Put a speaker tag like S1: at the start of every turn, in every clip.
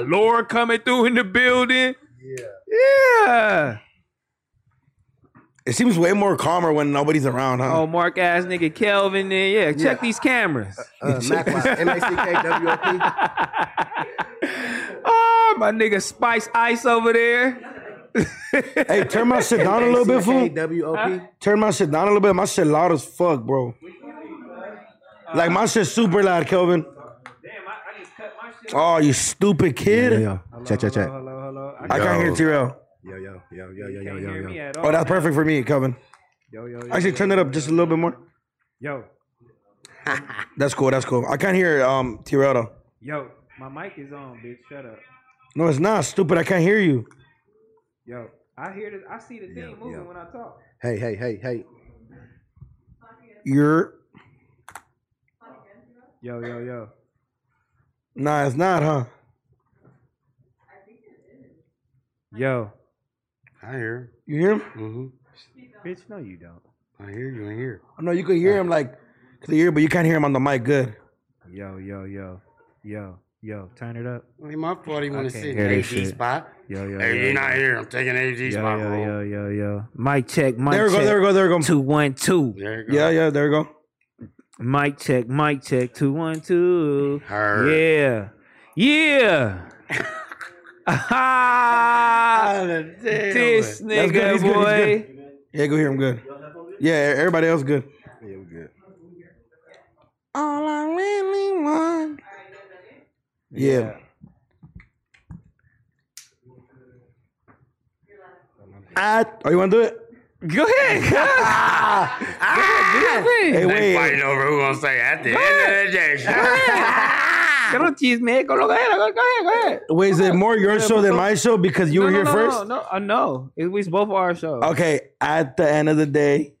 S1: Laura coming through in the building. Yeah. Yeah.
S2: It seems way more calmer when nobody's around, huh?
S1: Oh, Mark ass nigga Kelvin there. Yeah, check these cameras.
S3: Uh, Mac M-A-C-K-W-O-P.
S1: Oh, my nigga Spice Ice over there.
S2: Hey, turn my shit down a little bit, fool.
S3: M-A-C-K-W-O-P.
S2: Turn my shit down a little bit. My shit loud as fuck, bro. Like my shit super loud, Kelvin. Oh, you stupid kid.
S3: Check, check, check.
S1: Hello, hello. I
S2: I can't hear Tyrell.
S3: Yo, yo, yo, yo, yo,
S1: can't
S3: yo, yo,
S1: hear
S3: yo.
S1: me at all.
S2: Oh, that's perfect for me, Kelvin.
S3: Yo, yo, yo.
S2: Actually, turn it up just a little bit more.
S1: Yo,
S2: That's cool. That's cool. I can't hear um Tyrell though.
S1: yo, my mic is on, bitch. Shut up.
S2: No, it's not stupid. I can't hear you.
S1: Yo, I hear this. I see the thing moving
S3: yo.
S1: when I talk.
S3: Hey, hey, hey, hey.
S2: You're
S1: Yo, yo, yo.
S2: nah, it's not, huh?
S1: Yo.
S3: I hear
S2: You hear him?
S3: him.
S1: Bitch, no, you don't.
S3: hmm I hear you. I hear.
S2: No, you could hear him like clear, but you can't hear him on the mic. Good.
S1: Yo, yo, yo. Yo, yo. Turn it up.
S3: Well, my buddy want to sit
S1: hear
S3: in
S1: this
S3: AG
S1: shit.
S3: spot.
S1: Yo, yo,
S3: Hey,
S1: yo.
S3: you're not here. I'm taking AG
S1: Yo,
S3: spot.
S1: yo, yo,
S3: bro.
S1: yo, yo. Mic check, mic
S2: There we
S1: check.
S2: go. There we go. There we go.
S1: Two, one, two.
S3: There you go.
S2: Yeah, yeah. There we go.
S1: Mic check, mic check. Two, one, two.
S3: Heard.
S1: Yeah. Yeah. Ah, this
S2: That's
S1: nigga
S2: good, he's
S1: boy.
S2: good, he's Yeah, go hear him. Good. Yeah, e, everybody else good.
S3: Yeah, we good.
S2: All I really want. Yeah. I, oh, you want to do it?
S1: Go ahead. Go
S3: Ah.
S1: ahead. Do your
S2: Hey,
S1: thing.
S3: They
S2: wait.
S3: fighting over who gonna say at the end of the day.
S1: Get on cheese, man. Go, go ahead. Go, go ahead. Go ahead.
S2: Wait, is it more your show than my show because you
S1: No,
S2: were
S1: no,
S2: here
S1: no,
S2: first?
S1: No, no, uh, no. It was both our show.
S2: Okay, at the end of the day,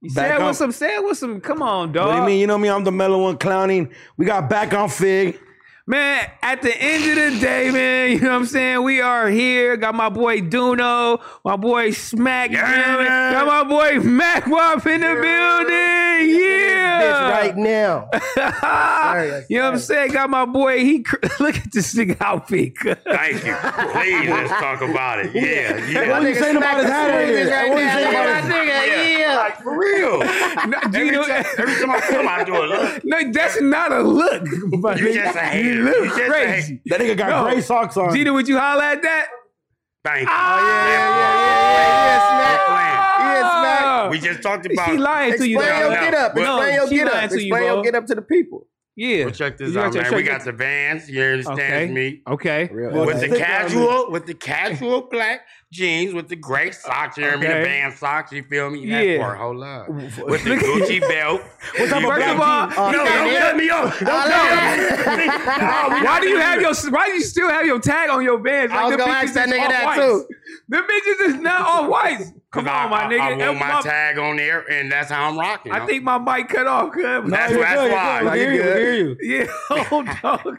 S1: You
S2: back
S1: Say it
S2: up.
S1: with some. Say it with some. Come on, dog.
S2: what do you mean? You know me, I'm the mellow one clowning. We got back on Fig.
S1: Man, at the end of the day, man, you know what I'm saying? We are here. Got my boy Duno, my boy Smack,
S3: Yeah, man.
S1: got my boy Mac Wop in the building. Yeah.
S3: right now.
S1: you know what I'm saying? Got my boy. He cr- look at this nigga outfit.
S4: Thank you. Please, let's talk about it. Yeah,
S2: What
S4: yeah.
S2: were you saying about his hat earlier? What were you saying about his
S4: Like, for real.
S1: No, do you
S4: Every,
S1: know-
S4: time, every time I come, I do a look.
S1: no, that's not a look. my
S4: You
S1: nigga.
S4: just a hater.
S1: You
S4: You
S1: look
S4: just a
S1: crazy.
S2: That nigga got
S1: No.
S2: gray socks on.
S1: Gina, would you holler at that?
S4: Thank
S1: Oh,
S4: you.
S3: Oh.
S1: Smack.
S4: We just talked about
S1: She lying to you.
S4: Explain
S1: though.
S4: your get up.
S1: Explain your get up. Explain your get up to the people. Yeah.
S4: Well, check this
S1: You
S4: out,
S1: got your
S4: man. We
S1: shirt-
S4: got the vans. You understand
S1: Okay.
S4: me?
S1: Okay.
S4: With the
S2: Thick on
S4: casual, with the casual black jeans, with the gray socks, you hear me? The
S1: Okay.
S4: band socks, you feel me?
S1: Yeah.
S4: That part, hold up. With the Gucci belt. What
S1: First of all,
S4: no, don't cut me off. Don't cut me off.
S1: why do you have your? Why do you still have your tag on your bands?
S3: I was
S1: the
S3: gonna
S1: bitches
S3: ask that
S1: is
S3: nigga that,
S1: off-whites.
S3: too.
S1: The bitches is not all whites. Come
S4: I-
S1: on, my
S4: I-
S1: nigga.
S4: I, want
S1: F
S4: my
S1: my-
S4: tag on there, and that's how I'm rocking.
S1: I think my mic cut off. Cause
S4: that's,
S2: you're
S4: that's
S2: good, you're
S4: why.
S2: good. We hear you. We hear you.
S1: yeah, hold on.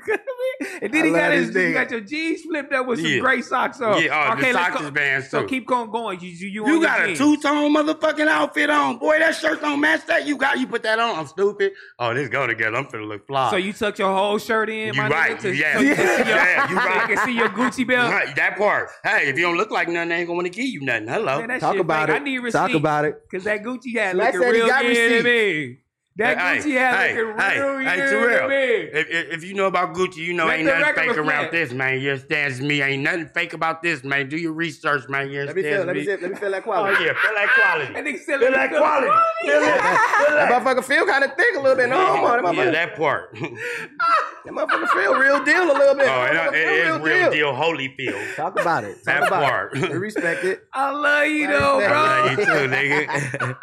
S1: and then he
S3: love
S1: got his,
S3: this nigga.
S1: you got your jeans flipped up with some
S4: Yeah.
S1: gray socks on.
S4: Yeah, oh, the
S1: let's
S4: socks
S1: go-
S4: is bands,
S1: So
S4: too.
S1: keep going, going. You, you, you, on
S4: You
S1: your
S4: got a
S1: jeans.
S4: two tone motherfucking outfit on. Boy, that shirt don't match that. You got you put that on. I'm stupid. Oh, this go together. I'm finna look fly.
S1: So you tucked your whole shirt in,
S4: You
S1: my
S4: right.
S1: nigga, to,
S4: Yeah.
S1: so you can see your,
S4: Yeah, you
S1: so
S4: right.
S1: can see your Gucci belt.
S4: Right, that part. Hey, if you don't look like nothing, they ain't gonna want to give you nothing. Hello.
S1: Man, that
S3: Talk
S1: shit
S3: about
S1: fake.
S3: it.
S1: I need receipt.
S3: Talk about it.
S1: Cause that Gucci hat
S3: Smack
S1: looking
S3: said he
S1: real
S3: got
S1: good to
S3: receipts.
S1: me. That Gucci hat looking real, you know what I mean?
S3: If, if, if you know about Gucci, you know
S1: Let
S3: ain't
S1: the
S3: nothing
S1: record
S3: fake around
S1: reflect.
S3: this, man. You understand me? Ain't nothing fake about this, man. Do your research, man. You
S5: Let me
S3: understand
S5: feel. Let me feel. Let me feel that quality.
S3: Oh, yeah, feel that quality.
S1: That nigga
S5: Feel that quality. Feel that. That motherfucker feel kind of thick a little bit. No,
S3: yeah,
S5: homo. that
S3: yeah,
S5: motherfucker,
S3: that part. oh,
S5: that motherfucker feel real deal a little bit. That motherfucker
S3: it, it
S5: feel
S3: is real deal, Holyfield.
S5: Talk about it. Talk
S3: That
S5: about
S3: part.
S5: It. We respect it.
S1: I love you
S5: Right
S1: though,
S5: there.
S1: bro.
S3: Yeah, you too, nigga.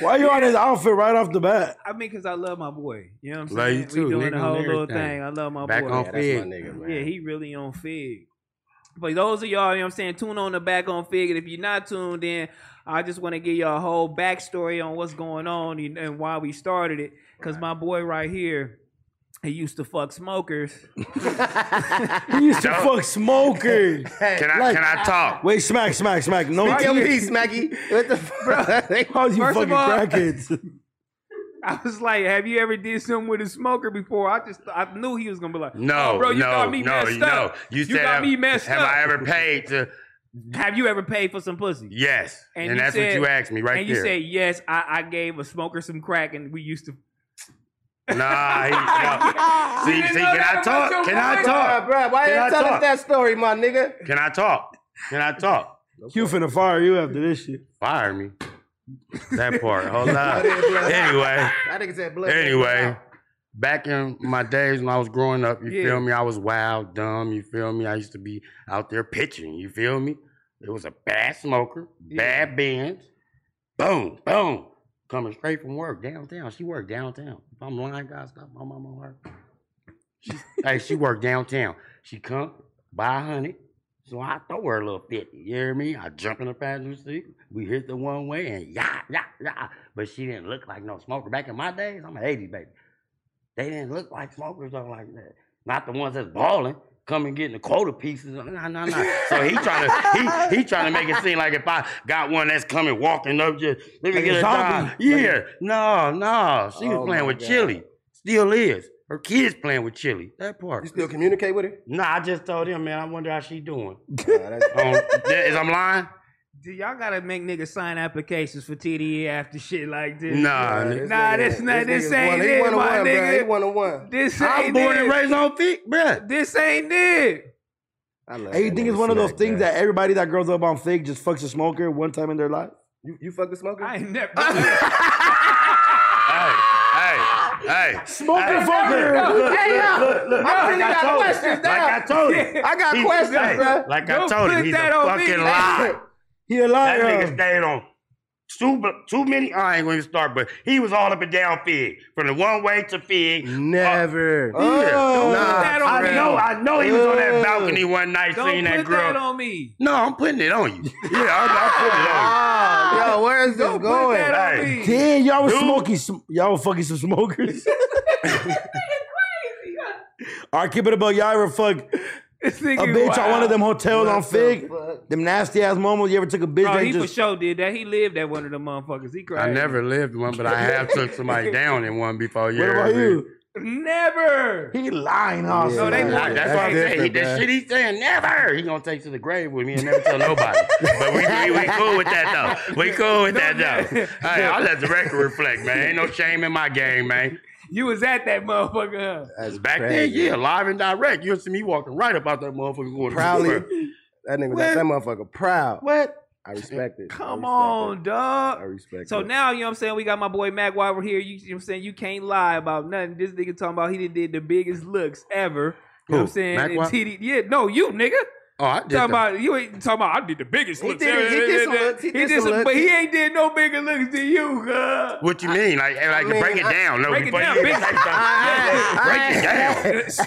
S2: Why you on his outfit right off the bat?
S1: I mean, cause I love my boy. You know what I'm
S3: Love
S1: saying?
S3: you too,
S1: we doing the
S3: nigga,
S1: whole
S3: and
S1: little
S3: everything.
S1: thing. I love my
S3: Back
S1: boy.
S3: on
S5: Yeah, that's
S3: fig.
S5: my nigga, man.
S1: Yeah, he really on Fig. But those of y'all, you know what I'm saying, tune on the back on Fig. And if you're not tuned in, I just want to give y'all a whole backstory on what's going on and, and why we started it. Because my boy right here, he used to fuck smokers.
S2: He used to fuck smokers.
S3: Can I
S2: Like-
S3: can I talk?
S2: Wait, smack, smack, smack. No,
S5: Your
S2: teeth.
S5: peace, Maggie. What the fuck?
S2: How's you
S1: First of
S2: fucking
S1: all-
S2: crackheads?
S1: I was like, have you ever did something with a smoker before? I just, I knew he was going to be like,
S3: No,
S1: "Oh, bro, you
S3: no,
S1: got me
S3: no,
S1: messed
S3: no.
S1: up.
S3: You, said,
S1: got me messed
S3: have
S1: up.
S3: I ever paid to?
S1: have you ever paid for some pussy?
S3: Yes, and,
S1: you
S3: that's
S1: said-
S3: what you asked me right
S1: And
S3: there.
S1: you said, yes, I, I gave a smoker some crack and we used to.
S3: nah, he, no. see,
S1: didn't
S3: see,
S1: know
S3: can
S1: that
S3: I
S1: about your
S3: talk? Can I
S1: wife?
S3: talk?
S5: Bruh, bruh, why you
S3: Can I
S5: tell us
S3: talk?
S5: that story, my nigga?
S3: Can I talk? Can I talk?
S2: you finna fire you after this shit.
S3: Fire me. That part. Hold on. anyway,
S5: That nigga said blood.
S3: anyway, back in my days when I was growing up, you
S1: Yeah.
S3: feel me? I was wild, dumb. You feel me? I used to be out there pitching. You feel me? It was a bad smoker, bad bands. Boom, boom. Coming straight from work downtown. She worked downtown. If I'm lying, guys, stop my mama heart. She, hey, she worked downtown. She come buy a hundred. So I throw her a little fifty. You hear me? I jump in the passenger seat. We hit the one way and yah yah yah. But she didn't look like no smoker. Back in my days, I'm an 80 baby. They didn't look like smokers or like that. Not the ones that's balling. Come and get the quota pieces. No, no, no. So he trying to he he trying to make it seem like if I got one that's coming walking up, just let me
S2: Like a
S3: get a dime.
S2: zombie.
S3: Yeah, no, no. She
S5: Oh
S3: was
S5: my
S3: playing with
S5: God.
S3: Chili. Still is. Her kids playing with Chili. That part.
S5: You still communicate with her?
S3: Nah, I just told him, man. I wonder how she doing.
S5: Nah, that's-
S3: Um, that- is I'm lying?
S1: Dude, y'all gotta make niggas sign applications for TDE after shit like this.
S3: Nah.
S5: Nah,
S3: nigga.
S1: Nah,
S5: nigga-
S1: this not- this
S5: nigga's
S1: ain't
S5: one- he
S1: it,
S5: one of
S1: my
S5: one, bruh.
S1: nigga.
S5: He one on one.
S1: This ain't
S3: I'm born
S1: it.
S3: and raised on feet, bruh.
S1: This ain't it.
S5: I love
S2: Hey, you
S5: that
S2: think
S5: nigga
S2: it's one of
S5: Smack,
S2: those things
S5: bruh.
S2: that everybody that grows up on fake just fucks a smoker one time in their life?
S5: you, you fuck the smoker?
S1: I ain't never.
S3: Hey, hey, hey.
S2: Smoker
S3: Hey,
S2: fucker!
S3: Look,
S5: Hey,
S3: look,
S5: yo.
S3: look, look.
S5: I really
S3: Like
S5: got
S3: told
S5: questions
S3: him.
S5: now.
S3: Like I told him.
S5: I got
S3: He's-
S5: questions,
S3: hey,
S5: bruh.
S3: Like I
S1: Don't
S3: told
S1: put
S3: him, he's
S1: that
S3: a
S1: on me.
S3: fucking liar.
S2: He a
S3: That nigga
S2: liar.
S3: stayed on too bu- too many. I ain't going to start, but he was all up and down fig from the one way to fig.
S5: Never.
S2: Oh,
S1: that on
S3: I
S1: me.
S3: know, I know he was on that
S2: Ugh.
S3: balcony one night
S1: Don't
S3: seeing
S1: put
S3: that girl.
S1: that on me.
S3: no, I'm putting it on you. Yeah, I'm, I'm putting it on you.
S5: Oh, yo, where is this
S1: Don't put
S5: going?
S1: that on
S3: Hey.
S1: me.
S2: Damn, y'all was
S3: Dude.
S2: smoking. Sm- y'all was fucking some smokers. All right, keep it above. Y'all ever fuck
S1: This
S2: a
S1: nigga
S2: bitch on
S1: wild.
S2: one of them hotels
S5: What
S2: on
S5: the
S2: Fig?
S5: fuck?
S2: Them nasty ass moments. You ever took a bitch
S1: Bro,
S2: that
S1: he for
S2: just
S1: sure did that. He lived at one of them motherfuckers. He
S3: I
S1: cried.
S3: never lived in one, but I have took somebody down in one before.
S2: What
S3: Yeah,
S2: about you?
S1: Never.
S2: He lying on
S1: No, they
S3: Like, that's why I'm saying he, the shit he's saying never. He gonna take to the grave with me and never tell nobody. but we, we we cool with that though. We cool with that though. Hey, I'll let the record reflect, man. Ain't no shame in my game, man.
S1: You was at that motherfucker. Huh?
S5: That's
S3: Back then,
S5: crazy.
S3: yeah, live and direct. You'll see me walking right up out that motherfucker going to
S5: Proudly.
S3: the river.
S5: That nigga, that, that motherfucker proud.
S3: What?
S5: I respect it.
S1: Come
S5: I
S1: on,
S5: respect
S1: dog.
S5: It. I respect
S1: So
S5: it.
S1: now, you know what I'm saying? We got my boy Mac while we're here. You, you know what I'm saying? You can't lie about nothing. This nigga talking about he done did the biggest looks ever. You know what
S3: Who?
S1: I'm saying?
S3: Mac
S1: And
S3: Wa-
S1: TD yeah, no, you nigga.
S3: Oh, I did
S1: Talking
S3: that.
S1: about you ain't talking about I did the biggest
S5: He
S1: looks
S5: did-
S1: ever.
S5: he did some looks. He did some looks.
S1: but he ain't did no bigger looks than you, huh?
S3: What you mean? Like, like
S5: mean,
S3: break it
S5: I-
S3: down. No,
S1: break it
S3: before
S1: down,
S3: you
S1: bitch.
S3: even say something. break it down.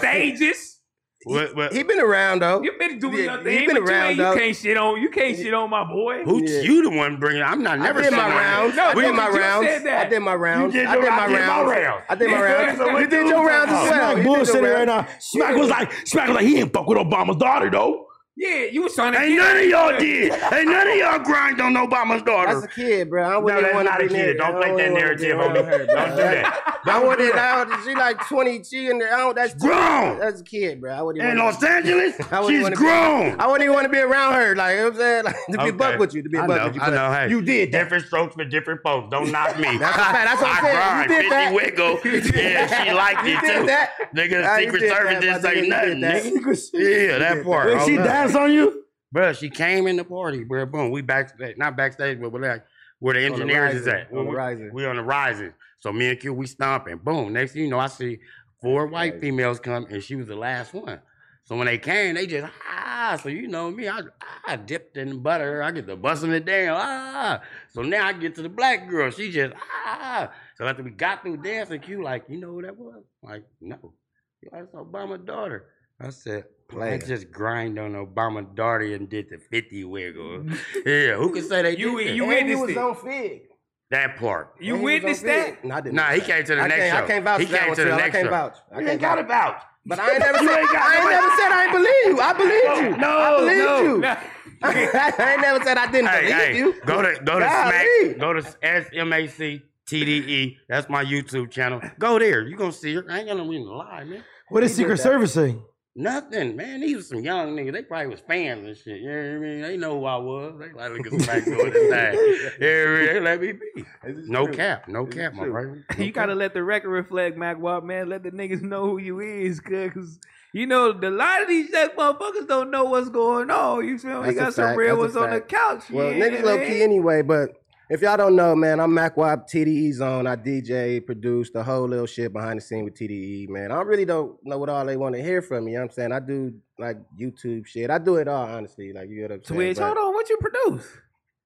S1: Stages.
S3: What, what,
S5: He been around though.
S1: You been doing
S5: Yeah,
S1: nothing.
S5: he
S1: Ain't
S5: been
S1: what you,
S5: around,
S1: ain't-
S5: dog.
S1: you can't shit on you can't shit on my boy.
S3: who you the one bringing? I'm not never
S5: I did
S3: seen
S5: my
S3: one.
S5: rounds.
S1: No,
S5: I did
S1: nigga,
S5: my
S1: you
S5: rounds.
S1: said that.
S5: I did my rounds.
S3: did
S5: I
S3: your-
S5: did
S3: I
S5: my
S3: did my
S5: rounds.
S3: rounds.
S5: I did my rounds.
S3: So
S5: You
S3: we
S5: did
S3: do
S5: your
S3: it
S5: rounds as
S3: somehow.
S5: well.
S2: Smack
S5: You did your
S2: bullshitting right
S5: rounds.
S2: now. Smack was like, Smack was like, he didn't fuck with Obama's daughter though.
S1: Yeah, you was trying to. get-
S3: Ain't none of y'all did. Ain't none of y'all grind on Obama's daughter.
S5: That's a kid, bro. I
S3: no,
S5: wouldn't
S3: that's
S5: want
S3: not a kid. Don't play
S5: Oh,
S3: that narrative on me. Don't do that.
S5: I
S3: Don't do
S5: wouldn't.
S3: that.
S5: I would, she like twenty. She in there. I don't. That's
S3: grown.
S5: That's a kid, bro. I wouldn't.
S3: In
S5: wanna-
S3: Los Angeles,
S5: I wouldn't
S3: she's
S5: wanna be-
S3: grown.
S5: I wouldn't even want to be around her. Like you know what I'm saying, like, to be
S3: Okay.
S5: buck with you, to be
S3: I
S5: buck
S3: know,
S5: with you.
S3: I
S5: but
S3: know. Hey,
S5: you did that.
S3: different strokes for different folks. Don't knock me.
S5: That's a fact. That's what I'm saying. You
S3: I grind.
S5: did that.
S3: Wiggle. Yeah, she liked
S5: You
S3: it
S5: did
S3: too.
S5: that.
S3: Nigga,
S5: Ah,
S3: the
S5: you
S3: Secret
S5: did
S3: Service
S5: that,
S3: didn't
S5: my nigga,
S3: say
S5: you
S3: nothing.
S5: did that.
S3: nigga. Yeah, that part.
S2: Did she
S3: Hold up.
S2: dance on you?
S3: Bruh, she came in the party, bruh. Boom, we backstage, not backstage, but we're like where the
S5: On the
S3: engineers is
S5: riser,
S3: at.
S5: on the
S3: we,
S5: riser.
S3: we on the rising. So me and Q, we stomping. Boom. Next thing you know, I see four white females come, and she was the last one. So when they came, they just ah. So you know me, I I dipped in the butter. I get the busting it down ah. So now I get to the black girl. She just ah. So after we got through dancing, Q like, you know who that was? like, no, Yo, that's Obama's daughter. I said, I
S5: Player.
S3: just grind on Obama's daughter and did the 50 wiggle. yeah, who can say they
S1: You-
S3: did that?
S1: you-
S5: And you
S1: witnessed
S5: was
S1: it.
S5: on fig.
S3: that part?
S1: You
S5: And he was
S1: witnessed
S5: on Fig.
S1: that?
S5: No, I didn't.
S3: Nah, he came to the
S5: I
S3: next
S5: can't,
S3: show.
S5: I can't vouch
S3: he
S5: for that
S3: came
S5: one,
S3: to the
S5: Phil. I
S3: next
S5: can't
S3: show.
S5: vouch. I
S3: you
S5: can't
S3: ain't got
S5: vouch.
S3: it out.
S5: But I ain't never said.
S3: ain't got
S5: I ain't
S3: nobody-
S5: never said I ain't believe you. I believe you. I
S3: No,
S5: believe
S3: no.
S5: you.
S1: Nah.
S5: I ain't never said I didn't
S3: Hey,
S5: believe
S3: hey,
S5: you.
S3: go to go to
S5: Golly.
S3: Smack, go to S M A C T D E. That's my YouTube channel. Go there. You gonna see her. I ain't gonna reason to lie, man.
S2: What is
S5: He
S2: Secret
S5: did that.
S2: Service saying?
S3: Nothing, man. These was some young niggas. They probably was fans and shit. You know what I mean? They know who I was. They like look at somebody doing this thing. You know what I mean? They let me be. No cap, no cap, my brother. No
S1: You gotta
S3: cap.
S1: let the record reflect, Mac Wop, man. Let the niggas know who you is, cuz. 'cause, You know, the lot of these young motherfuckers don't know what's going on. You feel me?
S5: That's
S1: You
S5: a
S1: got some
S5: fact,
S1: real
S5: that's
S1: ones
S5: a
S1: on the
S5: fact.
S1: couch.
S5: Well,
S1: yeah,
S5: niggas low
S1: man.
S5: key anyway, but if y'all don't know, man, I'm Mac Wop, TDE Zone. I DJ, produce the whole little shit behind the scene with TDE, man. I really don't know what all they want to hear from me. You know what I'm saying? I do like YouTube shit. I do it all, honestly. Like, you know what I'm saying?
S1: Twitch,
S5: But
S1: hold on, what you produce?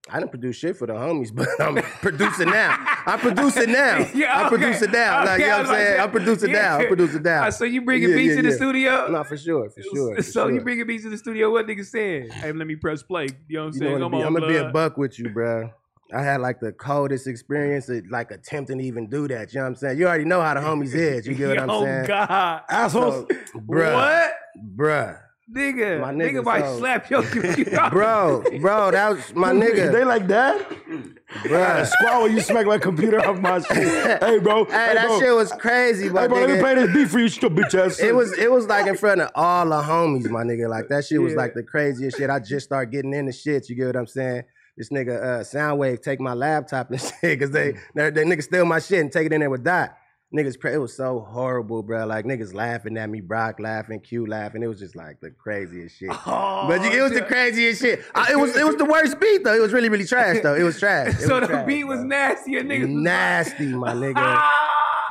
S5: I didn't produce shit for the homies, but I'm producing now. I'm producing now.
S1: Yeah,
S5: I
S1: okay.
S5: produce it now. Like, you
S1: Okay,
S5: know
S1: I
S5: what
S1: was
S5: I'm
S1: like
S5: saying?
S1: that.
S5: I produce it now. I
S1: Yeah.
S5: produce it now.
S1: Ah, so you bringing
S5: Yeah,
S1: beats
S5: yeah,
S1: to the
S5: yeah.
S1: studio?
S5: No, for sure, for sure. for
S1: so you
S5: sure.
S1: bringing beats to the studio? What nigga said? Hey, let me press play. You know what I'm
S5: You
S1: saying?
S5: know what
S1: Come
S5: I
S1: on,
S5: mean? I'm gonna be a
S1: blood.
S5: buck with you, bruh. I had like the coldest experience at like attempting to even do that. You know what I'm saying? You already know how the homies is. You get what I'm
S1: Yo,
S5: saying?
S1: Oh, God,
S2: Assholes.
S5: So, bruh,
S1: what,
S5: bruh,
S1: nigga?
S5: My
S1: nigga
S5: nigga,
S1: might
S5: so-
S1: slap your computer.
S5: bro, bro. That was my
S2: They
S5: nigga,
S2: like that?
S5: bruh.
S2: Squad when you smack my computer off my shit. Hey, bro.
S5: Hey, that
S2: bro.
S5: shit was crazy,
S2: Hey,
S5: but
S2: bro, let me
S5: nigga,
S2: play this beat for you, stupid bitch ass.
S5: it was it was like in front of all the homies, my nigga. Like that shit was
S1: Yeah.
S5: like the craziest shit. I just started getting into shit. You get what I'm saying? This nigga uh, Soundwave take my laptop and shit because
S1: Mm.
S5: they, they they niggas steal my shit and take it in there with Dot. Niggas, cra- it was so horrible, bro. Like niggas laughing at me, Brock laughing, Q laughing. It was just like the craziest shit.
S1: Oh,
S5: but you- it was the craziest shit. I- it was it was the worst beat though. It was really really trash though. It was trash. It
S1: so
S5: was
S1: the
S5: trash,
S1: beat was "Ah!"
S5: bro.
S1: nasty. And niggas
S5: nasty, my nigga.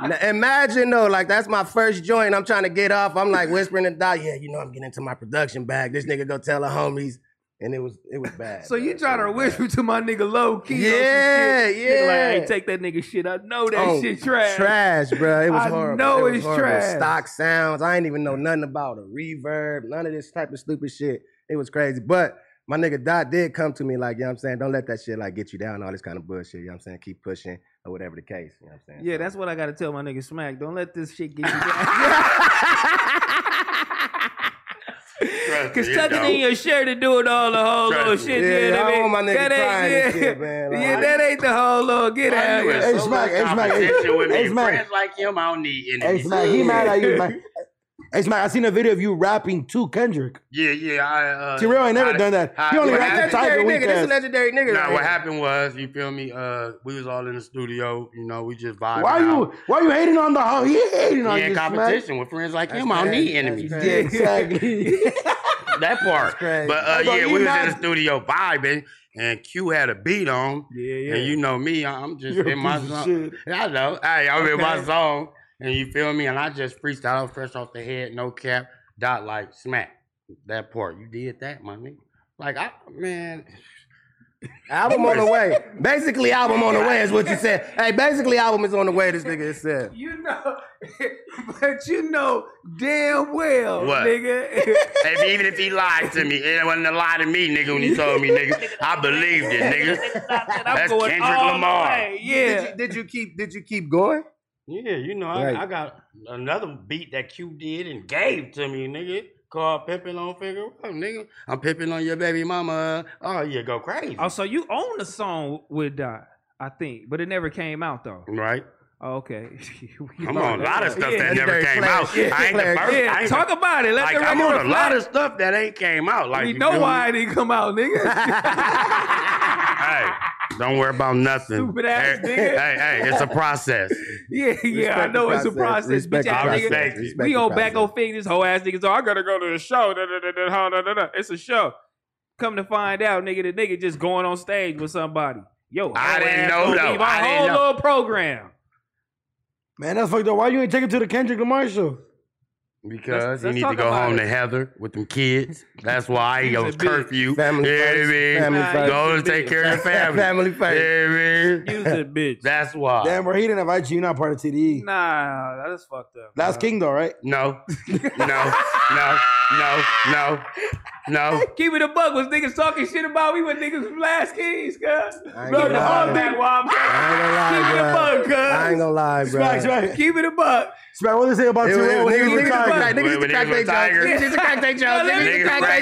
S5: Now, imagine though, like that's my first joint. I'm trying to get off. I'm like whispering to Doc, yeah, you know I'm getting into my production bag. This nigga go tell the homies, and it was it was bad.
S1: So you
S5: bruh.
S1: trying to whisper to my nigga low key? on some
S5: Yeah,
S1: shit. Nigga like,
S5: yeah.
S1: hey, take that nigga shit. I know that
S5: Oh,
S1: shit trash.
S5: Trash, bro. It was
S1: I
S5: horrible.
S1: know
S5: It was
S1: it's
S5: horrible.
S1: trash.
S5: Stock sounds. I ain't even know nothing about a reverb, none of this type of stupid shit. It was crazy. But my nigga Dot did come to me like, you know what I'm saying? Don't let that shit like get you down, all this kind of bullshit. You know what I'm saying? Keep pushing or whatever the case. You know what I'm saying?
S1: Yeah,
S5: So-
S1: that's what I gotta tell my nigga Smack. Don't let this shit get you down.
S3: Trust
S1: Cause
S3: me, it
S1: tucking
S3: don't.
S1: in your shirt and doing all the whole
S3: Trust
S1: little
S3: me.
S1: shit.
S5: Yeah,
S1: you know
S5: I
S1: what
S5: don't
S1: mean?
S5: want my nigga
S1: that ain't-
S5: crying
S1: yeah.
S5: and shit, man. Like,
S1: yeah, that ain't the whole little get
S3: Why
S1: out.
S3: you
S1: here.
S3: in
S2: Hey,
S3: so
S2: Smack,
S3: much
S2: hey, Smack, hey,
S3: competition with
S2: hey,
S3: me?
S2: Smack.
S3: Friends like him, I don't need
S2: Hey,
S3: enemies.
S2: Smack, he mad at you, man. Hey, Smack, I seen a video of you rapping to Kendrick.
S3: Yeah, yeah. I, uh,
S2: Terrell ain't never
S3: I-
S2: done that.
S3: I-
S2: He only
S3: what
S2: rapped
S3: happened-
S2: to Tiger
S5: legendary nigga. This
S2: Weekend.
S5: a legendary nigga.
S3: Nah,
S5: right
S3: what
S5: here.
S3: happened was, you feel me? Uh, we was all in the studio. You know, we just vibing.
S2: Why
S3: out.
S2: you why you hating on the hoe? He hating on
S3: He in
S2: you,
S3: competition with friends like him. I don't
S5: crazy.
S3: need enemies.
S2: Smack. Yeah, exactly.
S3: That part.
S5: crazy.
S3: But uh,
S2: Hey, bro,
S3: yeah,
S2: you
S3: we was in
S2: mad-
S3: the studio vibing, and Q had a beat on.
S1: Yeah, yeah.
S3: And you know me, I- I'm just
S2: You're a
S3: in my
S2: piece of
S3: zone. I know. Hey, I'm in my
S1: Okay.
S3: zone, and you feel me? And I just freestyle fresh off the head, no cap, dot like smack. That part. You did that, my nigga. Like I man,
S5: Album on the way. Basically, album on the way is what you said. Hey, basically, album is on the way. This nigga is said.
S1: You know, but you know damn well,
S3: What?
S1: nigga.
S3: if, even if he lied to me, it wasn't a lie to me, nigga. When he told me, nigga, I believed it, nigga. That's
S1: going
S3: Kendrick
S1: all the
S3: Lamar.
S1: way.
S5: Did
S1: Yeah.
S5: you, did you keep? Did you keep going?
S3: Yeah, you know, I,
S5: Right.
S3: I got another beat that Q did and gave to me, nigga. Call pimping on Figaro, nigga. I'm pimping on your baby mama. Oh, you go crazy.
S1: Oh, so you own the song with Die, I think, but it never came out though. Oh,
S3: Right.
S1: Okay.
S3: I'm on a lot of stuff that never came out. I ain't the first. I ain't
S1: Talk
S3: the-
S1: about it. Let
S3: like,
S1: the
S3: I'm
S1: record
S3: on a lot
S1: reflect.
S3: of stuff that ain't came out. Like
S1: we
S3: you
S1: know
S3: feel me?
S1: why it didn't come out, nigga.
S3: hey, don't worry about nothing.
S1: Stupid ass
S3: hey,
S1: nigga.
S3: Hey, hey, it's a process.
S1: yeah, yeah, I
S3: Respect
S1: know
S3: the
S1: it's a
S3: process.
S1: process,
S3: Respect
S1: bitch
S3: the
S1: ass
S3: process.
S1: nigga.
S3: Respect
S1: we
S3: the
S1: go back on fig this whole ass nigga. So I gotta go to the show. Da, da, da, da, da, da, da, da. It's a show. Come to find out, nigga, the nigga just going on stage with somebody. Yo,
S3: I
S1: whole
S3: didn't
S1: ass
S3: know,
S1: gonna
S3: though.
S1: leave our
S3: I didn't
S1: whole
S3: know.
S1: little program.
S2: Man, that's fucked up. Why you ain't take it to the Kendrick Lamar show? Let's-
S3: Because you
S2: let's
S3: need
S2: talk
S3: to go
S2: about
S3: home
S2: it.
S3: to Heather with them kids. That's why I
S2: He's a
S3: goes
S2: bitch.
S3: curfew. Family you know what I
S2: first.
S3: mean?
S2: Family first.
S3: Go
S2: He's
S3: to
S2: a
S3: take
S2: bitch.
S3: care of your family.
S2: Family first.
S3: You know what I mean?
S2: He's a
S1: bitch.
S3: That's why.
S2: Damn, bro, he didn't invite you. You're not part of TDE.
S1: Nah, that is fucked up.
S2: Last King though, right?
S3: No, no, no, no, no, no.
S1: Keep it a buck. Was niggas talking shit about me when niggas from last keys, cuz?
S5: I ain't
S1: Bro,
S5: gonna
S1: the
S5: lie.
S1: whole back wild.
S5: I ain't gonna lie,
S1: Keep it a buck,
S5: bro.
S1: cuz.
S5: I ain't gonna lie, bro.
S1: Keep it a buck.
S2: Smack, what they say about
S5: It
S2: you? When
S5: was-
S2: he
S5: niggas
S2: was
S5: used to
S2: Tiger.
S5: crack- niggas used to crack they jokes. Niggas used to crack they jokes. Niggas used to crack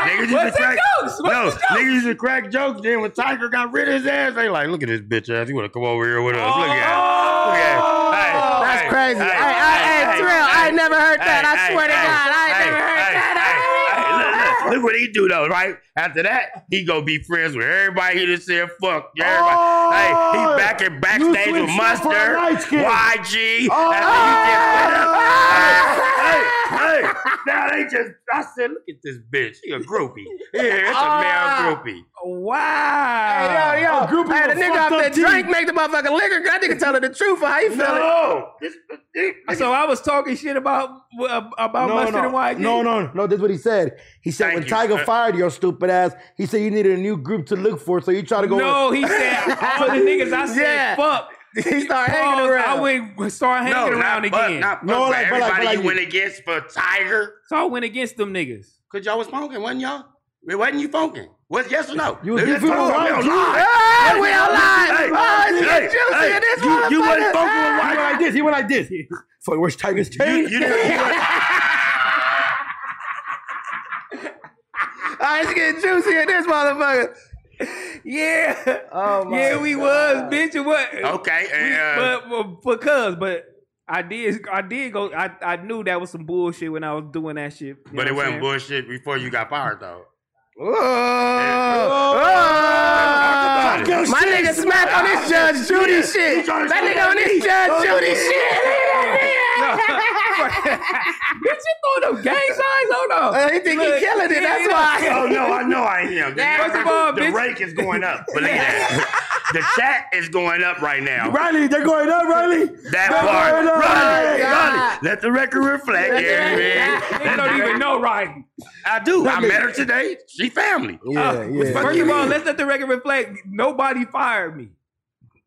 S5: they jokes.
S3: Niggas used to
S5: What's the
S3: crack
S5: jokes? What's
S3: No,
S5: the jokes?
S3: niggas used to crack jokes. Then when Tiger got rid of his ass, they like, look at this bitch ass. You want to come over here with us? Look at him.
S1: Oh!
S3: Look at him. Hey,
S5: That's
S3: Oh, hey,
S5: crazy.
S3: hey,
S5: Hey, hey, hey, Trill, I never heard that. I swear to God, I ain't never heard
S3: that. Look, look what he do though, right? After that, he gonna be friends with everybody. He just said fuck everybody. hey,
S5: Oh,
S3: he back in backstage with
S2: switched up for a
S3: Mustard,
S2: light skin.
S3: YG.
S5: Oh.
S3: After he just went up. Hey, hey, now they just. I said, look at this bitch. She a groupie. Yeah, it's a male
S5: Ah.
S3: groupie.
S1: Wow.
S5: Hey, yo, yo. hey, the nigga off that drink make the motherfucking liquor. That nigga telling the truth. How you feeling?
S3: No.
S1: So I was talking shit about about
S2: No,
S1: Mustard
S2: no,
S1: and YG.
S2: no, no, no. That's what he said. He said when
S1: you.
S2: Tiger
S1: Uh,
S2: fired your stupid ass, he said you needed a new group to look for, so you try to go.
S1: No, he said all the niggas I said
S2: Yeah.
S1: fuck.
S2: He started
S1: Pause,
S2: hanging around.
S1: I went start hanging
S3: not
S1: around
S3: but-
S1: again.
S3: not but for everybody you went against for Tiger.
S1: So I went against them niggas.
S3: Cause y'all was funking, wasn't y'all? It wasn't you funking. Was yes or no?
S2: You was
S3: Let's
S2: giving
S3: talk.
S2: him
S3: We don't
S2: YG.
S3: lie.
S2: Hey, we don't lie. Oh, it's
S3: hey,
S2: juicy in
S3: hey,
S2: this
S3: you, you wasn't
S2: motherfucker.
S3: funking
S2: He went like
S3: with YG.
S2: this. He went like this. Fuck, where's Tiger's chain?
S3: You didn't- you wasn't-
S5: Alright, it's getting juicy in this motherfucker.
S1: Yeah.
S5: Oh my
S1: yeah, we was, bitch. And what?
S3: Okay,
S1: We,
S3: uh,
S1: but, but because, but I did, I did go. I, I knew that was some bullshit when I was doing that shit. you
S3: But
S1: know
S3: it
S1: what
S3: wasn't
S1: I'm
S3: bullshit before you got fired though.
S5: Oh,
S3: Talk about it.
S5: my nigga smacked on this Judge Judy shit. That nigga on this Judge Judy shit.
S1: Bitch, you throwing them gang signs? Hold on.
S5: Uh, he think he killing it, that's why.
S3: Oh no, I know I am. The,
S1: First of all,
S3: the
S1: bitch-
S3: rake is going up. But look at that. The chat is going up right now.
S2: Riley, they're going up, Riley.
S3: That
S2: They're
S3: part.
S2: going up.
S3: Riley,
S2: Yeah.
S3: Riley, let the record reflect.
S2: Let the
S3: Yeah,
S2: record-
S3: man.
S1: Niggas don't even know Rodney.
S3: I do.
S1: That
S3: I
S1: nigga-
S3: met her today. She family.
S5: Yeah,
S1: Uh, First of all, let's let the record reflect. Nobody fired me.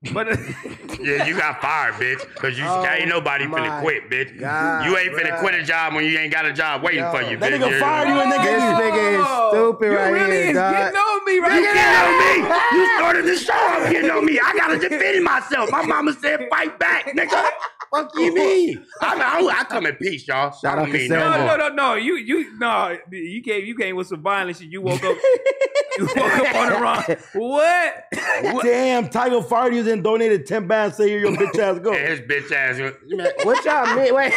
S1: But
S3: yeah, you got fired, bitch. Cause you
S1: Oh,
S3: ain't nobody
S1: my
S3: finna quit, bitch.
S1: God,
S3: you ain't finna
S1: bruh.
S3: quit a job when you ain't got a job waiting for you,
S2: That
S3: bitch.
S2: nigga
S3: Yeah.
S2: fired you and then
S5: This
S2: gave you-
S5: nigga is stupid
S1: you
S5: right
S1: really
S5: here,
S1: is
S5: dog.
S1: getting on me right
S3: You getting on me? You started the show. I'm getting on me. I gotta defend myself. My mama said, "Fight back, nigga." Fuck you mean? I'm, I, I come in peace, y'all. I
S5: Shout
S3: don't
S5: out to
S3: mean
S5: Sam.
S3: no
S1: No,
S3: more.
S1: no, no, no. You, you, no. You came, you came with some violence, and you woke up, you woke up on the wrong. What?
S2: Damn, Tiger fired you, then donated ten bands. Say here, your bitch ass go.
S3: And his bitch ass. Man,
S5: What y'all mean? Wait.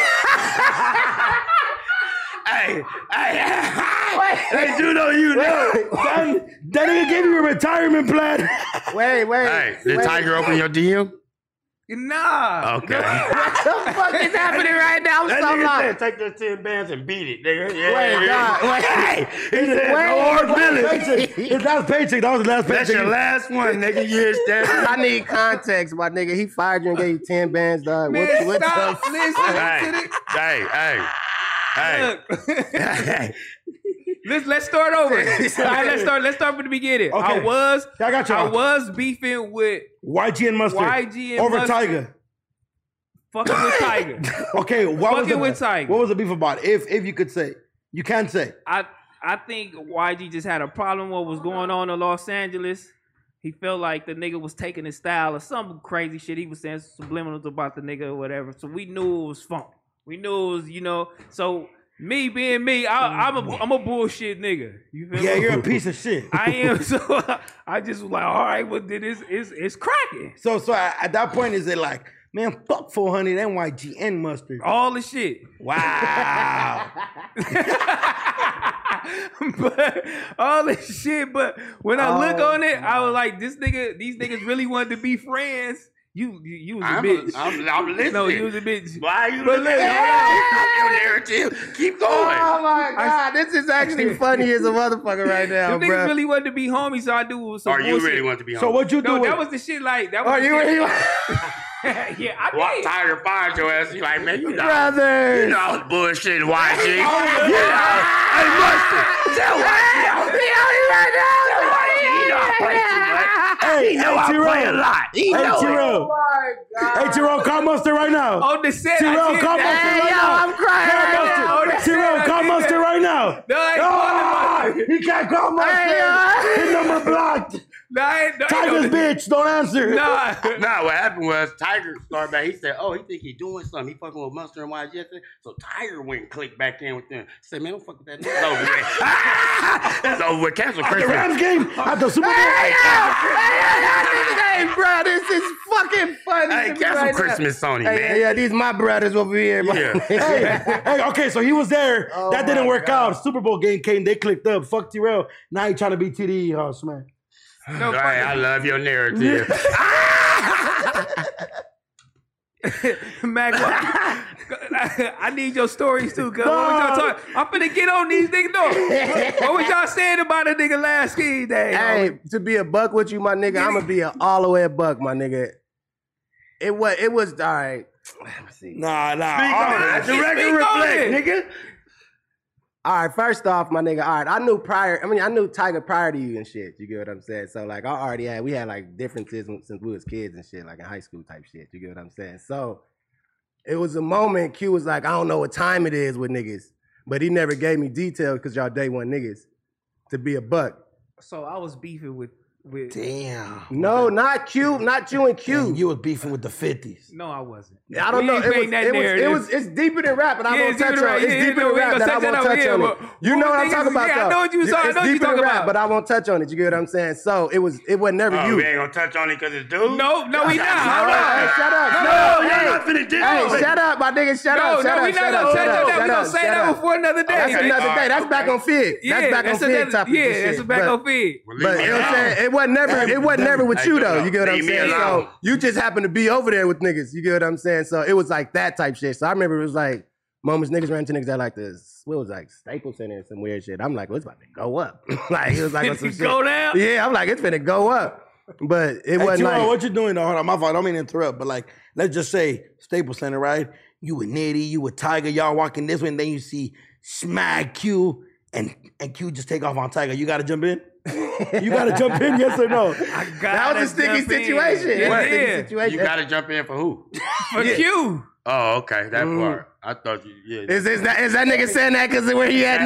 S3: hey, hey, hey, do know you know.
S2: That, that nigga gave you a retirement plan.
S5: Wait, wait.
S3: Hey, did Tiger open your DM?
S1: Nah.
S3: Okay.
S5: What the fuck is happening right now? I'm
S3: That
S5: so
S3: nigga said,
S5: lost.
S3: take those 10 bands and beat it, nigga.
S5: Wait, God, wait.
S3: Hey, he
S5: Wait.
S3: said, no hard feelings.
S2: Paycheck. His last paycheck. That was the last
S3: That's
S2: paycheck.
S3: your last one, nigga. You is that.
S5: I need context, my nigga. He fired you and gave you 10 bands, dog.
S1: Man,
S5: What, what the
S1: stop
S5: fuck?
S1: listening to the.
S3: Hey, hey, hey. Hey.
S1: Let's let's start over. All right, let's start. Let's start from the beginning. I
S2: Okay.
S1: was
S2: I got y'all.
S1: I was beefing with
S2: YG and Mustard.
S1: YG and
S2: over
S1: Mustard.
S2: Tiger.
S1: fucking with Tiger.
S2: Okay, what was
S1: Fucking
S2: the,
S1: with Tiger.
S2: What was the beef about? If if you could say, you can say.
S1: I I think YG just had a problem with what was going on in Los Angeles. He felt like the nigga was taking his style or some crazy shit. He was saying subliminals about the nigga or whatever. So we knew it was funk. We knew it was, you know, so Me being me, I, I'm a I'm a bullshit nigga. You feel
S2: Mm. Yeah,
S1: me?
S2: you're a piece of shit.
S1: I am. So I just was like, all right, well then it's it's it's cracking.
S2: So so I, at that point is it like, man, fuck 400 NYGN mustard.
S1: All the shit.
S2: Wow.
S1: but all this shit. But when I look
S3: Oh,
S1: on it, I was like, this nigga, these niggas really wanted to be friends. You you, you was a
S3: I'm a-
S1: bitch.
S3: I'm- I'm
S1: No,
S3: listening.
S1: you was a bitch.
S3: Why you
S1: But
S3: but
S1: look-
S3: narrative? Keep going.
S5: Oh my god, this is actually funny as a motherfucker right now,
S1: Them niggas
S5: bro.
S1: really wanted to be homies, so I do some
S3: Or you
S1: bullshit.
S3: really wanted to be
S2: So what you
S1: No,
S2: do
S1: that
S2: with-
S1: was the shit like that was
S2: Are
S1: the
S2: you
S1: shit-
S2: really-
S1: Yeah, I did.
S3: Well, Tiger fired your ass. He like, man, you know,
S2: Brothers.
S3: you know, I was bullshitting YG.
S2: Oh,
S3: You know,
S2: yeah.
S3: Hey, Mustard, tell YG, I'm the only right now. Tell YG, you know I play too much.
S2: Hey,
S3: He know
S2: hey,
S3: I
S2: Tyrone.
S3: play a lot. He
S2: hey,
S3: know it.
S2: Tyrone. Hey, Tyrone, call Mustard right now.
S1: On the set, I
S2: Tyrone,
S1: did
S2: call
S1: that.
S2: Mustard right
S5: yo,
S2: now.
S5: I'm crying
S2: Call
S5: right
S2: Mustard.
S1: now. Oh, that's it,
S2: Tyrone,
S1: I
S2: call
S1: did that.
S2: Mustard right now.
S1: No, I ain't
S2: Ah,
S1: calling Mustard.
S2: He can't call Mustard.
S5: yo.
S2: His number blocked.
S1: No, I ain't- no, ain't
S2: Tiger's
S1: no-
S2: bitch. Don't answer.
S1: Nah.
S3: No, what happened was Tiger started back. He said, "Oh, he think he doing something. He fucking with Mustard and YG." yesterday." So Tiger went and clicked back in with them. Said, "Man, don't fuck with that. That's over with. Ah, That's over with. Cancel
S2: At the
S3: Christmas."
S2: Rams game. At the Super Bowl.
S5: Hey, yo! Hey, yo, hey, bro, this is fucking funny.
S3: Hey,
S5: to me
S3: get some
S5: right now.
S3: Christmas on him,
S5: Hey,
S3: man.
S5: yeah, yeah, these my brothers over here. my-
S3: Yeah.
S2: hey, hey, okay, so he was there.
S5: Oh
S2: that didn't
S5: my
S2: work out. Super Bowl game came, they clicked up. Fuck Tyrell. Now he trying to be E, TDE house, man.
S1: No,
S3: All right, I love your narrative.
S1: Mac, I I need your stories too. Cause what was y'all talking? I'm finna get on these niggas. No, what was y'all saying about a nigga last ski day?
S5: Hey, to be a buck with you, my nigga, I'm gonna be an all the way a buck, my nigga. It was, it was, all right.
S2: Nah, nah.
S1: on it. Speak on it.
S2: nigga.
S5: All right, first off, my nigga, all right, I knew prior, I mean, I knew Tiger prior to you and shit. You get what I'm saying? So, like, I already had, we had like differences when- since we was kids and shit, like in high school type shit. You get what I'm saying? So, it was a moment Q was like, I don't know what time it is with niggas, but he never gave me details because y'all day one niggas to be a buck.
S1: So I was beefing with with.
S2: Damn.
S5: No, not Q, not you and Q.
S2: You was beefing with the 50s.
S1: No, I wasn't.
S5: I don't
S1: We
S5: know.
S1: ain't
S5: It was,
S1: made that
S5: it, was, it
S1: narrative.
S5: was. It's deeper than rap, and I
S1: Yeah,
S5: won't
S1: it's
S5: touch
S1: deeper than
S5: on. it.
S1: rap.
S5: It's
S1: Yeah,
S5: deeper
S1: yeah,
S5: than
S1: we ain't
S5: rap
S1: gonna
S5: that I
S1: touch that
S5: won't
S1: over
S5: touch
S1: here,
S5: on it.
S1: but
S5: You
S1: what
S5: know
S1: we
S5: what I'm
S1: think
S5: talking
S1: is- yeah,
S5: about?
S1: I
S5: though.
S1: know what you- I
S5: It's
S1: know what you
S5: deeper than
S1: talking
S5: rap,
S1: about.
S5: but I won't touch on it. You get what I'm saying? So it was. It was never
S3: oh,
S5: you.
S3: we ain't gonna touch on it because it's dude.
S1: No, no, we not. Hold
S5: Hey,
S1: on.
S5: shut up.
S1: No,
S5: No,
S1: no,
S5: hey.
S3: I'm not finna diss
S5: Hey,
S3: nobody.
S5: shut up, my nigga. Shut
S1: No,
S5: up. Shut
S1: no,
S5: up.
S1: we
S5: shut
S1: not
S5: up,
S1: gonna touch on that.
S5: shut up,
S1: We
S5: shut
S1: gonna
S5: up,
S1: say
S5: shut
S1: that
S5: up.
S1: before another day.
S5: That's another
S3: Alright,
S5: day. That's back
S3: okay.
S5: on fit. That's
S1: Yeah,
S5: back on
S1: that's
S5: fit
S1: another-
S5: topic. and
S1: yeah,
S5: shit,
S1: that's a back
S5: but-
S1: on fit.
S3: Well,
S5: But
S3: leave
S5: you
S3: me
S5: know what I'm
S3: alone.
S5: saying? It wasn't never, it wasn't never with
S3: Hey,
S5: you
S3: leave
S5: though.
S3: me
S5: You get what I'm
S3: alone.
S5: saying? So
S3: Leave me
S5: you just happened to be over there with niggas. You get what I'm saying? So it was like that type shit. So I remember it was like moments niggas ran to niggas at like this, what was it, like Staples Center or some weird shit. I'm like, well, it's about to go up. like it was like on some
S1: Finna go
S5: shit.
S1: down?
S5: Yeah, I'm like, it's gonna go up. But
S2: Hey,
S5: it wasn't
S2: Tyrone,
S5: like
S2: what you doing? though? Hold on, my fault. I don't mean to interrupt, but like, let's just say Staples Center, right? You with Nitty, you with Tiger, y'all walking this way, and then you see Smack Q, and and Q just take off on Tiger. You got to jump in. you got to jump in, yes or no?
S5: that was a sticky situation. That was a sticky
S1: Yeah,
S5: situation.
S3: You gotta jump in for who?
S1: for Q.
S3: Oh, okay, that part. I thought you. Yeah.
S5: Mm. Is, is, that, is that nigga saying that because of where he at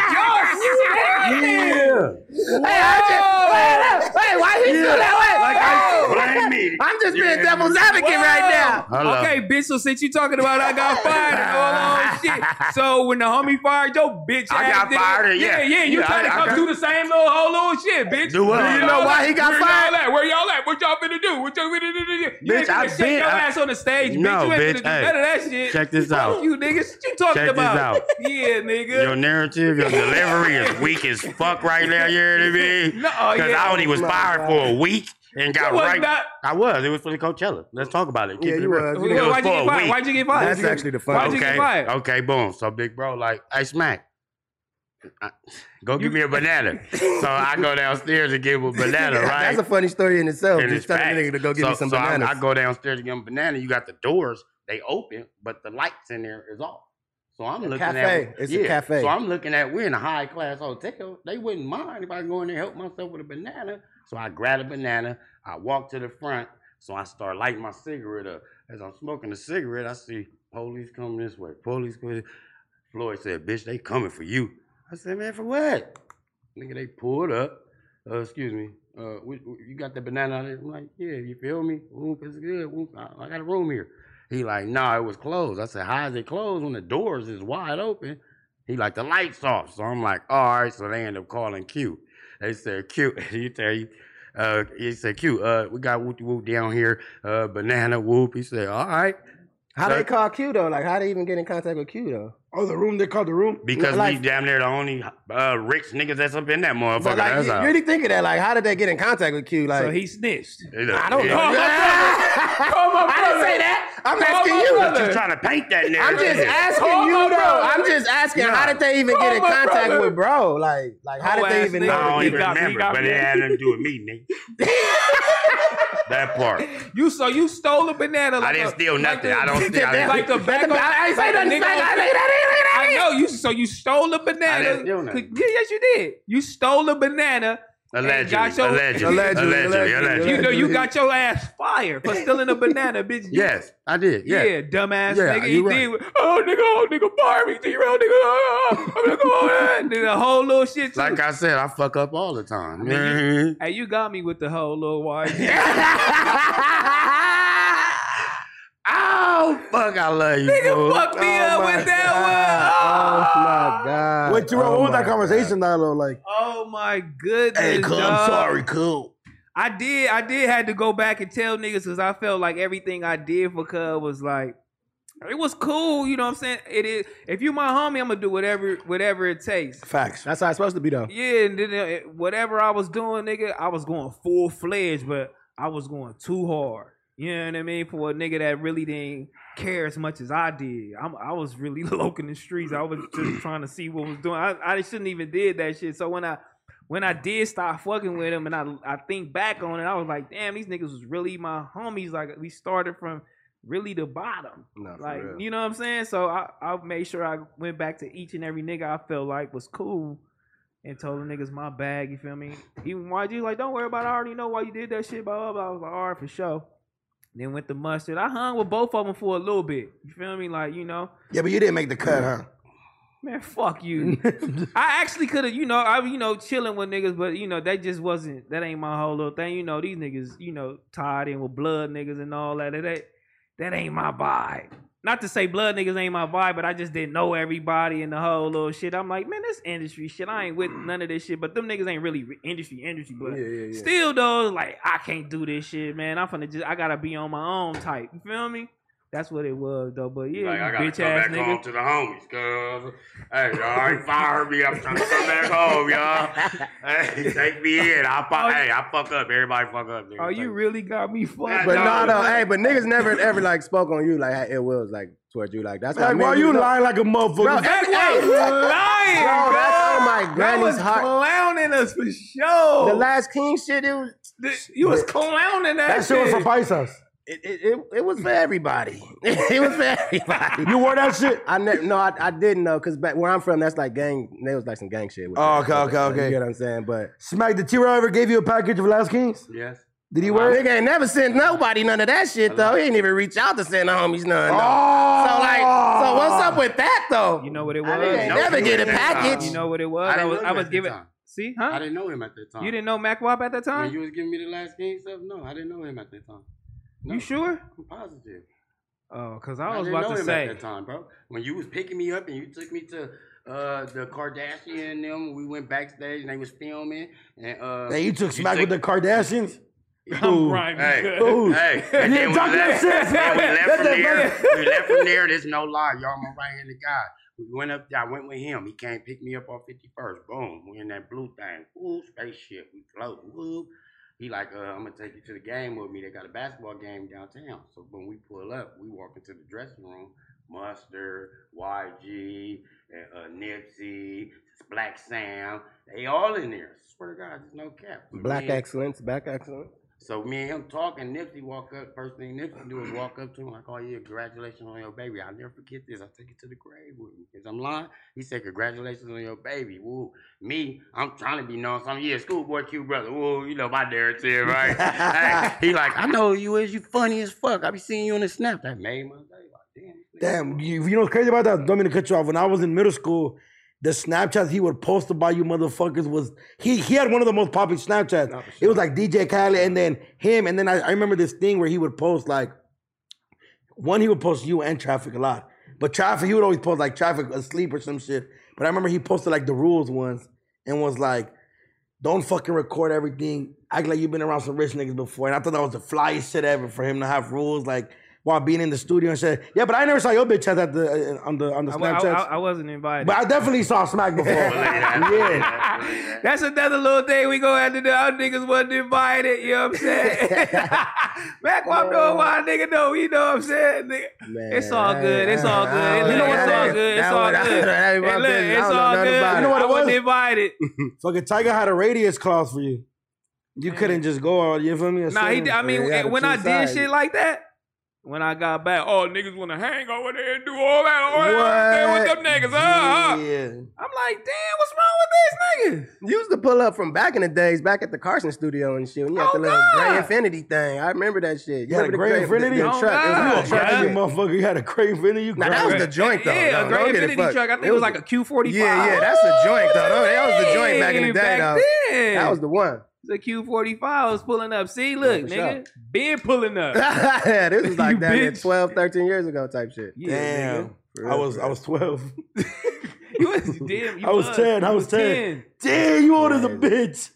S5: now?
S3: yeah.
S5: Hey, I just, wait, wait, why he feel that way?
S3: Blame me.
S5: I'm just
S3: Yeah.
S5: being devil's advocate right now.
S3: Hello.
S1: Okay, bitch. So since you talking about I got fired and all that old shit, so when the homie fired your bitch,
S3: I
S1: ass
S3: got
S1: nigga-
S3: fired, yeah.
S1: yeah, yeah. You
S3: Yeah,
S1: trying to
S3: I- I
S1: come
S3: got-
S1: do the same little whole little shit, bitch.
S3: Do what?
S1: Where
S3: Do you
S1: y'all
S5: know
S1: at?
S5: why he got
S1: Where
S5: fired?
S1: Y'all at? Where y'all at? What y'all finna do? What y'all finna do? You ain't
S3: Bitch, I
S1: finna shake
S3: been-
S1: your
S3: I-
S1: ass on the stage,
S3: No,
S1: bitch. You ain't
S3: bitch,
S1: finna do
S3: hey,
S1: none of that shit.
S3: check this
S1: Fuck
S3: out.
S1: You niggas, what you talking
S3: Check this
S1: about?
S3: out.
S1: Yeah, nigga.
S3: Your narrative, your delivery is weak as fuck right now. You hear me?
S1: No, oh,
S3: Because
S1: yeah.
S3: I only was fired for a week and got
S1: You was
S3: right.
S1: not-
S3: I was. It was for the Coachella. Let's talk about it. Keep
S5: Yeah,
S3: it
S5: you
S3: real.
S5: was. You
S3: It
S5: was.
S3: was
S1: Why'd you
S3: for
S1: get
S3: a
S1: fired?
S3: week.
S1: Why'd you get fired?
S5: That's
S1: You-
S5: actually the
S1: Why'd
S5: funny-
S1: you
S3: okay.
S1: get fired?
S3: Okay, boom. So big bro, like, hey smack. I- Go give me a banana. so I go downstairs and give him a banana, right?
S5: That's a funny story in itself.
S3: And
S5: Just
S3: it's
S5: telling a
S3: facts.
S5: nigga to go get
S3: so,
S5: me some
S3: so I-
S5: bananas.
S3: I, go downstairs to get him a banana. You got the doors, they open, but the lights in there is off. So I'm looking
S5: cafe.
S3: at
S5: It's a cafe.
S3: So I'm looking at we're in a high class hotel. They wouldn't mind if I go in there and help myself with a banana. So I grab a banana. I walk to the front. So I start lighting my cigarette up. As I'm smoking a cigarette, I see police coming this way. Police coming. Floyd said, "Bitch, they coming for you." I said, "Man, for what?" Nigga, they pulled up. Uh, excuse me. Uh, we, we- you got the banana out there? I'm like, yeah, you feel me? Whoop, it's good. Whoop, I, I got a room here. He like, nah, it was closed. I said, how is it closed when the doors is wide open? He like, the lights off. So I'm like, all right. So they end up calling Q. They said, Q, you tell you. Uh, he said, "Q, uh, we got whoop whoop down here, uh, banana whoop." He said, "All right."
S5: How
S3: So-
S5: they call Q though? Like how they even get in contact with Q though?
S2: Oh, the room they called the room
S3: Because
S5: Like-
S3: we damn near the only uh, rich niggas that's up in that motherfucker.
S5: But like,
S3: that's
S5: you
S3: all.
S5: really think of that? Like, how did they get in contact with Q? Like,
S1: So he snitched.
S3: I
S5: don't know.
S1: Call my
S5: I didn't
S1: brother.
S5: say that. I'm
S1: Call
S5: asking
S1: my
S5: you.
S1: brother.
S3: You're trying to paint that nigga.
S5: I'm just asking
S1: Call
S5: you
S1: my
S5: though.
S1: brother.
S5: I'm just asking. How
S3: Nah.
S5: did they even
S1: Call
S5: get in
S1: my
S5: contact
S1: brother.
S5: with bro? Like, like how
S1: Whole
S5: did they
S1: ass
S5: even?
S1: nigga.
S5: know?
S3: I don't
S1: He
S3: even
S1: got me,
S3: remember,
S1: got
S3: but
S1: me.
S3: it had nothing to do with me, nigga. that part.
S1: You so you stole a banana. Like
S3: didn't
S1: a-
S3: steal
S1: like
S3: nothing.
S1: the-
S3: I don't steal- I didn't-
S1: Like the back. of-
S5: I ain't
S1: like
S5: say
S1: the
S5: nothing.
S1: nigga
S5: I
S1: on-
S5: ain't say nothing.
S1: I know you. So you stole a banana.
S3: I didn't steal nothing.
S1: Could- Yeah, yes, you did. You stole a banana. and
S3: Allegedly.
S1: got your-
S3: allegedly,
S5: Allegedly,
S3: allegedly. Allegedly.
S5: allegedly,
S1: You know you got your ass fired for stealing a banana, bitch. You-
S3: Yes, I did.
S1: Yeah,
S3: Yeah.
S1: dumbass
S3: Yeah,
S1: nigga. He
S3: you
S1: did. Oh nigga, oh nigga, Barbie, three year old nigga. Oh, I'm gonna go on that. The whole little shit. Too.
S3: Like I said, I fuck up all the time. Mhm.
S1: hey, you got me with the whole little wire.
S3: oh, fuck, I love you.
S1: Nigga,
S3: fool.
S1: fuck me
S5: Oh
S1: up
S5: my
S1: with that
S5: Oh
S1: one.
S5: my god!
S2: Wait, Jerome,
S5: Oh
S2: what was
S5: my
S2: that conversation dialogue like?
S1: Oh, my goodness.
S2: cuz,
S1: dog.
S2: cool.
S1: I did. I did had to go back and tell niggas because I felt like everything I did for Cub was like. It was cool, you know what I'm saying? It is if you my homie, I'm gonna do whatever whatever it takes.
S2: Facts.
S5: That's how it's supposed to be though.
S1: Yeah, and then uh, whatever I was doing, nigga, I was going full fledged, but I was going too hard. You know what I mean? For a nigga that really didn't care as much as I did, I'm, I was really loc in the streets. I was just trying to see what was doing. I, I shouldn't even did that shit. So when I when I did start fucking with him, and I I think back on it, I was like, damn, these niggas was really my homies. Like we started from really the bottom.
S2: No, for
S1: Like
S2: real.
S1: you know what I'm saying? So I I made sure I went back to each and every nigga I felt like was cool and told the niggas my bag, you feel me? Even YG, like, don't worry about it. I already know why you did that shit, blah, blah, blah. I was like, all right, for sure. Then went to Mustard. I hung with both of them for a little bit. You feel me? Like, you know,
S2: Yeah, but you didn't make the cut, huh?
S1: man, fuck you. I actually could have, you know, I, you know, chilling with niggas, but, you know, that just wasn't, that ain't my whole little thing. You know, these niggas, you know, tied in with blood niggas and all that. That, that, that ain't my vibe. Not to say blood niggas ain't my vibe, but I just didn't know everybody and the whole little shit. I'm like, man, this industry shit. I ain't with none of this shit. But them niggas ain't really re- industry, industry. But still though, like I can't do this shit, man. I'm finna just I gotta be on my own type. You feel me? That's what it was though. But yeah,
S3: Like, I
S1: you
S3: gotta
S1: bitch
S3: come
S1: ass
S3: back home
S1: nigga.
S3: to the homies, cuz. Hey, y'all ain't fire me. I'm trying to come back home, y'all. Hey, take me in. I fuck, hey, I fuck up. Everybody fuck up, nigga.
S1: Oh, you
S3: Like,
S1: really got me fucked.
S5: But
S3: No,
S5: no, no,
S3: no.
S5: hey, but niggas never ever like spoke on you like it was like towards you like that's
S2: Like, why
S5: niggas
S2: you
S5: know-
S2: lying like a
S5: Bro,
S2: motherfucker?
S5: every-
S1: That was
S5: hey,
S1: lying,
S5: Bro, that's
S1: bro.
S5: on my
S1: That
S5: granny's
S1: was
S5: heart.
S1: clowning us for
S5: The
S1: sure.
S5: last king shit, it was
S1: Th- you was clowning that,
S2: That shit was for Paisas.
S5: it, it, it, it was for everybody. it was for everybody.
S2: You wore that shit?
S5: I ne- no, I, I didn't know because back where I'm from, that's like gang. There was like some gang shit. With
S2: Oh,
S5: that.
S2: okay, okay,
S5: So
S2: okay.
S5: You get what I'm saying? But
S2: Smack, did T-Raw ever give you a package of Last Kings?
S3: Yes.
S2: Did he wear it?
S5: nigga ain't never sent nobody none of that shit though. He ain't even reach out to send the homies none. though.
S2: Oh!
S5: So like, so what's up with that though?
S1: You know what it
S5: I didn't
S1: was?
S5: never
S3: you
S5: get a
S3: at that time.
S5: package.
S1: You know what it was?
S3: I
S1: I,
S3: didn't
S1: was
S3: know
S1: I
S3: you
S1: was
S3: at that
S1: giving.
S3: time.
S1: See,
S3: I
S1: huh?
S3: didn't know him at that time.
S1: You didn't know Mac Wop at that
S3: When
S1: time?
S3: you was giving me the last game stuff, no, I didn't know him at that time. No,
S1: You sure?
S3: I'm positive.
S1: Oh, cause I was
S3: didn't
S1: about
S3: know
S1: to
S3: him
S1: say.
S3: at that time, bro. When you was picking me up and you took me to uh, the Kardashian and them, we went backstage and they was filming and uh,
S2: Hey, you took Smack with the
S3: took-
S2: Kardashians?
S1: I'm right.
S3: Hey,
S2: Ooh.
S3: hey, and then we
S2: Talk that
S3: left,
S2: shit.
S3: then we
S2: Let
S3: left from
S2: that
S3: there. We left from there. There's no lie. Y'all, my right handed guy. We went up there. I went with him. He came pick me up on 51st. Boom. We in that blue thing. Ooh, spaceship. We floating. Whoop. He like, uh, I'm gonna take you to the game with me. They got a basketball game downtown. So when we pull up, we walk into the dressing room. Mustard, YG, and, uh, Nipsey, Black Sam. They all in there. Swear to God, there's no cap.
S5: Black
S3: Me and-
S5: excellence, back excellence.
S3: so me and him talking, Nipsey walk up. First thing Nipsey do is walk up to him like, "Oh yeah, congratulations on your baby. I'll never forget this. I will take it to the grave with me." Cause I'm lying. He said, "Congratulations on your baby." Woo. Me, I'm trying to be known. So I'm yeah, schoolboy Q brother. Woo, you know my narrative, right? hey, he like, I know who you is. You funny as fuck. I be seeing you on the snap. That made my day. Like, damn. this nigga-
S2: Damn, you, you know what's crazy about that? Don't mean to cut you off. When I was in middle school, the Snapchats he would post about you motherfuckers was he he had one of the most popular Snapchats.
S1: Oh,
S2: It was like DJ Khaled and then him, and then I, I remember this thing where he would post like One, he would post you and traffic a lot. But traffic, he would always post like traffic asleep or some shit. But I remember he posted like the rules once and was like, don't fucking record everything. Act like you've been around some rich niggas before. And I thought that was the flyest shit ever for him to have rules like while being in the studio and shit. Yeah, but I never saw your bitch ass at the uh, on the on the
S1: I, I,
S2: Snapchat.
S1: I- I wasn't invited.
S2: but I definitely saw smack before. yeah.
S1: That's another little thing we go after the our niggas wasn't invited, you know what I'm saying? Back when I'm doing wild nigga know, you know what I'm saying? Nigga. it's all good. It's all good.
S2: I don't
S1: Look,
S2: know.
S1: it's
S2: That-
S1: all good. It's
S2: that
S1: all
S2: one-
S1: good.
S2: that ain't my
S1: Hey, look,
S2: business. I
S1: it's
S2: don't know
S1: all
S2: nothing
S1: good.
S2: about it. You know what
S1: I
S2: it was?
S1: wasn't invited.
S2: Fucking Tiger had a radius clause for you.
S5: Mm-hmm.
S2: You couldn't just go all. You feel me?
S1: Nah, he, did- I mean, eh, when I did shit like that, when I got back, oh niggas want to hang over there and do all that, all that
S5: What?
S1: with them niggas. Uh, uh.
S2: Yeah.
S1: I'm like, damn, what's wrong with this nigga?
S5: You used to pull up from back in the days, back at the Carson studio and shit. When
S1: Oh,
S5: you had the little gray infinity thing, I remember that shit.
S2: You
S5: You
S2: had a
S5: remember
S2: great
S5: the the-
S2: infinity?
S5: the truck? It was
S2: You
S5: like
S2: a
S5: a truck.
S2: crazy motherfucker. You had a great infinity. You
S5: Nah, that was the joint though.
S1: Yeah,
S5: though.
S1: a great
S5: Don't get it
S1: infinity
S5: fucked.
S1: truck. I think it was like a Q45.
S5: Yeah, yeah, that's the joint though. That- That was the joint back in the day
S1: Back
S5: though.
S1: then.
S5: That was the one.
S1: The Q45 was pulling up. See, look,
S5: for
S1: nigga, been pulling up.
S5: this was like
S1: You
S5: that
S1: bitch.
S5: 12, 13 years ago type shit.
S1: Yeah, Damn. nigga.
S5: For real,
S2: I was
S5: for
S2: I
S5: real.
S2: was twelve.
S1: You was, damn, you
S2: I was ten. I
S1: You
S2: was ten. Damn, you old as a bitch.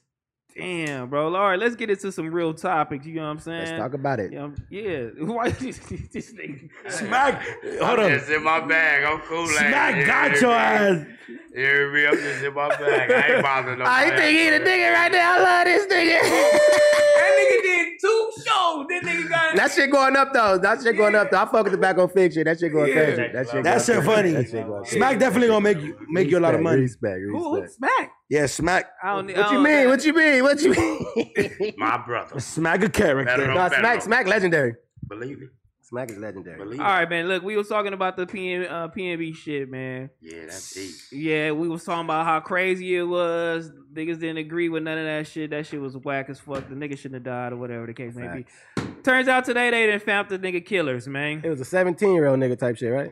S1: Damn, bro. All right, let's get into some real topics. You know what I'm saying?
S5: Let's talk about it.
S1: Yeah, I'm- yeah. Why this, this nigga?
S2: Smack. Hold
S3: I'm
S2: on.
S3: just in my bag. I'm cool. like,
S2: Smack
S3: you
S2: got
S3: hear
S2: your
S3: me?
S2: ass.
S3: You hear me? I'm just in my bag. I ain't bothering nobody.
S5: I think he the nigga right now. I love this nigga.
S1: That nigga did two shows. That nigga got
S5: that shit going up though. That shit going up though. I fuck with the back on fiction. That shit going
S1: Yeah.
S5: crazy. That
S2: That
S5: shit. going
S2: shit funny.
S5: That shit going crazy.
S2: Smack definitely gonna make you make you a lot of money.
S5: Respect,
S1: Who- who
S5: respect.
S1: smack.
S2: Yeah, Smack.
S1: I don't, I
S5: What you
S1: don't-
S5: mean? What you mean? What you mean?
S3: My brother.
S2: Smack a
S3: Better
S2: character.
S3: off.
S5: Nah, smack, smack, legendary.
S3: Believe it.
S5: Smack is legendary.
S3: Believe
S1: All
S3: it.
S1: right, man. Look, we was talking about the PN, uh, PNB shit, man.
S3: Yeah, that's deep.
S1: Yeah, we was talking about how crazy it was. Niggas didn't agree with none of that shit. That shit was whack as fuck. The nigga shouldn't have died or whatever the case may be. Turns out today they didn't found the nigga killers, man.
S5: It was a 17 year old nigga type shit, right?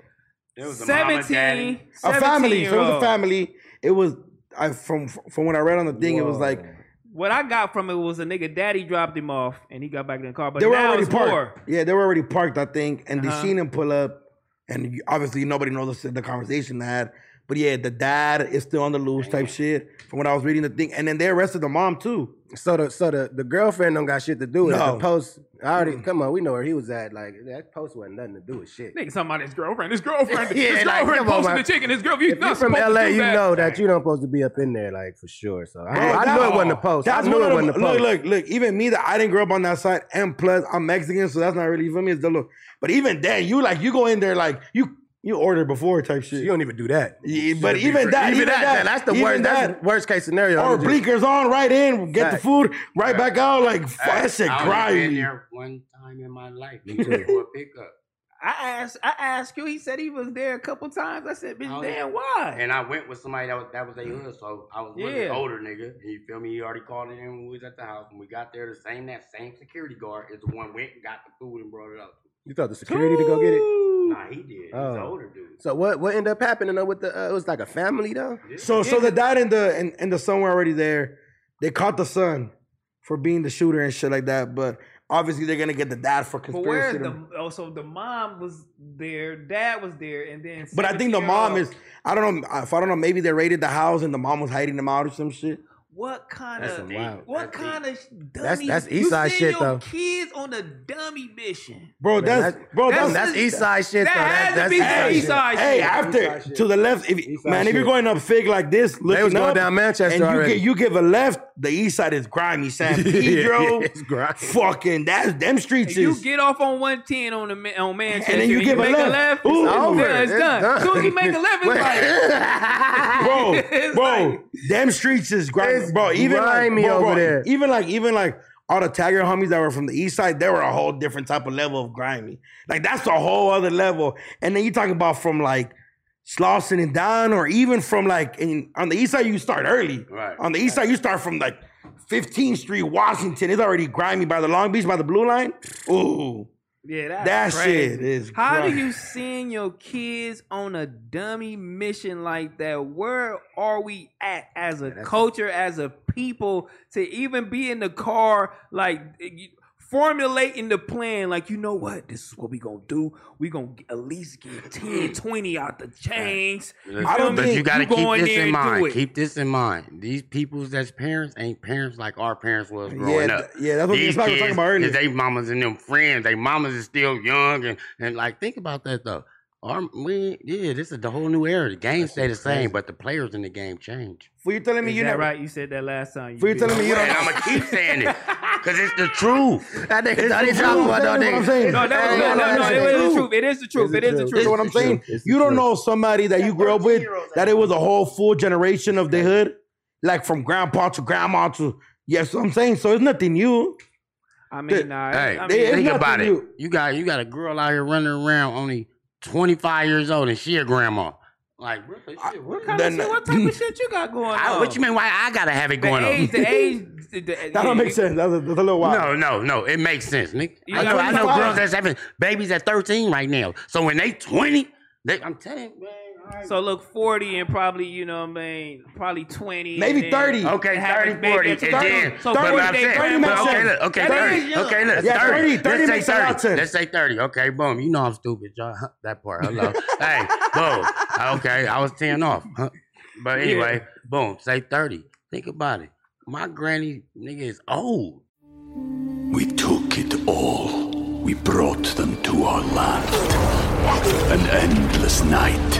S3: It was a mama, daddy.
S1: 17,
S2: A family. So it was a
S1: 17-year-old.
S2: family. It was I from from what I read on the thing. It was like
S1: What I got from it was a nigga daddy dropped him off and he got back in the car. But
S2: they were
S1: now
S2: already
S1: it's
S2: parked.
S1: more.
S2: Yeah, they were already parked, I think, and
S1: Uh-huh.
S2: they seen him pull up, and you- obviously nobody knows the, the conversation they had. But yeah, the dad is still on the loose type shit from what I was reading the thing, and then they arrested the mom too.
S5: So the so the, the girlfriend don't got shit to do with it.
S2: No. Mm.
S5: The post I already come on, we know where he was at. Like that post wasn't nothing to do with shit.
S1: Nigga talking about his girlfriend. His girlfriend.
S5: Yeah,
S1: his
S5: like,
S1: girlfriend
S5: come on,
S1: posting
S5: man.
S1: the chicken. His girlfriend. You
S5: If you're
S1: not
S5: from
S1: supposed to
S5: LA,
S1: do
S5: you
S1: that.
S5: know that you don't supposed to be up in there, like for sure. So I, I
S2: that-
S5: knew it wasn't a post. I
S2: That's
S5: knew
S2: one
S5: it
S2: of
S5: wasn't a
S2: the-
S5: post.
S2: Look, look, look. Even me, that I didn't grow up on that side, and plus I'm Mexican, so that's not really for me. It's the look. But even then, you like you go in there like you you order before type shit.
S5: You don't even do that.
S2: Yeah, E, but even that, even,
S5: that,
S2: that,
S5: that's the
S2: even
S5: worst.
S2: that-
S5: That's the worst case scenario.
S2: Or
S5: I'm just-
S2: blinkers on, right in, get the
S5: Fact.
S2: food, right back out. Like fuck, that shit
S3: I only been
S2: grimy.
S3: there one time in my life for a pickup.
S1: I asked. I asked you. He said he was there a couple times. I said, bitch,
S3: Oh, yeah.
S1: damn, why?
S3: And I went with somebody that was that was a
S2: Mm.
S3: hood, so I was with
S1: Yeah.
S3: an older nigga. And you feel me? He already called it in when we was at the house. When we got there, the same that same security guard is the one went and got the food and brought it up.
S5: You thought the security to go get it.
S3: Nah, he did. He's an
S5: Oh.
S3: older dude.
S5: So what what ended up happening though with the uh, it was like a family though?
S2: So so the dad and the and, and the son were already there. They caught the son for being the shooter and shit like that. But obviously they're gonna get the dad for
S1: But where's
S2: conspiracy. to-
S1: the oh? So the mom was there, dad was there, and then.
S2: But I think the
S1: 17-year-old
S2: mom is. I don't know. If I don't know, maybe they raided the house and the mom was hiding them out or some shit.
S1: What kind
S3: That's
S1: of
S3: some wild-
S1: what
S3: that's
S1: kind of
S5: That's-
S1: dummy?
S5: that's
S1: you
S5: east side
S1: send
S5: shit,
S1: your
S5: though.
S1: Kids on a dummy mission.
S2: Bro,
S5: Man,
S2: that's, bro. That's,
S5: that's east side shit.
S1: That
S5: though.
S1: had to be the
S5: shit.
S1: east side
S2: Hey,
S1: shit.
S2: after
S5: East side
S2: to the left, if,
S5: East side
S2: man, if you're
S5: shit.
S2: going up fig like this, looking
S5: was going
S2: up,
S5: down Manchester
S2: and you
S5: already.
S2: Get, you give a left, the east side is grimy, San Pedro,
S5: it's grimy.
S2: fucking that's them streets
S1: If you
S2: is.
S1: get off on 110 on the ma- on Manchester,
S2: then you give a
S1: make a
S2: left.
S1: left.
S2: Ooh,
S1: it's
S2: it's
S1: over.
S5: over.
S1: It's,
S5: It's
S1: done.
S5: done.
S1: As soon as you make a left, it's like
S2: bro,
S1: It's
S2: bro,
S1: like-
S2: them streets is grimy,
S5: It's
S2: bro. Even
S5: grimy
S2: like, bro, bro,
S5: over there.
S2: even like, even like all the tagger homies that were from the east side, they were a whole different type of level of grimy. Like that's a whole other level. And then you talk about from like Slauson and down, or even from like in on the east side, you start early.
S3: Right.
S2: On the east side, you start from like 15th Street, Washington. It's already grimy by the Long Beach, by the Blue Line. Ooh,
S1: yeah, that's
S2: that
S1: crazy.
S2: shit is.
S1: How do
S2: grimy.
S1: you send your kids on a dummy mission like that? Where are we at as a culture, as a people, to even be in the car like eh, formulating the plan like you know what this is what we gonna do we gonna get- at least get 10 20 out the chains
S3: I don't Mm. but
S1: think
S3: you got to
S1: go
S3: keep this
S1: there
S3: in
S1: and do
S3: mind.
S1: it.
S3: Keep this in mind. These people's that's parents ain't parents like our parents was
S2: Yeah,
S3: growing
S2: th-
S3: up.
S2: yeah, that's what me and
S3: These
S2: Spike were
S3: kids,
S2: talking about earlier.
S3: Is they mamas and them friends. They mamas is still young and, and like think about that though. Our, we, yeah, this is the whole new era. The game stay the same, but the players in the game change.
S2: For you telling me
S1: Is
S2: you
S1: that
S2: never
S1: right you said that last time
S2: For you telling me you don't-
S3: I'm gonna keep saying it because it's the truth.
S2: That nigga-
S3: It's
S2: that
S3: the
S2: is
S3: truth.
S2: talking about that
S3: That's what
S2: nigga.
S3: I'm saying.
S1: no, that was, no, no, no, it is the truth. It is the truth. It is the truth.
S2: You know what I'm saying? You don't know somebody that you grew up with that it was a whole full generation of the hood, like from grandpa to grandma to yes. I'm saying so. It's nothing new.
S1: I mean, nah,
S3: Hey,
S1: I mean,
S2: it's
S3: think
S2: nothing
S3: about it.
S2: new.
S3: You got you got a girl out here running around only 25 years old and she a grandma. Like, what, the shit, what kind
S2: Then-
S3: of shit?
S1: what type of shit you got going on?
S3: I, what you mean? Why I gotta have it going
S1: the age,
S3: on?
S1: the age, the, the,
S2: That don't make sense. That's a, that's a little wild.
S3: No, no, no. It makes sense, Nick.
S1: You
S3: I know,
S1: got
S3: I know
S1: 25.
S3: girls that's having babies at 13 right now. So when they 20, they, I'm telling you, man. all right.
S1: So look, forty and probably you know what I mean, probably twenty,
S2: Maybe
S1: and then
S2: 30.
S3: Okay,
S1: have a
S3: 30,
S1: baby
S3: 40,
S1: at
S3: and then,
S1: 30. So
S3: but
S1: 40,
S3: what I'm
S1: they
S3: saying,
S1: grandma.
S3: but okay,
S2: sense.
S3: look, okay,
S1: That
S3: 30,
S1: is young.
S3: okay, look,
S2: Yeah,
S3: 30,
S2: 30, 30
S3: let's
S2: makes a
S3: say
S2: lot
S3: 30,
S2: of sense.
S3: let's say 30, okay, boom, you know I'm stupid, y'all, Huh, that part, hello, hey, boom, okay, I was 10 off, Huh. but anyway, boom, say 30, think about it, my granny, nigga, is old,
S4: We took it all. We brought them to our land. An endless night,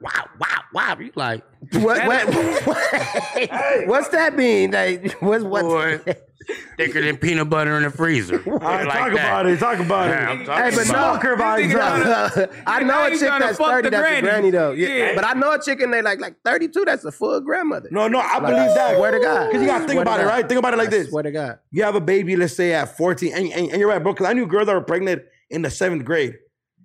S3: wow, wow, wow, you like,
S5: What, what, what's that mean? Like, what's what?
S3: boy, thicker than peanut butter in the freezer,
S2: All right,
S3: Like
S2: talk
S3: that.
S2: about it. Talk about
S3: Yeah,
S2: it.
S3: I'm
S5: Hey,
S3: talking
S5: but
S3: about
S5: no,
S3: it.
S2: Talk about
S1: This nigga
S2: it.
S5: I
S1: Now
S5: know a
S1: you
S5: chick
S1: tryna
S5: that's
S1: fuck
S5: thirty.
S1: the
S5: That's
S1: granny.
S5: a granny though. Yeah.
S1: Yeah.
S5: but I know a chick and they like like thirty-two. That's a full grandmother.
S2: No, no, I
S5: Like,
S2: believe that.
S5: Swear to God.
S2: Because you got to think
S5: Swear
S2: about it,
S5: God.
S2: right? Think about it like
S5: I
S2: this.
S5: Swear to God.
S2: You have a baby, let's say at 14, and, and, and you're right, bro, because I knew girls that were pregnant in the seventh grade.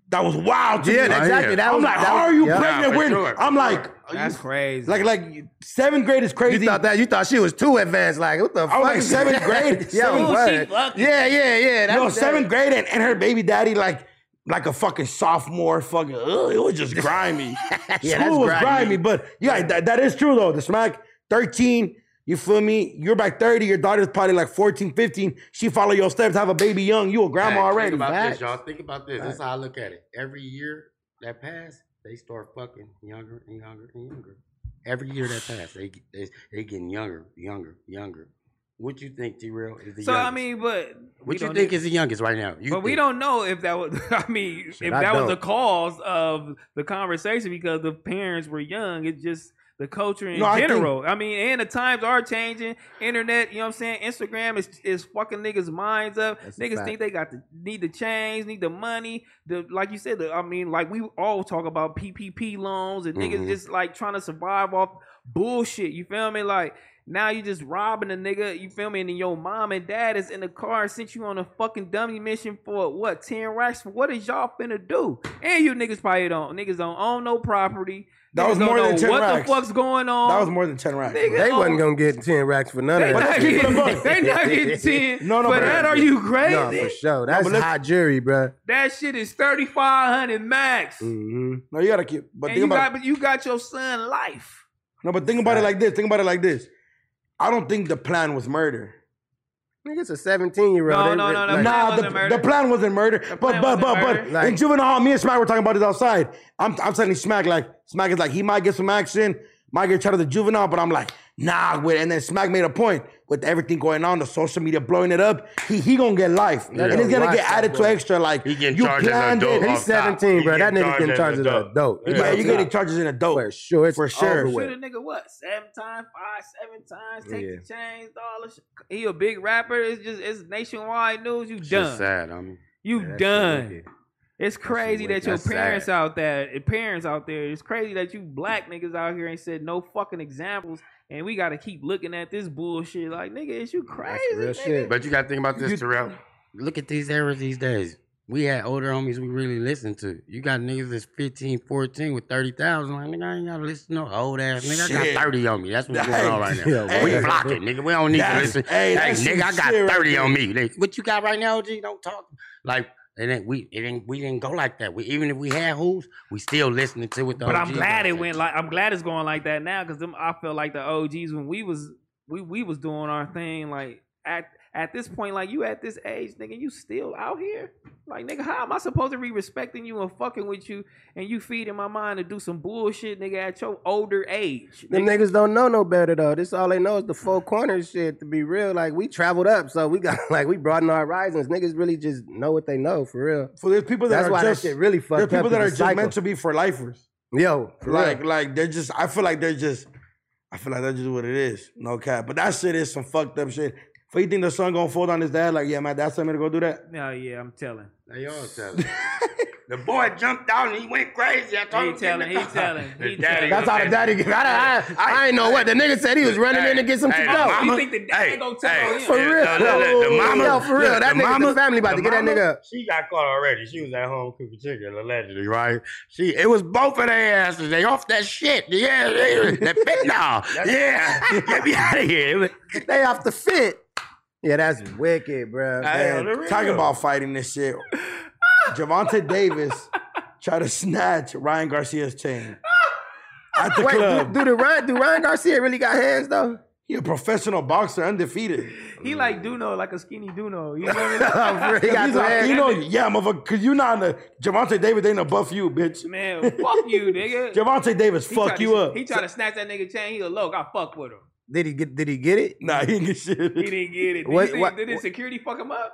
S2: That was wild to
S5: Yeah,
S2: me.
S5: exactly.
S3: yeah.
S5: That
S2: I'm
S5: was,
S2: like,
S5: that
S2: how
S5: was-
S2: are you
S5: yeah.
S2: pregnant
S3: Nah, for
S2: when?
S3: sure, for
S2: I'm like,
S1: That's crazy.
S2: like, like seventh grade is crazy.
S5: You thought that you thought she was too advanced. Like what
S2: I
S5: the fuck?
S2: was like seventh grade.
S5: yeah,
S2: seventh,
S5: word. yeah, yeah, yeah. That,
S2: no,
S5: that-
S2: seventh grade, and, and her baby daddy like like a fucking sophomore. Fucking, ugh, it was just grimy.
S5: Yeah, that's
S2: School was
S5: grimy.
S2: grimy. but yeah, that, that is true though. The smack thirteen. You feel me? You're back 30, your daughter's probably like 14, 15. She follow your steps, have a baby young, you a grandma
S3: Hey,
S2: already.
S3: Think about
S2: Facts.
S3: this, y'all. Think about this. This is how I look at it. Every year that pass, they start fucking younger and younger and younger. Every year that pass, they get- they they getting younger, younger, younger. What you think, T. Real is the
S1: so
S3: youngest?
S1: I mean, but we
S3: what you
S1: don't
S3: think
S1: know-
S3: is the youngest right now? You
S1: But we
S3: think.
S1: don't know if that was. I mean, if
S5: I
S1: that was
S5: don't.
S1: the cause of the conversation because the parents were young. It's just the culture in
S2: No, I think-
S1: general. I, mean, and the times are changing. Internet, you know what I'm saying? Instagram is is fucking niggas' minds up.
S5: That's a
S1: niggas
S5: fact.
S1: think they got the need the change, need the money. The like you said. The, I mean, like we all talk about PPP loans and niggas just like trying to survive off bullshit. You feel me? Like. Now you just robbing a nigga, you feel me? And then your mom and dad is in the car and sent you on a fucking dummy mission for what, 10 racks? What is y'all finna do? And you niggas probably don't. Niggas don't own no property.
S2: That
S1: Niggas
S2: was
S1: don't
S2: more than
S1: know
S2: 10
S1: what
S2: racks.
S1: the fuck's going on.
S2: That was more than 10 racks.
S1: Nigga, oh,
S2: bro.
S5: They wasn't gonna get ten racks for none
S1: They
S5: of that.
S1: not,
S2: keep it a
S1: getting,
S2: buck.
S1: they not getting 10.
S2: No, no,
S1: For
S2: but-
S1: that, are you crazy?
S5: No, for sure. That's
S2: but let's-
S5: high jury, bro.
S1: That shit is 3,500
S2: Mm.
S1: max.
S2: No, you gotta keep. But
S1: And
S2: think
S1: you
S2: about it.
S1: got, but you got your son life.
S2: No, but think about it like this. Think about it like this. I don't think the plan was murder.
S5: Niggas a seventeen year old.
S1: No, no, no, no,
S5: Like,
S1: no.
S2: nah,
S1: wasn't
S2: the,
S1: murder.
S2: the plan wasn't murder.
S1: plan
S2: but but
S1: wasn't
S2: but
S1: murder.
S2: but
S5: Like-
S2: in juvenile hall, me and Smack were talking about this outside. I'm I'm telling Smack like Smack is like he might get some action, might get shot at the juvenile, but I'm like nah. With and then Smack made a point with everything going on, the social media blowing it up. He he gonna get life,
S3: Yeah.
S2: and it's gonna get
S5: Life,
S2: added to
S5: bro.
S2: extra. Like
S3: He getting
S2: you
S3: charged as an
S2: planned
S3: adult.
S2: it.
S3: off
S5: He's
S3: top.
S5: 17,
S3: He
S5: bro. That
S3: getting
S5: nigga getting charged as an adult.
S3: Yeah.
S2: Yeah, you
S5: Yeah.
S2: getting charged as an adult
S5: For sure, it's
S2: For sure.
S5: over
S2: Shoot
S5: with.
S1: Shoot a nigga what seven times, five, seven times. Take
S5: Yeah.
S1: the chains, all the shit. He a big rapper. It's just it's nationwide news. You
S3: It's
S1: done.
S3: just sad. I mean,
S1: You
S5: Yeah, that shit
S1: done.
S5: wicked.
S1: It's crazy that
S3: wicked.
S1: your
S3: That's
S1: parents
S3: sad.
S1: out there, eh, parents out there. It's crazy that you black niggas out here ain't said no fucking examples, and we gotta keep looking at this bullshit. Like nigga, is you crazy?
S5: real
S1: nigga?
S5: shit.
S3: but you got to think about this, Terrell. Look at these errors these days. We had older homies we really listened to. You got niggas that's 15, 14 with 30,000. Like, nigga, I ain't got to listen to no old ass nigga. I
S4: Shit.
S3: got 30 on me. That's what's going on right now.
S4: Yeah,
S3: we
S4: right.
S3: blocking, nigga. We don't need
S4: That's-
S3: to listen.
S4: hey,
S3: Hey,
S4: that's
S3: nigga, I
S4: some
S3: got 30
S4: shit right
S3: on
S4: there.
S3: me. Like, what you got right now, G? Don't talk. Like, it ain't, we, it ain't, we didn't go like that. We, even if we had who's, we still listening to what the
S1: But I'm
S3: OGs
S1: glad
S3: got.
S1: it went like I'm glad it's going like that now because them I feel like the OGs when we was we we was doing our thing like at at this point like you at this age nigga you still out here like nigga how am I supposed to be respecting you and fucking with you and you feeding my mind to do some bullshit nigga at your older age
S5: Them niggas don't know no better though. This all they know is the four corners shit. To be real, like we traveled up, so we got like we broadened our horizons. Niggas really just know what they know for real.
S2: So there's people that
S5: That's
S2: are
S5: why
S2: just
S5: that shit really fucked
S2: There's people
S5: up.
S2: that
S5: is
S2: are
S5: the
S2: just
S5: cycle.
S2: meant to be for lifers.
S5: Yo, for
S2: like
S5: real.
S2: like they're just. I feel like they're just. I feel like that's just what it is. No cap. But that shit is some fucked up shit. For you think the son gonna fold on his dad? Like yeah, my dad told me to go do that.
S1: no yeah I'm telling
S3: They all telling. the boy jumped out and he went crazy. I told
S1: He
S3: him.
S1: telling, he telling, he telling.
S5: That's how the daddy get. I, I, I, ain't know what the nigga said. He was running in to get some
S3: the
S5: taco.
S3: mama- hey, hey,
S5: For
S3: yeah,
S5: real.
S3: no, no, no, the
S5: Yo,
S3: mama,
S5: for real.
S3: look,
S5: That
S3: the
S5: nigga- the
S3: mama,
S5: family about to get that
S3: mama,
S5: nigga.
S3: She got caught already. She was at home cooking chicken, allegedly, right? She, it was both of their asses. They off that shit. Yeah, yeah, that fentanyl. yeah, get me out of here.
S5: They off the fit. Yeah, that's wicked, bro.
S2: Man, talking about fighting this shit. Javante Davis tried to snatch Ryan Garcia's chain at the
S5: Wait,
S2: club.
S5: do, do the Ryan do Ryan Garcia really got hands though?
S2: He a professional boxer, undefeated.
S1: he like Duno like a skinny Duno you know what
S5: I
S1: mean
S2: He's like, you know, yeah, motherfucker, cause you not in the Javante Davis ain't above you, bitch.
S1: man fuck you nigga
S2: Javante Davis,
S1: He
S2: fuck
S1: tried
S2: you
S1: to,
S2: up.
S1: he tried to snatch that nigga chain he a loke I fuck with him.
S5: Did he get did he get it?
S2: Nah, he didn't get shit.
S1: He didn't get it. Did,
S2: What-
S1: you think,
S2: what-
S1: did his security fuck him up?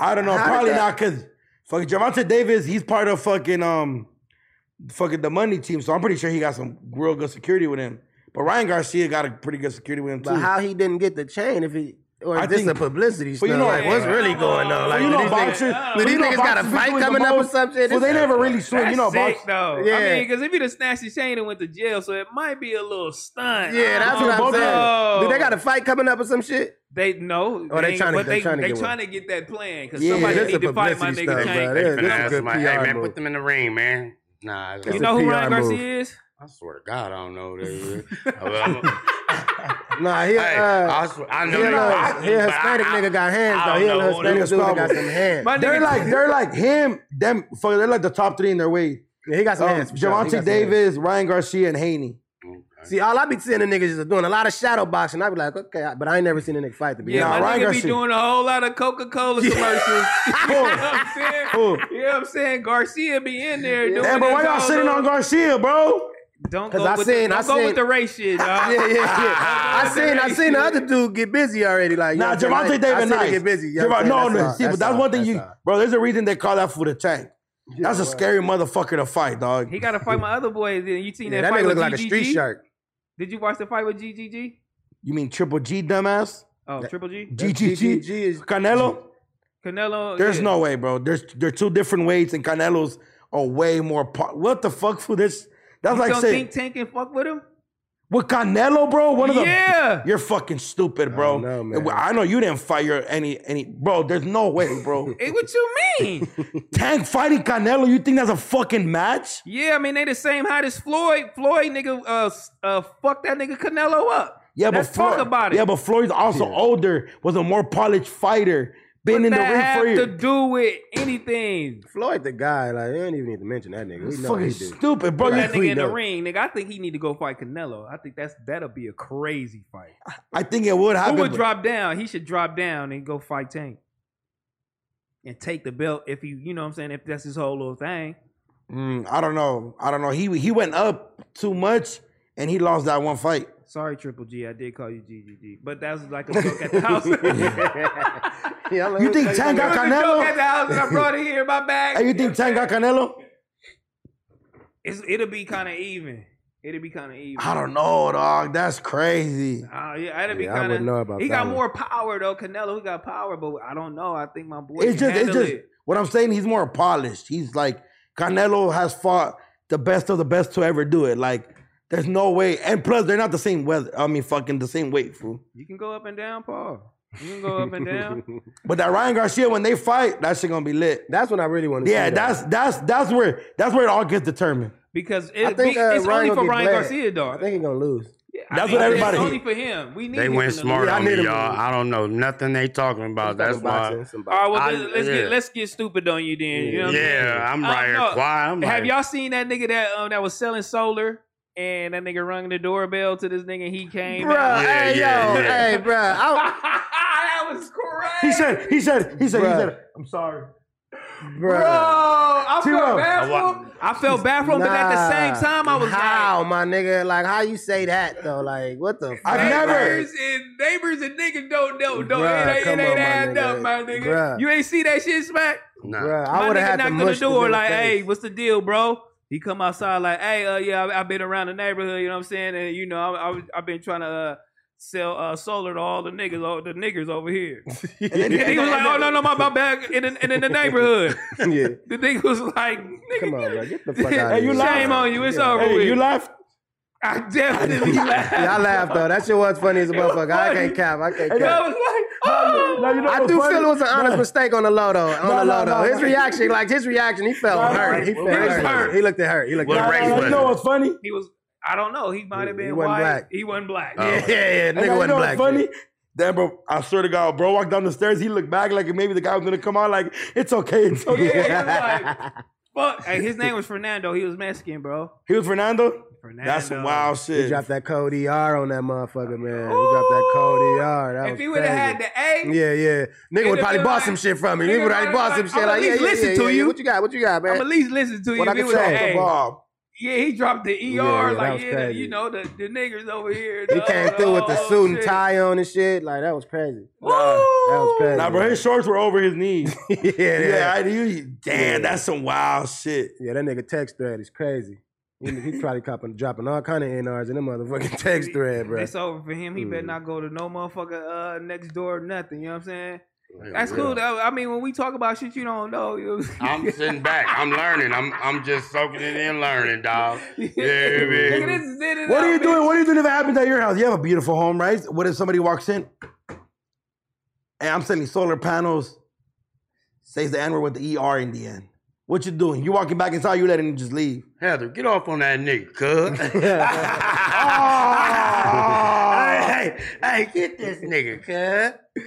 S2: I don't know,
S1: How did
S2: probably
S1: that-
S2: not, cause fucking Javante Davis, he's part of fucking um fucking the money team, so I'm pretty sure he got some real good security with him. But Ryan Garcia got a pretty good security with him too.
S5: But how he didn't get the chain if he or
S2: I
S5: is this
S2: think-
S5: a publicity
S2: But
S5: stuff?
S2: you know-
S5: like, what's
S2: Yeah.
S5: really going on? Like,
S2: you
S5: do
S2: know,
S5: these
S2: boxers-
S5: niggas,
S2: you
S5: do these
S2: know,
S5: niggas got a
S2: boxers
S5: fight
S2: doing the
S5: coming up or
S2: most-
S5: some shit?
S2: Well,
S5: This-
S2: they never really swing. You know,
S1: sick,
S2: box-
S1: though.
S2: Yeah.
S1: I mean, because if he'd have snatched his chain and went to jail, so it might be a little stunt.
S5: Yeah, that's what I'm saying. Do they got a fight coming up or some shit?
S1: They know.
S5: Or they
S1: ain't-
S5: tryna-
S1: but
S5: they
S1: they,
S5: tryna
S1: they
S5: get one.
S1: trying to get that plan because
S5: Yeah,
S1: somebody
S5: that's a
S1: need to fight my
S5: publicity
S1: nigga
S5: stuff,
S1: chain.
S5: bro. Yeah,
S3: They finna
S5: that's
S3: ask
S5: good
S3: somebody,
S5: PR
S3: hey, man,
S5: move.
S3: put them in the ring, man. Nah,
S1: You know who Ryan Garcia is?
S3: I swear to God, I don't know. who that is. I- I'm-
S5: Nah, he.
S3: Hey,
S5: uh,
S3: I swear- I know
S5: he
S3: they
S5: a-
S3: boxing,
S5: he a
S3: but
S5: Hispanic
S3: I-
S5: nigga got hands
S3: I
S5: though.
S3: don't
S5: He
S3: know
S5: a
S3: who
S5: Hispanic dude
S2: Biggest
S5: that got
S2: problem.
S5: some hands.
S2: They're like they're like him. Them fuck, they're like the top three in their weight.
S5: Yeah, he got some hands. for sure. He got
S2: Javante
S5: some hands.
S2: Davis, Ryan Garcia, and Haney.
S5: See, all I be seeing the niggas is doing a lot of shadow boxing. I be like, okay, I- but I ain't never seen a nigga fight to be
S1: Yeah,
S5: honest.
S1: my nigga be doing a whole lot of Coca Cola commercials. you know what I'm saying? You know what I'm saying? Garcia be in there doing.
S2: Hey, but why
S1: his
S2: y'all
S1: whole
S2: sitting
S1: little-
S2: on Garcia, bro?
S1: Don't
S5: 'Cause
S1: go
S5: I
S1: with
S5: seen-
S1: the,
S5: I
S1: don't go
S5: seen-
S1: with the race shit, dog.
S5: yeah, yeah, yeah. I seen, I seen the other dude get busy already. Like, you
S2: Nah,
S5: know what I'm
S2: Javante
S5: saying? Like, I
S2: Davis
S5: seen him
S2: nice.
S5: get busy. you know
S2: Javon-
S5: what I'm
S2: no,
S5: saying?
S2: no,
S5: all,
S2: see, but that's
S5: all,
S2: one thing you,
S5: all.
S2: bro. There's a reason they call that fool the tank. That's a scary motherfucker to fight, dog.
S1: He got to fight my other boy. Then you seen
S2: Yeah, that
S1: that, fight
S2: nigga
S1: with
S2: look like a
S1: GGG?
S2: street shark.
S1: Did you watch the fight with GGG?
S2: You mean Triple G, dumbass?
S1: Oh, Triple G.
S2: GGG Canelo?
S1: Canelo.
S2: There's
S1: yeah.
S2: no way, bro. There's there are two different weights, and Canelo's are way more. Po- what the fuck for this? That's
S1: You
S2: like
S1: don't
S2: saying
S1: think Tank can fuck with him?
S2: with Canelo, bro. One of the
S1: Yeah.
S2: You're fucking stupid, bro. I know,
S5: man.
S2: you didn't fight your any any bro. There's no way, bro.
S1: Hey, what you mean?
S2: Tank fighting Canelo. You think that's a fucking match?
S1: yeah, I mean they the same height as Floyd. Floyd nigga, uh, s- uh, fuck that nigga Canelo up.
S2: Yeah,
S1: Let's
S2: but Floyd,
S1: talk about it.
S2: Yeah, but Floyd's also older. Was a more polished fighter. Been
S1: what
S2: in the
S1: that have
S2: ring for
S1: to
S2: years.
S1: do with anything?
S5: Floyd, the guy, like, you don't even need to mention that nigga. We know
S2: fucking
S5: he do.
S2: stupid, bro.
S5: Right.
S1: That
S5: We
S1: nigga in the
S5: know.
S1: ring, nigga. I think he need to go fight Canelo. I think that's that'll be a crazy fight.
S2: I think it would happen.
S1: Who would
S2: but-
S1: drop down? He should drop down and go fight Tank. And take the belt if you you know what I'm saying, if that's his whole little thing.
S2: Mm, I don't know. I don't know. He he went up too much and he lost that one fight.
S1: Sorry, Triple G, I did call you GGG. But that was like a joke at the house.
S5: Yeah, like,
S2: You think
S5: like,
S2: Tank
S5: like,
S2: got
S1: It was a joke at
S2: Canelo?
S1: the house and I brought it here in my bag.
S2: Hey, you think Tank got Canelo?
S1: It's, it'll be kind of even. It'll be kind of even.
S2: I don't know, dog. That's crazy.
S1: Uh, yeah, it'll be
S5: Ah. Yeah, I
S1: kind
S5: wouldn't know about
S1: He
S5: that
S1: got
S5: one.
S1: more power though. Canelo, he got power, but I don't know. I think my boy
S2: It's
S1: can
S2: just it's
S1: handle
S2: just
S1: it.
S2: what I'm saying. He's more polished. He's like Canelo has fought the best of the best to ever do it. Like there's no way. And plus, they're not the same weather. I mean, fucking the same weight, fool.
S1: You can go up and down, Paul. You can go up and down.
S2: But that Ryan Garcia, when they fight, that shit gonna be lit.
S5: That's when I really want
S2: Yeah,
S5: see that.
S2: that's that's that's where that's where it all gets determined.
S1: Because it,
S5: I think
S1: be-
S5: uh,
S1: it's
S5: Ryan
S1: only
S5: gonna
S1: for
S5: get
S1: Ryan
S5: bled.
S1: Garcia, dog.
S5: I think he's gonna lose.
S2: That's
S1: I
S2: what
S1: mean,
S2: everybody.
S1: It's only for him. We need
S3: They
S1: him
S3: went
S1: to
S3: smart
S1: lose.
S3: on me, y'all. I don't know nothing they talking about. That's why.
S1: All right, well,
S3: I-
S1: let's, let's
S3: yeah.
S1: get let's get stupid on you then. You know what I'm saying?
S3: Yeah, I'm
S1: I
S3: right here
S1: know.
S3: quiet. I'm
S1: Have
S3: like-
S1: y'all seen that nigga that um, that was selling solar and that nigga rung the doorbell to this nigga? and He came.
S5: Bruh,
S1: out?
S5: Uh, hey,
S3: yeah,
S5: yo,
S3: yeah.
S5: hey, bruh. I,
S1: that was crazy.
S2: He said, he said, he said,
S5: Bruh.
S2: he said, I'm sorry.
S5: bruh.
S1: Bro, I
S2: T-Row.
S1: felt bad for him. I felt bad for him, but at the
S5: Nah.
S1: same time, I was
S5: how, my nigga? Like, how you say that though? Like, what the?
S2: I've
S5: fuck?
S1: like,
S2: never-
S1: neighbors and neighbors and niggas don't know. Don't
S5: Bruh,
S1: it ain't,
S5: come
S1: it ain't
S5: on, my
S1: add
S5: nigga.
S1: up, my nigga.
S5: Bruh.
S1: You ain't see that shit, smack.
S3: Nah.
S5: Bruh,
S1: My
S5: I would
S1: nigga
S5: have had to
S1: knocked on the
S5: mush
S1: door
S5: the
S1: like, "Hey, what's the deal, bro?" He come outside like, "Hey, uh, yeah, I've been around the neighborhood, you know what I'm saying? And you know, I, I, I've been trying to uh, sell uh, solar to all the niggas, all the niggers over here." and he was like, "Oh no, no, my, my bag in the, in the neighborhood."
S5: yeah,
S1: The nigga was like, "Nigga,
S5: come on, bro. Get the fuck out.
S2: Hey, you
S5: here.
S2: lying.
S1: shame on you, it's over
S2: Hey,
S1: with."
S2: you laughed.
S1: I definitely laughed.
S5: Yeah, I laughed though. That shit was funny as a motherfucker. I can't cap. I can't
S1: I
S5: cap.
S1: was like, "Oh."
S2: Now, you know
S5: I
S2: what's
S5: do
S2: funny?
S5: feel it was an honest mistake on the low though. On
S2: No,
S5: the
S2: no, no,
S5: low though.
S2: no.
S5: His reaction, like his reaction, he felt
S2: No, no,
S5: hurt. He
S2: no,
S5: felt
S2: no,
S1: no, no, no.
S5: hurt. He looked at hurt. He looked
S3: What
S5: at
S3: race
S5: hurt.
S3: was
S2: You know what's funny?
S1: He was. I don't know. He might have
S5: He
S1: been
S5: wasn't
S1: white.
S5: black.
S1: He wasn't black.
S3: Oh.
S5: Yeah, yeah, yeah.
S2: And now
S5: Nigga
S2: you know
S5: wasn't
S2: what's
S5: black.
S2: funny?
S5: yet.
S2: That bro, I swear to God, bro, walked down the stairs. He looked back like maybe the guy was gonna come out like it's okay, it's
S1: Yeah,
S2: okay.
S1: he was like, fuck. Hey, his name was Fernando. He was Mexican, bro.
S2: He was Fernando.
S1: Fernando.
S2: That's some wild
S5: He
S2: shit.
S5: dropped that code ER on that motherfucker, man. He dropped that code ER. That
S1: If
S5: was
S1: he would have
S5: crazy.
S1: had the A,
S5: Yeah, yeah. Nigga would
S1: Nigga
S5: probably
S1: been
S5: bought
S1: like-
S5: some shit from me.
S1: nigga
S5: Nigga would probably
S1: probably
S5: bought some
S1: like,
S5: shit.
S1: I'ma at
S5: Like, yeah,
S1: least
S5: yeah,
S1: listen
S5: yeah,
S1: to
S5: yeah.
S1: you.
S5: What you got? What you got,
S1: I'm
S5: man?
S1: at least listen to you.
S5: What I
S1: If it
S5: can
S1: was
S5: say.
S1: an A.
S2: Bob.
S1: Yeah, he dropped the ER.
S5: yeah, that
S1: like,
S5: was
S1: yeah, the,
S5: crazy.
S1: you know, the, the niggers over here.
S5: He
S1: dog,
S5: came through with the
S1: oh,
S5: suit and
S1: shit.
S5: tie on and shit. Like that was crazy.
S1: Woo! That
S5: was crazy.
S2: Nah, bro, his shorts were over his knees.
S5: yeah,
S2: yeah,
S5: yeah.
S2: I, you, damn, that's some wild shit.
S5: Yeah, that nigga text thread is crazy. He, he probably copping, dropping all kind of NRs in the motherfucking text thread, bro.
S1: It's over for him. He
S5: Hmm.
S1: better not go to no motherfucker uh, next door or nothing. You know what I'm saying?
S3: Yeah,
S1: That's
S3: yeah.
S1: cool. though. I mean, when we talk about shit you don't know, you know what I'm saying?
S3: I'm sitting back. I'm learning. I'm I'm just soaking it in, learning, dog. Yeah,
S1: Nigga,
S3: man.
S1: this is in and
S2: What
S1: out,
S2: are you
S1: bitch.
S2: doing? What are you doing if it happens at your house? You have a beautiful home, right? What if somebody walks in? And I'm selling solar panels. Says the N word with the ER in the end. What you doing? You walking back inside, you letting him just leave.
S3: Heather, get off on that nigga, cuz. Oh.
S2: Ah.
S3: hey, hey, hey, get this nigga, cuz.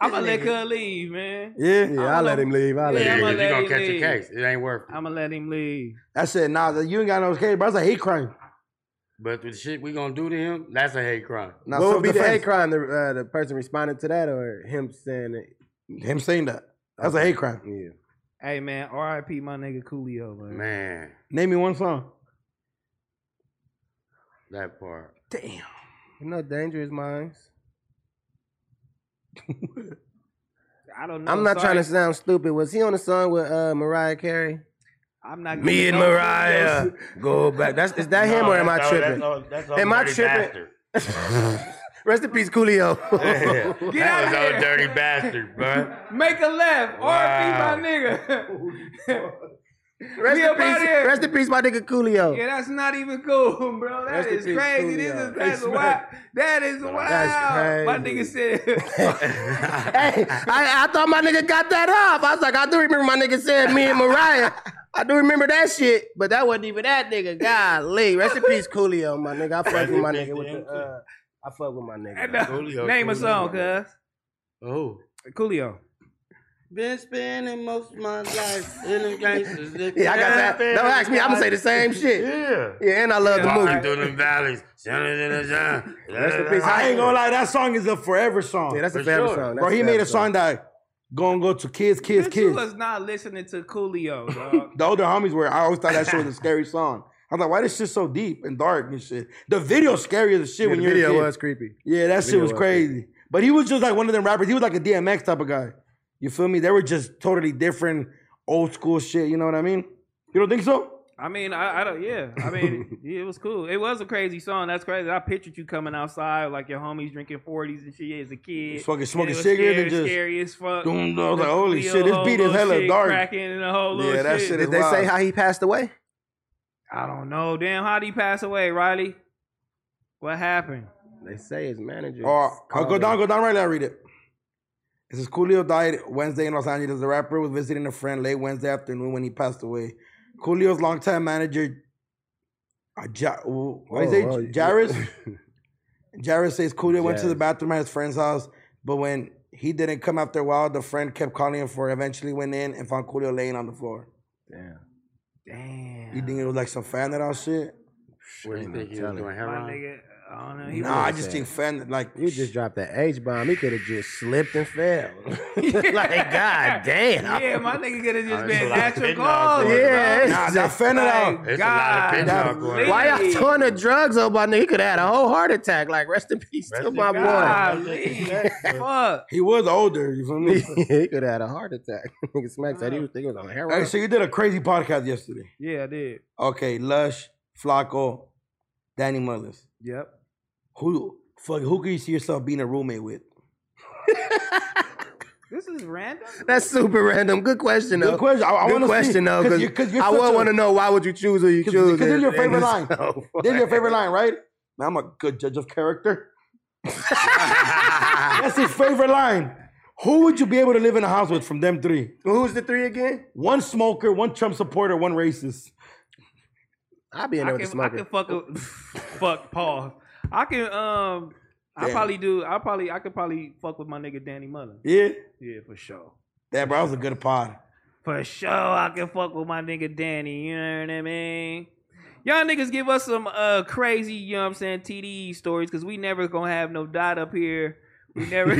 S1: I'm gonna let her leave, man.
S2: Yeah.
S5: yeah, I let him leave. I let
S1: Yeah,
S3: Yeah,
S5: him.
S1: I'ma let
S3: because you gonna
S1: him
S3: catch
S1: leave.
S3: a case. It ain't worth it.
S1: I'm gonna let him leave.
S2: I said, nah, you ain't got no case, bro. That's a hate crime.
S3: But the shit we gonna do to him, that's a hate crime.
S2: Now,
S5: what would be the
S2: self-defense.
S5: hate crime? The, uh, the person responding to that, or him saying it?
S2: Him saying that. That's a hate crime.
S5: Yeah.
S1: Hey man, R.I.P. my nigga Coolio, man.
S3: Man,
S2: Name me one song.
S3: that part.
S2: Damn.
S5: You know, dangerous minds.
S1: I don't know.
S5: I'm not
S1: sorry.
S5: trying to sound stupid. Was he on the song with uh, Mariah Carey?
S1: I'm not.
S5: Me and
S1: no
S5: Mariah
S1: kudos.
S5: go back. That's is that him or am I tripping? Am I tripping? Rest in peace, Coolio.
S3: Get
S1: out of
S3: that was
S1: here.
S3: a dirty bastard, bro.
S1: Make a left.
S3: Wow.
S1: R.I.P. my nigga.
S5: Oh, Rest in
S1: up outta
S5: peace.
S1: here.
S5: Rest in peace, my nigga Coolio.
S1: yeah, that's not even cool, bro. That
S5: Rest in
S1: is
S5: peace,
S1: crazy. This
S5: Coolio.
S1: is that's
S5: Hey,
S1: wild. That is wild.
S5: That's
S1: My
S5: crazy.
S1: nigga said.
S5: hey, I, I thought my nigga got that off. I was like, I do remember my nigga said me and Mariah. I do remember that shit, but that wasn't even that nigga. Golly, rest in peace, Coolio, my nigga. I fuck with my
S3: in peace
S5: nigga with
S3: to
S5: the.
S3: him, too.
S5: Uh, I fuck with my nigga.
S1: And, uh,
S3: Coolio,
S1: name a
S3: Coolio,
S1: song,
S3: my
S1: cuz.
S3: Oh.
S1: Coolio.
S3: Been spending most of my life in the gangsters.
S5: Yeah, I got that. Don't ask me. I'm gonna say the same shit.
S3: Yeah.
S5: Yeah, and I love the
S3: Walking
S5: movie.
S3: through them valleys. Rest
S5: Rest in peace.
S2: I ain't gonna lie, that song is a forever song.
S5: Yeah, that's a
S3: For
S5: favorite
S3: sure.
S5: song. That's
S2: bro, he made
S5: favorite
S2: a song that gonna go to kids, kids,
S1: Bitch, you
S2: kids.
S1: was not listening to Coolio, dog.
S2: the older homies were. I always thought that shit was a scary song. I was like, why this shit so deep and dark and shit? The video scary as shit
S5: Yeah,
S2: when
S5: the
S2: you're a
S5: video
S2: kid.
S5: was creepy.
S2: yeah, that shit
S5: video
S2: was
S5: was
S2: crazy. But he was just like one of them rappers. He was like a DMX type of guy. You feel me? They were just totally different, old school shit. You know what I mean? You don't think so?
S1: I mean, I, I don't. Yeah, I mean, it, it was cool. It was a crazy song. That's crazy. I pictured you coming outside like your homies drinking forties and shit as a kid,
S2: Fucking
S1: And
S2: smoking
S1: it was
S2: cigarettes
S1: scary,
S2: and just
S1: scary as fuck.
S2: Doom, I was
S1: The
S2: like, holy
S1: Coolio
S2: shit, this
S1: whole
S2: beat is
S1: little
S2: hella
S1: shit
S2: dark.
S1: Cracking and the whole
S2: Yeah,
S1: little
S2: that
S1: shit.
S2: shit
S5: Did they
S2: Wow.
S5: say how he passed away?
S1: I don't know. Damn, how did he pass away, Riley? What happened?
S5: They say his manager.
S2: Or I'll go
S5: called
S2: down,
S5: him.
S2: go down right now, read it. It says Coolio died Wednesday in Los Angeles. The rapper was visiting a friend late Wednesday afternoon when he passed away. Coolio's longtime manager, uh, ja- why
S5: Whoa,
S2: is it
S5: whoa, you-
S2: Jarvis? Jarvis says Coolio went to the
S5: Jarvis.
S2: bathroom at his friend's house, but when he didn't come after a while, the friend kept calling him for. it. Eventually, went in and found Coolio laying on the floor.
S5: Damn.
S2: You think it was like some fan that out shit?
S3: What do you think he was doing? Heroin?
S1: nigga, I don't know. He
S2: Nah, I just think fan like
S5: you just dropped that H bomb. He could have just slipped and fell. like god damn.
S1: Yeah, my nigga could
S3: Oh,
S1: have just
S5: It's a
S1: been
S5: lot of
S1: natural
S5: fentanyl
S1: cause.
S5: going around.
S1: bro.
S5: Nah, that fentanyl.
S1: Like,
S5: It's a lot
S1: God,
S5: of
S1: that-
S5: Why y'all throwing the drugs over my nigga? He could have had a whole heart attack. Like rest in peace to my boy.
S1: Fuck.
S2: He was older. You feel me?
S5: he could have had a heart attack. Nigga Smack said he was thinking on heroin.
S2: Hey, so you did a crazy podcast yesterday.
S1: Yeah, I did.
S2: Okay, Lush, Flacco, Danny Mullins.
S1: Yep.
S2: Who fuck? Who can you see yourself being a roommate with?
S1: This is random.
S5: That's super random. Good question though.
S2: Good question. I- I
S5: Good
S2: wanna see-
S5: question though,
S2: 'cause
S5: because
S2: you- 'cause you're
S5: I
S2: such
S5: would
S2: a-
S5: want to know why would you choose who you choose.
S2: Because this is your
S5: and- and
S2: favorite line.
S5: it's so
S2: This is your
S5: funny.
S2: favorite line, right? Man, I'm a good judge of character. That's his favorite line. Who would you be able to live in a house with from them three?
S5: Who's the three again?
S2: One smoker, one Trump supporter, one racist.
S5: I'll be in
S1: I
S5: there
S1: can,
S5: with the smoker.
S1: I can fuck a, fuck pause. I can um I
S2: Damn.
S1: probably do I probably I could probably fuck with my nigga Danny Mullen.
S2: Yeah?
S1: Yeah, for sure.
S2: That bro, that was a good pod.
S1: For sure I can fuck with my nigga Danny, you know what I mean? Y'all niggas give us some uh crazy, you know what I'm saying, TDE stories cuz we never going to have no dot up here. We never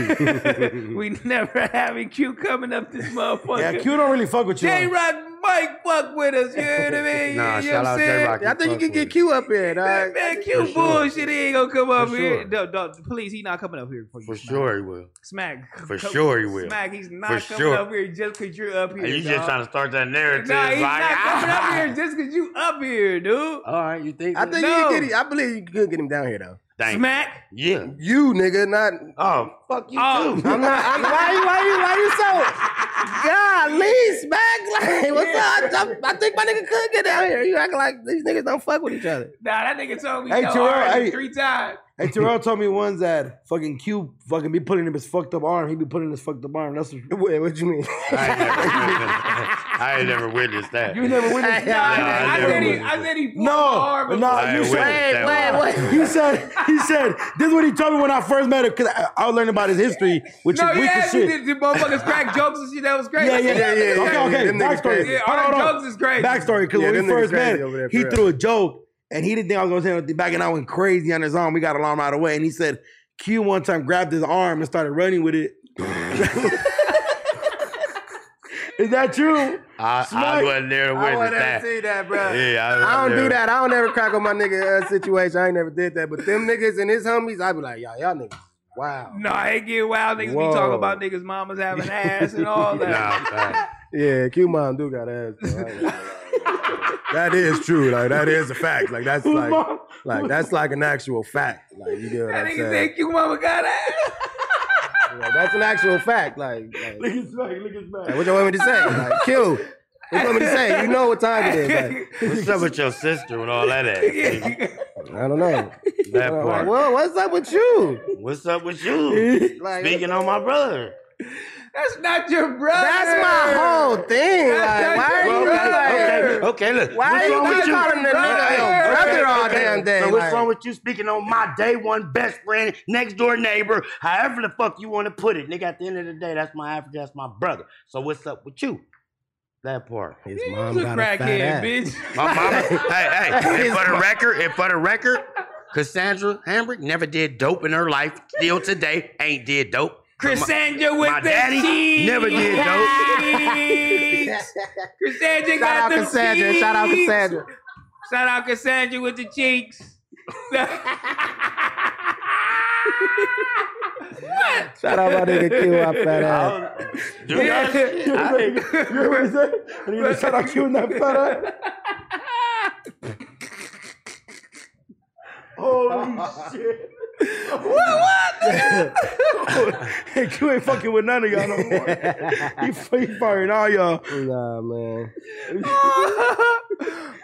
S1: we never having Q coming up this motherfucker.
S2: Yeah, Q don't really fuck with you.
S1: J Rod Mike fuck with us, you know what I mean?
S3: Nah,
S1: you know
S3: shout
S1: what I'm
S3: out
S1: saying?
S3: J-Rock.
S5: I think you can get Q up here,
S1: Man,
S5: dog.
S1: man, Q bullshit. He ain't gonna come up
S3: For
S1: here.
S3: sure.
S1: No, no, please, he not coming up here for you.
S3: For
S1: Smack.
S3: sure he will.
S1: Smack.
S3: For
S1: Come-
S3: sure he will.
S1: Smack, he's not
S3: For
S1: coming
S3: sure.
S1: up here just cause you're up here.
S3: Are you just
S1: dawg.
S3: trying to start that narrative?
S1: Nah, he's
S3: like,
S1: not coming
S3: ah,
S1: up here just cause you up here, dude.
S3: All right, you think?
S5: I think
S3: that?
S5: you
S1: No.
S5: can get. Him. I believe you could get him down here though.
S3: Dang.
S1: Smack.
S3: Yeah.
S5: You nigga, not.
S3: Oh, fuck you
S1: Oh.
S3: too.
S5: I'm not. I'm, why you? Why you? Why you so? Golly, smack! Like, what's up? I, I, I think my nigga could get down here. You acting like these niggas don't fuck with each other.
S1: Nah, that nigga told me
S2: Hey,
S1: no
S2: Terrell,
S1: already
S2: hey.
S1: three times.
S2: Hey, Terrell told me once that fucking Q fucking be putting him his fucked up arm. He be putting his fucked up arm. That's what
S5: Wait, what you mean?
S3: I ain't, never, I ain't never witnessed that.
S2: you never witnessed.
S5: Hey, I
S3: Nah,
S1: I,
S3: I
S1: said
S3: never
S1: he,
S3: witnessed
S1: I said he pulled
S2: No,
S1: my arm. and-
S2: no,
S3: I
S2: you
S3: ain't
S2: said.
S3: witnessed
S5: Wait,
S3: that.
S5: wait, wait.
S2: He said, he said, this is what he told me when I first met him, because I, I was learning about his history, which
S1: No,
S2: is weak
S1: yeah,
S2: as
S1: you
S2: shit.
S1: did, did motherfuckers crack jokes and shit. That was crazy.
S2: Yeah, yeah, yeah, yeah.
S5: yeah, yeah,
S2: Okay, okay.
S5: them niggas
S2: Backstory.
S5: crazy.
S1: Yeah,
S2: Hold on,
S1: our
S2: hold on.
S1: jokes is crazy.
S2: Backstory, because
S5: Yeah,
S2: when
S5: them
S2: we
S5: niggas
S2: first
S5: crazy
S2: met,
S5: over there, for
S2: he
S5: real.
S2: threw a joke, and he didn't think I was going to say nothing back, and I went crazy on his arm. We got alarm right away, and he said, Q one time grabbed his arm and started running with it. is that true?
S3: I, I
S2: Smack.
S3: wasn't there to
S5: I
S3: witness
S5: would
S3: that.
S5: never see that, bro.
S3: Yeah, I, was
S5: I don't
S3: there.
S5: do that. I don't ever crack on my nigga uh, situation. I ain't never did that. But them niggas and his homies, I be like, y'all, y'all niggas, wow.
S1: No, I ain't get wild. Niggas
S5: Whoa.
S1: be talking about niggas' mamas having ass and all that.
S3: Nah, fact.
S5: Yeah, Q mom do got ass. though. I ain't gonna lie. that is true. Like that is a fact. Like that's
S2: Who's
S5: like,
S2: mom?
S5: like that's like an actual fact. Like you get what
S1: That
S5: I'm
S1: nigga
S5: saying?
S1: said Q mama got ass.
S5: Like, that's an actual fact. Like, like,
S2: Look at Smack, look at Smack.
S5: like, what you want me to say? Like Q, what you want me to say? You know what time it is? Like,
S3: What's up with your sister and all that ass?
S5: I don't know.
S3: That
S5: I'm like,
S3: part.
S5: well, what's up with you?
S3: What's up with you?
S5: Like,
S3: Speaking on my brother.
S1: That's not your brother.
S5: that's my whole thing.
S1: That's
S5: Like, why
S1: not
S5: are you
S1: your
S5: like?
S3: Okay, okay, look.
S5: Why
S3: what's
S5: you
S3: wrong
S5: gotta
S3: with you?
S5: call him the nigga your brother all damn day?
S3: So what's
S5: like-
S3: wrong with you speaking on my day one best friend, next door neighbor, however the fuck you want to put it, nigga? At the end of the day, that's my Africa, that's my brother. So what's up with you? That part.
S5: His
S1: You
S5: mom
S1: a
S5: got a fat
S1: crackhead,
S5: ass.
S1: bitch.
S3: My mama. hey, hey. And for the record, and for the record, Cassandra Hambrick never did dope in her life. Still today, ain't did dope.
S1: Cassandra with
S3: my
S1: the
S3: daddy
S1: cheeks.
S3: never did
S1: dope. Cassandra
S5: Shout
S1: got
S5: out
S1: the
S5: Cassandra.
S1: cheeks.
S5: Shout out Cassandra.
S1: Shout out Cassandra with the cheeks.
S5: Shout out my nigga Q. I fat ass.
S3: Do that shit. I ain't-
S2: You heard what he said? And he just said, I'm killing that fat ass. Holy shit. what, what? Q ain't fucking with none of y'all no more. He, he firing all y'all.
S5: Nah, man.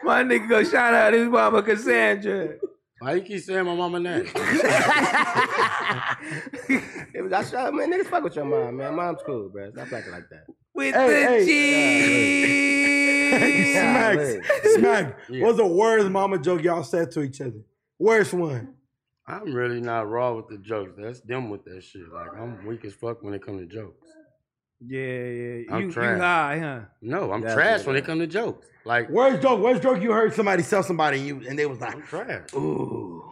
S1: My nigga gonna shout out his mama Cassandra.
S3: Why you keep saying my mama name?
S5: It was, I shot, man, niggas fuck with your mom, man. Mom's cool, bro. Stop acting like that.
S1: With
S2: Hey,
S1: the G.
S2: Smacks. Smack. What's the worst mama joke y'all said to each other? Worst one.
S3: I'm really not raw with the jokes. That's them with that shit. Like I'm weak as fuck when it comes to jokes.
S1: Yeah, yeah.
S3: I'm
S1: You, you
S3: trash.
S1: high, huh?
S3: No, I'm
S2: That's
S3: trash
S2: what
S3: when it comes to jokes. Like
S2: worst joke, worst joke you heard somebody sell somebody and you and they was like,
S3: trash.
S2: Ooh.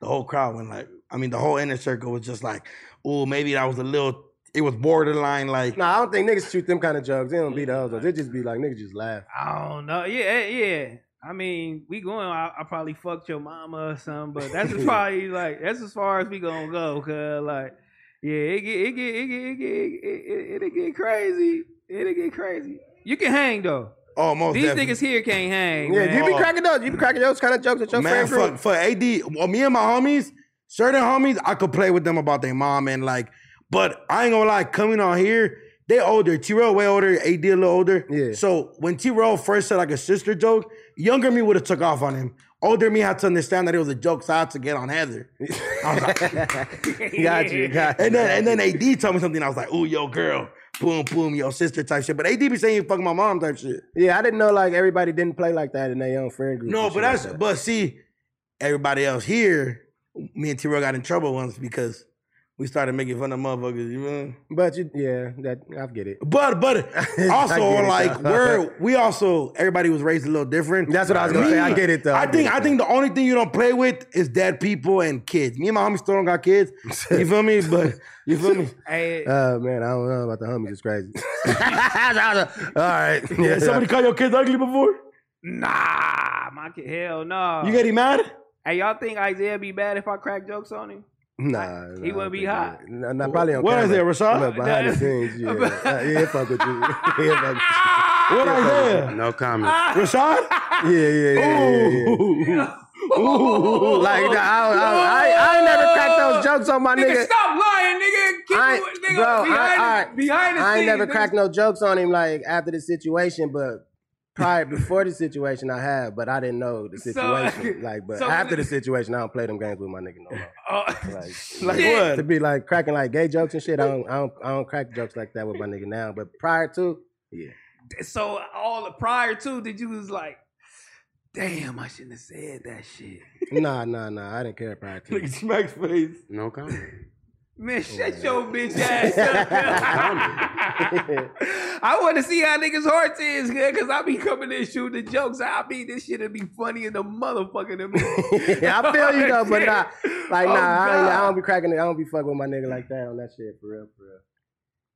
S2: The whole crowd went like, I mean, the whole inner circle was just like, ooh, maybe that was a little it was borderline like
S5: No, I don't think niggas shoot them kind of jokes. They don't be the hoes. They just be like niggas just laugh.
S1: I don't know. Yeah, eh, yeah. I mean, we going. I, I probably fucked your mama or something, but that's as probably like that's as far as we gonna go. Cause like, yeah, it get it get it get it get it, it, it, it get crazy. It'll get crazy. You can hang though.
S2: Oh, most
S1: These
S2: definitely.
S1: niggas here can't hang.
S2: Yeah,
S1: man.
S2: you be cracking
S5: up. You be cracking those kind of jokes at your
S2: man,
S5: friend group.
S2: fuck, for AD, well, me and my homies, certain homies, I could play with them about their mom and like, but I ain't gonna lie, coming on here, they older. T Roll way older, AD a little older. Yeah. So when T Roll first said like a sister joke, younger me would have took off on him. Older me had to understand that it was a joke, so I had to get on Heather. I was like,
S5: Got you, got you,
S2: And then and
S5: got
S2: then AD told me something. I was like, ooh, yo, girl, boom, boom, yo, sister type shit. But AD be saying fuck my mom type shit.
S5: Yeah, I didn't know like everybody didn't play like that in their own friend group.
S2: No,
S5: and
S2: but
S5: shit
S2: that's
S5: like that.
S2: but see, everybody else here, me and T Roy got in trouble once because we started making fun of motherfuckers, you know.
S5: But you, yeah, that I get it.
S2: But but
S5: I
S2: also
S5: get it,
S2: like
S5: though.
S2: we're we also everybody was raised a little different.
S5: That's what I was gonna say. I get it, though. I
S2: I,
S5: get
S2: think
S5: it,
S2: I
S5: though.
S2: think the only thing you don't play with is dead people and kids. Me and my homies still don't got kids. You feel me? But you feel me?
S1: Hey,
S5: Oh man, I don't know about the homies. It's crazy.
S2: All
S5: right.
S2: Yeah, somebody call your kids ugly before?
S1: nah, my kid, hell no.
S2: You get him mad?
S1: Hey, y'all think Isaiah be bad if I crack jokes on him?
S5: Nah,
S1: He
S5: nah,
S1: wouldn't be hot.
S5: Nah, nah, probably on
S2: What
S5: camera.
S2: is it, Rashad?
S5: Look, behind the scenes, yeah, Nah, yeah, he fuck with you. He fuck
S2: What I said?
S3: No comment.
S2: Ah. Rashad?
S5: with you. Yeah, yeah, yeah, yeah, yeah.
S2: Ooh.
S5: Like, nah, I, don't- I, don't- I, ain't- I ain't never cracked those jokes on my nigga.
S1: stop lying, nigga. Keep
S5: I,
S1: it, nigga.
S5: ain't- bro,
S1: behind,
S5: I,
S1: the,
S5: I,
S1: behind the
S5: I ain't
S1: scenes,
S5: never
S1: nigga.
S5: cracked no jokes on him like after the situation, but prior before the situation I have, but I didn't know the
S1: So-
S5: situation. like, but
S1: so when
S5: after
S1: the-
S5: the situation, I don't play them games with my nigga no more.
S1: Oh,
S5: Like
S1: Shit.
S5: To be like cracking like gay jokes and shit. I don't, I don't, I don't crack jokes like that with my nigga now. But prior to, yeah,
S1: so all the prior to that you was like, damn, I shouldn't have said that shit.
S5: nah, nah, nah. I didn't care prior to.
S2: Smack's face.
S3: No comment.
S5: Oh,
S1: Man, shut your bitch ass up. yo. I want to see how niggas' hearts is, because I be coming in shooting the jokes. I be this shit'll be funny in the motherfucker to me.
S5: yeah, I feel you though, but nah, like
S1: Oh,
S5: nah, I, don't, I
S1: God.
S5: don't be cracking it. I don't be fucking with my nigga like that on that shit for real, for real.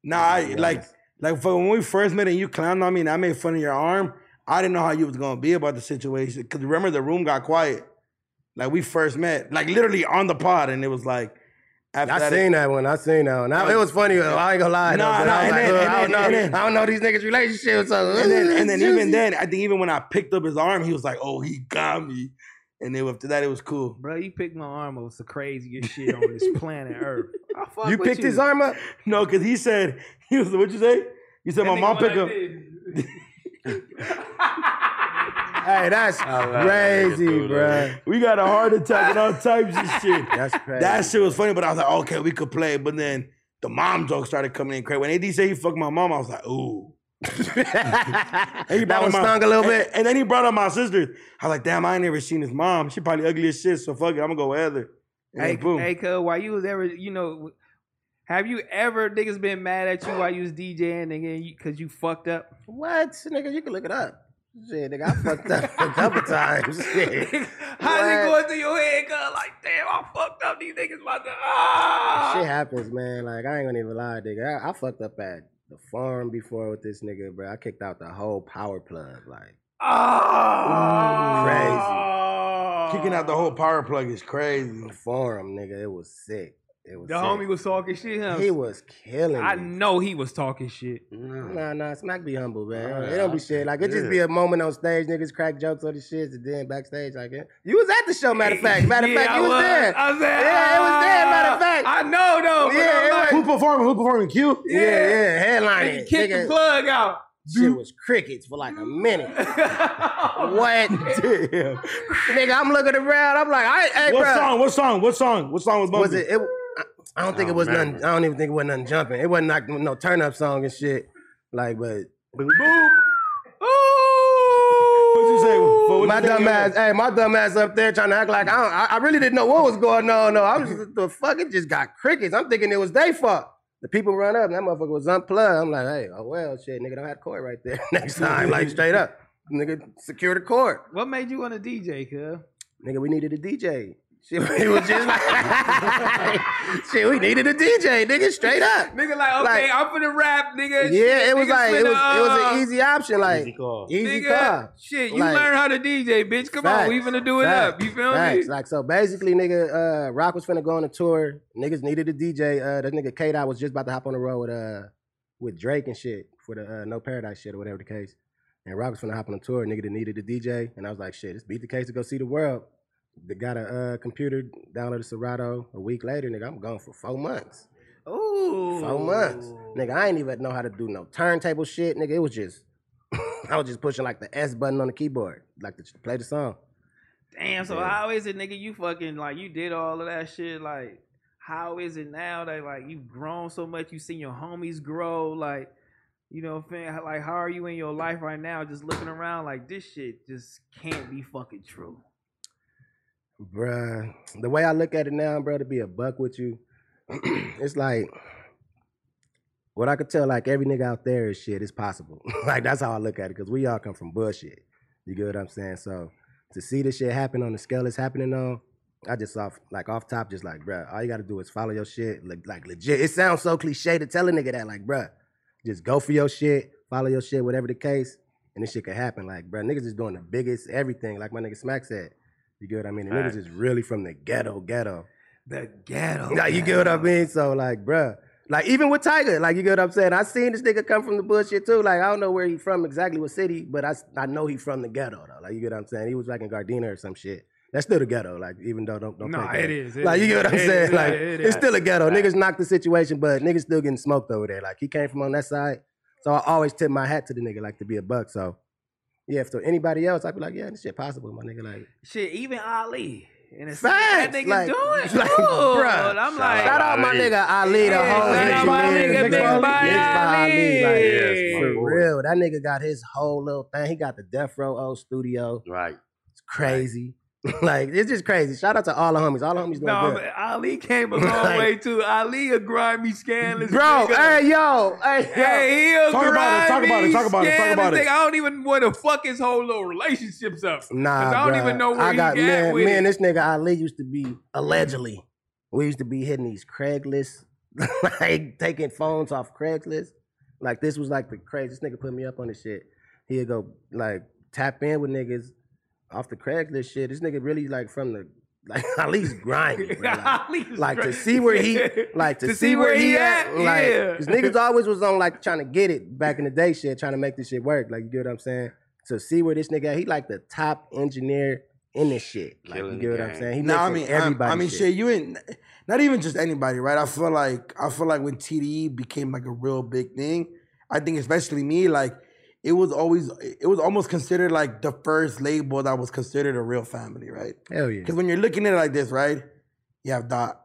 S2: Nah, I, like like for when we first met and you clowned on me and I made fun of your arm, I didn't know how you was gonna be about the situation. Cause remember the room got quiet. Like we first met, like literally on the pod, and it was like after
S5: I
S2: that,
S5: seen that one. I seen that one. I, it was funny. though, I ain't gonna lie.
S2: Nah,
S5: though, but
S2: nah,
S5: I
S2: and
S5: was like,
S2: then-
S5: "Ugh,
S2: and
S5: I
S2: then- and
S5: don't
S2: then-
S5: know. I don't know these niggas' relationships. So,
S2: and then and then even
S5: juicy.
S2: then, I think even when I picked up his arm, he was like, "Oh, he got me," and then after that, it was cool.
S1: Bro, you picked my arm up. It's the craziest shit on this planet Earth. I fuck
S5: you
S1: with
S5: picked
S1: you.
S5: his arm up.
S2: No, because he said he was. What you say? You said my
S1: That nigga
S2: mom
S1: went
S2: picked up.
S5: Hey, that's
S3: love
S5: crazy,
S3: that
S5: bro.
S2: We got a heart attack and all types of shit.
S5: That's crazy.
S2: That shit was funny, but I was like, okay, we could play. But then the mom joke started coming in crazy. When AD said he fucked my mom, I was like, ooh. And he
S5: that
S2: brought
S5: one
S2: up my-
S5: stung a little
S2: and-
S5: bit.
S2: And, then he brought up my sister. I was like, damn, I ain't never seen his mom. She probably ugly as shit, so fuck it, I'm gonna go with Heather. And
S1: Hey,
S2: then boom.
S1: hey, cuz, while you was ever, you know, have you ever niggas been mad at you while you was DJing and then you, cause you fucked up?
S5: What, nigga? You can look it up. Shit, nigga, I fucked up a couple times. Shit.
S1: How's it going through your head, cuz? Like, damn, I fucked up. These niggas about to, ah!
S5: Shit happens, man. Like I ain't gonna even lie, nigga. I, I fucked up at the farm before with this nigga, bro. I kicked out the whole power plug, like
S3: Oh,
S1: Ah!
S2: Kicking out the whole power plug is crazy.
S5: the farm, nigga. It was sick. It was.
S1: The
S5: sick.
S1: homie was talking shit, huh?
S5: He was killing.
S1: I
S5: me.
S1: know he was talking shit.
S3: No.
S5: Nah, nah, smack be humble, man.
S3: Alright,
S5: it don't be shit. Like it just be
S3: yeah.
S5: a moment on stage, niggas crack jokes on the shit, and then backstage, like it. You was at the show, matter of fact. Matter of
S1: Yeah,
S5: fact,
S1: I
S5: you was, there.
S1: I was there.
S5: Yeah, it was there, matter of
S1: Ah!
S5: fact.
S1: I know, though.
S5: Yeah,
S1: Yeah,
S5: it
S1: I'm like,
S2: Who performing? Who performing? Q?
S5: yeah, yeah, headlining.
S1: Kick the
S5: nigga.
S1: plug out.
S5: Shit was crickets for like a minute. what? Nigga, I'm looking around. I'm like, I, hey,
S2: what
S5: bruh.
S2: song? What song? What song? What song was bumping?
S5: Was it? it I- I don't
S1: Oh,
S5: think it was nothing. I don't even think it was nothing jumping. It wasn't like no turn up song and shit. Like, but boom.
S2: What you say? What you
S5: my
S2: say?
S5: dumb ass, hey, my dumb ass up there trying to act like I, don't, I, I really didn't know what was going on. No, I was just, the fuck, it just got crickets. I'm thinking it was they fault. The people run up, and that motherfucker was unplugged. I'm like, hey, oh well, shit, nigga, don't have court right there next time, like straight up, nigga, secure the court.
S1: What made you want to DJ, cuz?
S5: Nigga, we needed a DJ. Shit, it was just like, shit, we needed a DJ, nigga, straight up.
S1: Nigga, like, okay, I'm finna rap, nigga.
S5: Yeah,
S1: Shit,
S5: it was
S1: nigga
S5: like it was it was
S1: finna,
S5: an
S1: uh,
S5: easy option, like easy
S2: call.
S1: nigga, Shit, you
S5: Like,
S1: learn how to DJ, bitch. Come on, we
S5: facts,
S1: finna do it up. You feel
S5: facts.
S1: me?
S5: Like so, basically, nigga, uh, Rock was finna go on a tour. Niggas needed a DJ. Uh, that nigga K Dot was just about to hop on the road with uh with Drake and shit for the uh, No Paradise shit or whatever the case. And Rock was finna hop on a tour. Nigga that needed a DJ, and I was like, shit, this beat the case to go see the world. They got a uh, computer, downloaded Serato. A week later, nigga, I'm gone for four months.
S1: Ooh.
S5: Four months. Nigga, I ain't even know how to do no turntable shit. Nigga, it was just, I was just pushing like the S button on the keyboard, like to play the song.
S1: Damn, so
S5: Yeah.
S1: how is it, nigga, you fucking like you did all of that shit? Like, how is it now that like you've grown so much, you seen your homies grow, like you know what I'm saying? Like, how are you in your life right now? Just looking around like this shit just can't be fucking true.
S5: Bruh, the way I look at it now, bro, to be a buck with you, it's like, what I could tell, like every nigga out there is shit, it's possible. like that's how I look at it, because we all come from bullshit. You get what I'm saying? So to see this shit happen on the scale it's happening on, I just off like off top, just like, bruh, all you gotta do is follow your shit. Like, like legit. It sounds so cliche to tell a nigga that, like, bruh, just go for your shit, follow your shit, whatever the case, and this shit could happen. Like, bruh, niggas is doing the biggest everything, like my nigga Smack said. You get what I mean? The niggas
S6: Facts.
S5: is really from the ghetto, ghetto.
S1: The ghetto.
S5: Like, you get what I mean? So like, bruh. Like even with Tiger, like you get what I'm saying. I seen this nigga come from the bullshit too. Like I don't know where he from exactly, what city, but I s- I know he from the ghetto though. Like you get what I'm saying. He was like in Gardena or some shit. That's still the ghetto. Like even though don't don't.
S1: Nah,
S5: think that.
S1: it is, it is.
S5: like you get what I'm
S1: It
S5: saying.
S1: is,
S5: like
S1: yeah, it
S5: it's
S1: is.
S5: still a ghetto.
S1: Right.
S5: Niggas knocked the situation, but niggas still getting smoked over there. Like he came from on that side, so I always tip my hat to the nigga like to be a buck. So yeah, if to anybody else, I'd be like, yeah, this shit possible, my nigga. Like
S1: Shit, even Ali. And it's that
S5: Facts,
S1: nigga
S5: like-
S1: doing.
S5: like,
S1: Ooh,
S5: bruh.
S1: and I'm
S5: Shout
S1: like,
S5: out my nigga Ali, the
S1: Yeah,
S5: whole
S1: shout out my
S5: engineer,
S1: nigga,
S5: nigga,
S1: Big
S5: Ali.
S1: Bobby
S5: Big
S1: Ali.
S5: Bobby, like,
S1: Yes, my
S5: for
S1: boy.
S5: real, that nigga got his whole little thing. He got the Death Row O studio.
S3: Right,
S5: it's crazy. like it's just crazy. Shout out to all the homies. All the homies doing
S1: No,
S5: good.
S1: but Ali came a long
S5: Like-
S1: way too. Ali a grimy, scandalous
S5: Bro,
S1: nigga.
S5: hey yo, hey yo.
S1: hey, he a
S5: Talk about it, talk
S1: grimy,
S5: about it, talk about it, talk
S1: scandalous
S5: about it.
S1: nigga. I don't even want to fuck his whole little relationships up. 'Cause
S5: Nah,
S1: I don't
S5: bruh.
S1: even know where
S5: I got
S1: he got
S5: man,
S1: with
S5: me and
S1: it.
S5: this nigga Ali used to be allegedly. We used to be hitting these Craigslist, like taking phones off Craigslist. Like this was like the craziest nigga put me up on this shit. He'd go like tap in with niggas off the Craigslist shit. This nigga really like from the like Ali's grimy. bro. Like, like to see where he like to, see, where, he at. Like,
S1: yeah.
S5: 'cause niggas always was on like trying to get it back in the day, shit, trying to make this shit work. Like you get what I'm saying? So see where this nigga at. He like the top engineer in this shit. Like you get what I'm saying? He
S2: no, I
S5: mixing
S2: mean I-
S5: everybody.
S2: I, mean, shit. you ain't not even just anybody, right? I feel like I feel like when TDE became like a real big thing, I think especially me, like it was always it was almost considered like the first label that was considered a real family, right?
S5: Hell yeah.
S2: Because when you're looking at it like this, right? You have Dot,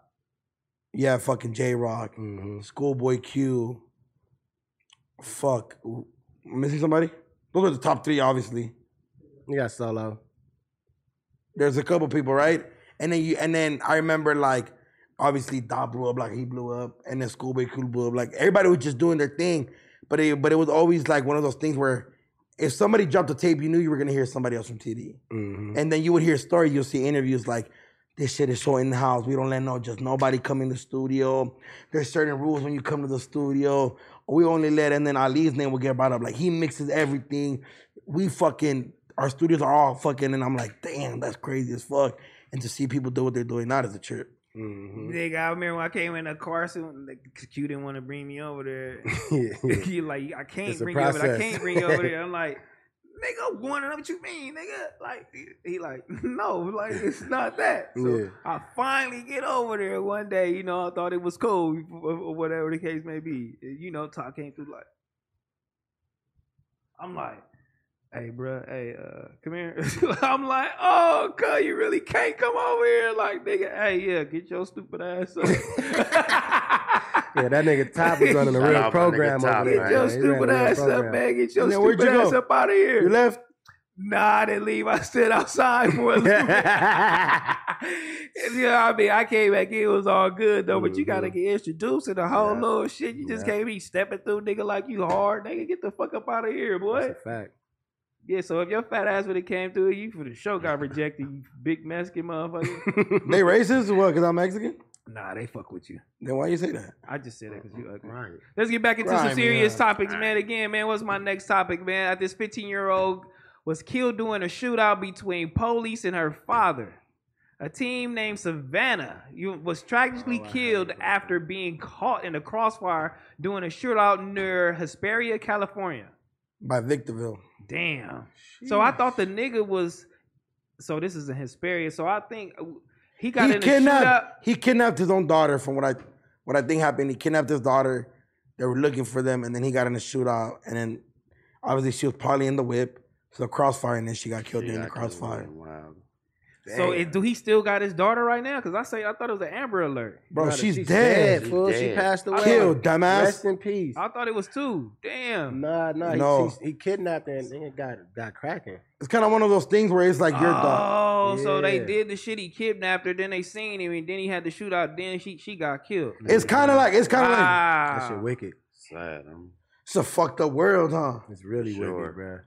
S2: you have fucking J Rock,
S5: Mm-hmm.
S2: Schoolboy Q. Fuck, am I missing somebody? Those are the top three, obviously.
S5: You got Solo.
S2: There's a couple people, right? And then you, and then I remember like, obviously Dot blew up, like he blew up, and then Schoolboy Q blew up. Like everybody was just doing their thing, but it, but it was always like one of those things where if somebody dropped a tape, you knew you were gonna hear somebody else from TD. And then you would hear stories, you'll see interviews like, this shit is so in house. We don't let no just nobody come in the studio. There's certain rules when you come to the studio. We only let, and then Ali's name will get brought up. Like he mixes everything. We fucking our studios are all fucking, and I'm like, damn, that's crazy as fuck. And to see people do what they're doing now is a trip.
S1: Nigga, I remember when I came in the Carson, the Q didn't want to bring me over there. He like, I can't
S2: It's a
S1: bring you over there. I
S2: process.
S1: can't bring you over there. I'm like, nigga, one of what you mean, nigga? Like, he- he like, no, like it's not that. So
S5: Yeah.
S1: I finally get over there one day. You know, I thought it was cool, or or whatever the case may be. You know, Todd came through like, I'm like, hey, bro, hey, uh, come here. I'm like, oh, cuz you really can't come over here. Like, nigga, hey, yeah, get your stupid ass up.
S5: Yeah, that nigga Top was running a
S1: Shout
S5: real
S1: out my nigga
S5: program
S1: Top, man.
S5: over there.
S1: Get
S5: Yeah,
S1: your
S5: he ran a
S1: stupid
S5: real
S1: ass up,
S5: program.
S1: man. Get your
S5: Then where'd
S1: stupid
S5: you
S1: ass
S5: go?
S1: up out of here.
S5: You left?
S1: Nah, I didn't leave. I stood outside for a little bit. you know what I mean? I came back in. It was all good, though, but you got to get introduced to the whole little shit. You just
S5: Mm-hmm. Yeah.
S1: can't be stepping through, nigga, like you hard. Nigga, get the fuck up out of here, boy.
S5: Fact.
S1: Yeah, so if your fat ass would have came through, you for the show got rejected, you big Mexican motherfucker.
S2: They racist or what? Because I'm Mexican?
S1: Nah, they fuck with you.
S2: Then why you say that?
S1: I just said that because you ugly.
S3: Right.
S1: Let's get back into some
S2: Crime,
S1: serious
S2: yeah.
S1: topics, man. Again, man, what's my next topic, man? At this 15 year old was killed during a shootout between police and her father. A team named Savannah you- was
S2: Oh,
S1: tragically killed after being caught in a crossfire during a shootout near Hesperia, California.
S2: By Victorville.
S1: Damn. So I thought the nigga was. So this is a Hesperia. So I think uh, he got
S2: he
S1: in a shootout.
S2: kidnapped. He kidnapped his own daughter. From what I, what I think happened, he kidnapped his daughter. They were looking for them, and then he got in a shootout. And then, obviously, she was probably in the whip, so the crossfire, and then she got killed during the crossfire.
S3: Wow.
S1: So it, do he still got his daughter right now? Because I say I thought it was an Amber Alert.
S2: Bro,
S5: Brother,
S2: she's,
S5: she's
S2: dead.
S5: dead, fool. She
S2: Dead.
S5: passed away.
S2: Killed, dumbass.
S5: Rest in peace.
S1: I thought it was two. Damn.
S5: Nah, nah. he-
S2: No.
S5: He, he, kidnapped her and then it got got cracking.
S2: It's kind of one of those things where it's like your daughter.
S1: Oh, so they
S5: Yeah.
S1: did the shit. He kidnapped her. Then they seen him, and then he had the shootout. Then she she got killed.
S2: It's kind of like it's kind of
S1: Ah.
S2: like
S5: That shit
S1: Wow.
S5: wicked.
S3: Sad. I'm
S2: it's a fucked up world, huh?
S5: It's really
S3: Sure.
S5: wicked, bro.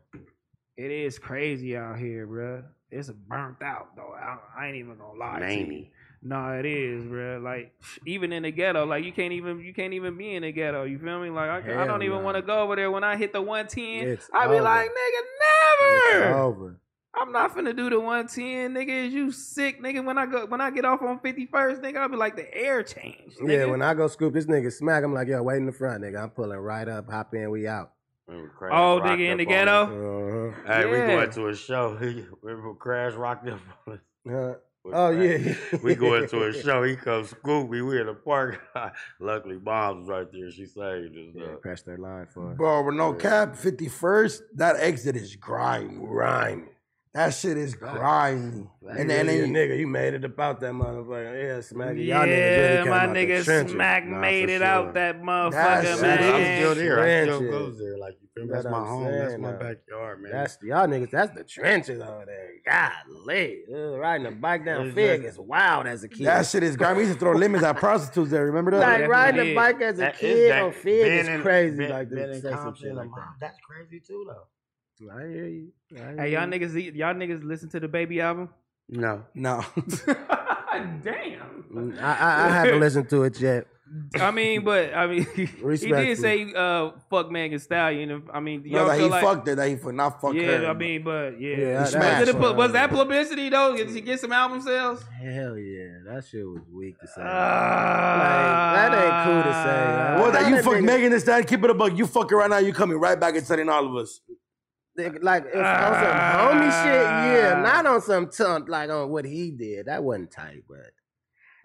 S1: It is crazy out here, bruh. It's burnt out though. I, I ain't even gonna lie. to you.
S3: Mamie.
S1: No, it is, bruh. Like even in the ghetto, like you can't even you can't even be in the ghetto. You feel me? Like I, I
S5: Hell
S1: don't even
S5: nah.
S1: want to go over there. When I hit the one ten,
S5: It's
S1: I be
S5: over.
S1: like,
S5: It's
S1: nigga, never.
S5: over.
S1: I'm not finna do the 110, nigga. Is you sick, nigga? When I go, when I get off on 51st, nigga, I'll be like the air change. Nigga.
S5: Yeah, when I go scoop this nigga smack, I'm like, yo, wait in the front, nigga. I'm pulling right up, hop in, we out.
S3: we were crash
S1: oh,
S3: rocked
S1: nigga, in
S3: up
S1: the
S3: on us.
S1: ghetto.
S5: Uh-huh.
S3: Hey, we
S1: Yeah.
S3: going to a show. We were crash rocked up on us.
S5: Uh,
S3: We
S5: oh
S3: crash-
S5: yeah.
S3: we going to a show. He comes scoop me. We in the park. Luckily, bombs was right there. She saved us.
S5: Yeah,
S3: though.
S5: crash their line for us.
S2: Bro, with no cap, 51st, that exit is grime. Grime. That shit is grime. And then, and
S5: Really,
S2: then you,
S5: nigga, you made it about that motherfucker. Yeah, smack it. Y'all niggas really
S1: Yeah,
S5: came
S1: my
S5: out the
S1: nigga
S5: trenches.
S1: Smack
S3: Nah,
S1: made
S3: for
S1: it
S3: sure.
S1: out that motherfucker,
S2: That's-
S3: Man, I'm
S1: man.
S3: still there. I still
S5: Trenches.
S3: goes there. Like you feel me?
S5: That's
S3: That's my
S5: what I'm
S3: home. that's
S5: saying,
S3: my
S5: uh,
S3: backyard, man.
S5: That's y'all niggas. That's the trenches over there. Golly, Ugh, riding a bike down
S3: It's
S5: Fig
S3: just-
S5: is wild as a kid.
S2: that shit is grime. We used to throw lemons at prostitutes there. Remember that?
S5: like riding
S1: Yeah.
S5: a bike as a
S3: That is
S5: kid
S3: that-
S5: on Fig
S3: being
S5: is
S3: in-
S5: crazy.
S3: being-
S5: like
S3: being
S5: to
S3: in
S5: say some
S3: Compton
S5: shit
S3: and
S5: like
S3: Lamar- That's crazy too, though.
S5: that. I hear you. I hear
S1: Hey, y'all
S5: you.
S1: niggas, y'all niggas listen to the baby album?
S3: No.
S2: No.
S1: Damn.
S5: Mm, I, I, I haven't listened to it yet.
S1: I mean, but I mean, he
S5: Respectfully.
S1: did say uh, "fuck Megan Stallion." and I mean,
S2: no,
S1: y'all
S2: that
S1: feel
S2: he
S1: like,
S2: fucked it. That he fucked, not fuck
S1: yeah,
S2: her.
S1: I mean, but yeah,
S5: Yeah,
S2: that- smashed
S1: was, it a
S2: her.
S1: pu- was that publicity though? Did she get some album sales?
S5: Hell yeah, that shit was weak to say.
S1: that
S5: ain't cool to say,
S1: Uh,
S5: man.
S2: Well, that you
S5: Ah. That
S2: fuck
S5: nigga-
S2: Megan and Stan, keep it a buck. You fuck her right now, you coming right back and telling all of us.
S5: Nigga, like if on some homie shit, yeah, not on some tunk like on what he did. That wasn't tight, but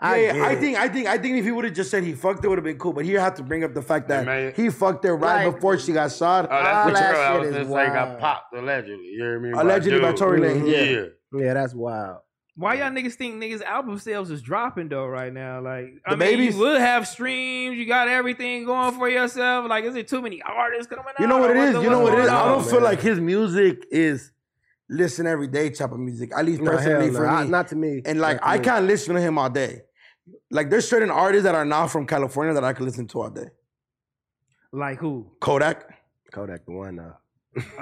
S5: I,
S2: yeah,
S5: get
S2: I
S5: it.
S2: think I think I think if he would have just said he fucked it would have been cool, but he had to bring up the fact that
S3: man.
S2: he fucked her right
S5: Like-
S2: before she got shot.
S3: Oh, that's
S5: All
S3: what
S5: that
S3: girl I
S5: shit
S3: was
S5: is
S3: just saying got
S5: wild.
S3: popped allegedly. You know what I mean?
S2: Allegedly by
S3: dude.
S2: Tory
S5: Lanez, yeah.
S3: Yeah.
S5: yeah, that's wild.
S1: Why y'all niggas think niggas album sales is dropping though right now? Like, I
S2: The
S1: mean,
S2: babies-
S1: you would have streams, you got everything going for yourself. Like, is it too many artists coming out?
S2: You know what it is.
S1: the-
S2: You know what it
S1: what's
S2: is. I
S1: going
S5: Oh,
S2: don't
S1: on?
S2: feel like his music is listen every day type of music. At least
S5: No, hell
S2: personally
S5: no.
S2: for
S5: I-
S2: me.
S5: not to me.
S2: and like
S5: Not to
S2: I
S5: me.
S2: can't listen to him all day. Like there's certain artists that are not from California that I could listen to all day.
S1: Like who?
S2: Kodak.
S5: Kodak the one though.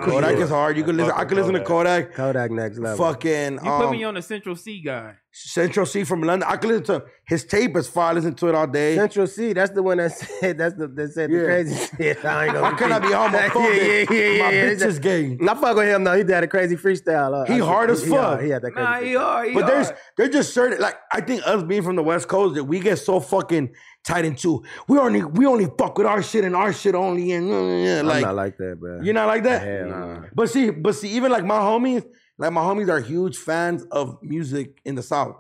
S2: Kodak
S3: yeah.
S2: is hard. You could listen. I
S3: fucking
S2: could listen to Kodak.
S5: Oh, Kodak next level.
S2: Fucking
S1: You put me
S2: um,
S1: on the Central C guy.
S2: Central C from London. I could listen to his tape is fire. I listen to it all day.
S5: Central C, that's the one that said that's the that said the
S2: Yeah.
S5: crazy shit. I ain't
S2: I
S5: gonna
S2: cannot be homophobic.
S5: Yeah, yeah, yeah, yeah.
S2: My
S5: yeah.
S2: bitch is gay.
S5: I fuck with him though. He did a crazy freestyle. Uh,
S2: He
S5: I-
S2: hard as
S5: he- he hard.
S2: fuck.
S5: He had that crazy.
S1: Nah, E he are. He
S2: But there's
S1: are.
S2: there's just certain like I think us being from the West Coast that we get so fucking tied into we only we only fuck with our shit and our shit only and yeah,
S5: freestyle. I'm
S2: like,
S5: not like that, bro.
S2: you're not like that.
S5: Hell no.
S2: But see, but see, even like my homies, like my homies are huge fans of music in the South.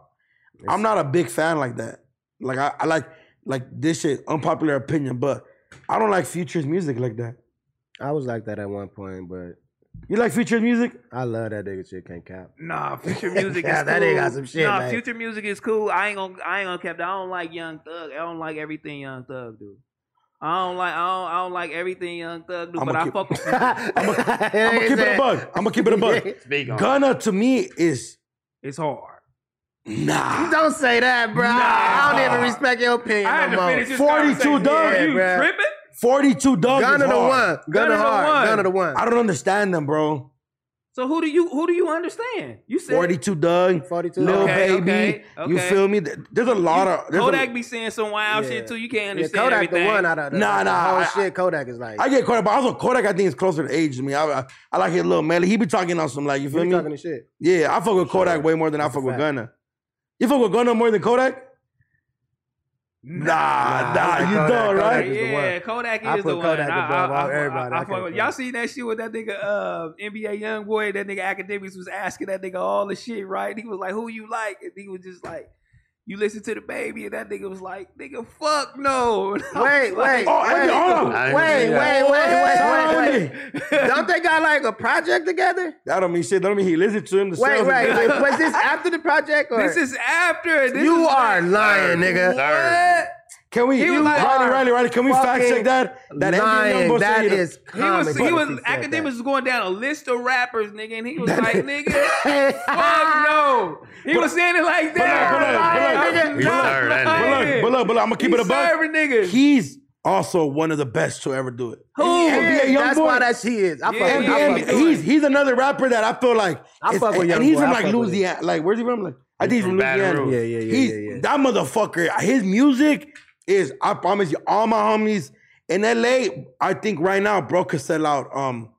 S2: I'm not a big fan like that. Like I, I like like this shit, unpopular opinion, but I don't like Future's music like that.
S5: I was like that at one point, but
S2: you like future music?
S5: I love that nigga shit can't cap.
S1: Nah, Ah, future music
S5: yeah,
S1: is
S5: that
S1: cool.
S5: nigga got some shit.
S1: Nah,
S5: man.
S1: future music is cool. I ain't gonna I ain't gonna cap that. I don't like Young Thug. I don't like everything Young Thug do. I don't like I don't, I don't like everything Young Thug do,
S2: I'ma
S1: but I
S2: keep-
S1: fuck with
S2: I'm gonna keep it a bug. I'm gonna keep it a bug.
S3: Speak on it.
S2: Gunna to me is
S1: it's hard.
S2: Nah.
S5: Don't say that, bro. I don't even respect your opinion.
S1: I had
S5: no
S1: to
S5: more.
S1: finish this
S2: 42
S1: conversation.
S2: dog.
S5: Yeah,
S2: you
S5: bruh.
S1: tripping?
S2: 42 dog.
S5: Gunna
S2: is
S5: the
S2: hard.
S5: one. Gunna
S1: Gunna the
S5: hard.
S1: one.
S5: Gunna the one.
S2: I don't understand them, bro.
S1: So who do you who do you understand? You said
S2: 42 Doug,
S5: 42
S2: Lil
S1: Okay,
S2: Baby.
S1: okay,
S2: You
S1: okay.
S2: feel me? Th- There's a lot of. There's
S1: Kodak
S2: a,
S1: be saying some wild shit too. You can't
S5: Yeah,
S1: understand
S5: Kodak
S1: everything.
S5: the one out of the,
S2: Nah,
S5: the
S2: nah,
S5: whole
S2: I-
S5: shit. Kodak is like.
S2: I get Kodak, but also Kodak, I think is closer to age to me. I, I, I like his little melody. He be talking on some like you
S5: you
S2: feel
S5: be
S2: me?
S5: talking this shit.
S2: yeah, I fuck with Kodak way more than I fuck with Gunna. You fuck with Gunna more than Kodak? Nah, nah,
S5: I like
S2: you
S5: Kodak.
S2: don't,
S5: Kodak
S2: right?
S5: is the one.
S1: Yeah, Kodak
S5: I
S1: is
S5: put
S1: the one.
S5: Kodak
S1: I- I-
S5: above all
S1: I-
S5: everybody.
S1: I- I
S5: I
S1: fuck
S5: can't
S1: with-
S5: do
S1: y'all
S5: it.
S1: seen that shit with that nigga uh, NBA young boy? That nigga academics was asking that nigga all the shit, right? He was like, "Who you like?" And he was just like, "You listen to the baby," and that nigga was like, "Nigga, fuck no." And I
S5: Wait,
S1: was like,
S5: wait,
S2: Oh,
S5: wait,
S2: Andy, hold on.
S3: I-
S5: wait, wait, wait, wait, wait,
S2: Tony.
S5: Don't they got like a project together?
S2: That don't mean shit. That don't mean he listened to him. The
S5: Wait,
S2: sales-
S5: wait, wait. Was this after the project or
S1: This is after. This
S5: you
S1: is
S5: are lying, nigga.
S3: Sir.
S2: Can we?
S1: He was
S2: You,
S1: like,
S2: Riley,
S5: "Are
S2: Riley, Riley. Can we fact check
S5: fucking
S2: that? That Andy Young
S5: lying.
S2: boy said
S5: That
S2: he-
S5: is
S1: He was
S5: comical
S1: he
S5: if
S1: was
S5: said that.
S1: academics was going down a list of rappers, nigga, and he was like, nigga, fuck no. He was saying it like that.
S3: but look, but
S1: I'm
S3: look, but look, we
S1: not
S3: sorry,
S2: But
S3: Andy.
S1: lying.
S2: look, but look, but look, I'm gonna keep
S1: He
S2: it a buck.
S1: serving niggas.
S2: He's also one of the best to ever do it.
S1: Who?
S2: NBA
S5: Yeah,
S2: young
S5: That's
S2: boy.
S5: why that she is. I fuck,
S1: Yeah,
S5: I
S2: And,
S1: yeah,
S5: fuck
S2: and
S1: yeah.
S5: with
S2: he's he's another rapper that I feel like
S5: I
S2: is-
S5: fuck with
S2: and,
S5: Young
S2: he's
S5: Boy.
S2: from
S5: I
S2: like
S5: fuck with
S2: Louisiana. Like where's he from? Like I think he's
S3: from
S2: from
S3: Baton
S2: Louisiana.
S3: Rouge.
S5: Yeah, yeah, yeah,
S2: He's
S5: yeah, yeah.
S2: that motherfucker. His music is I promise you, all my homies in LA, I think right now, bro could sell out um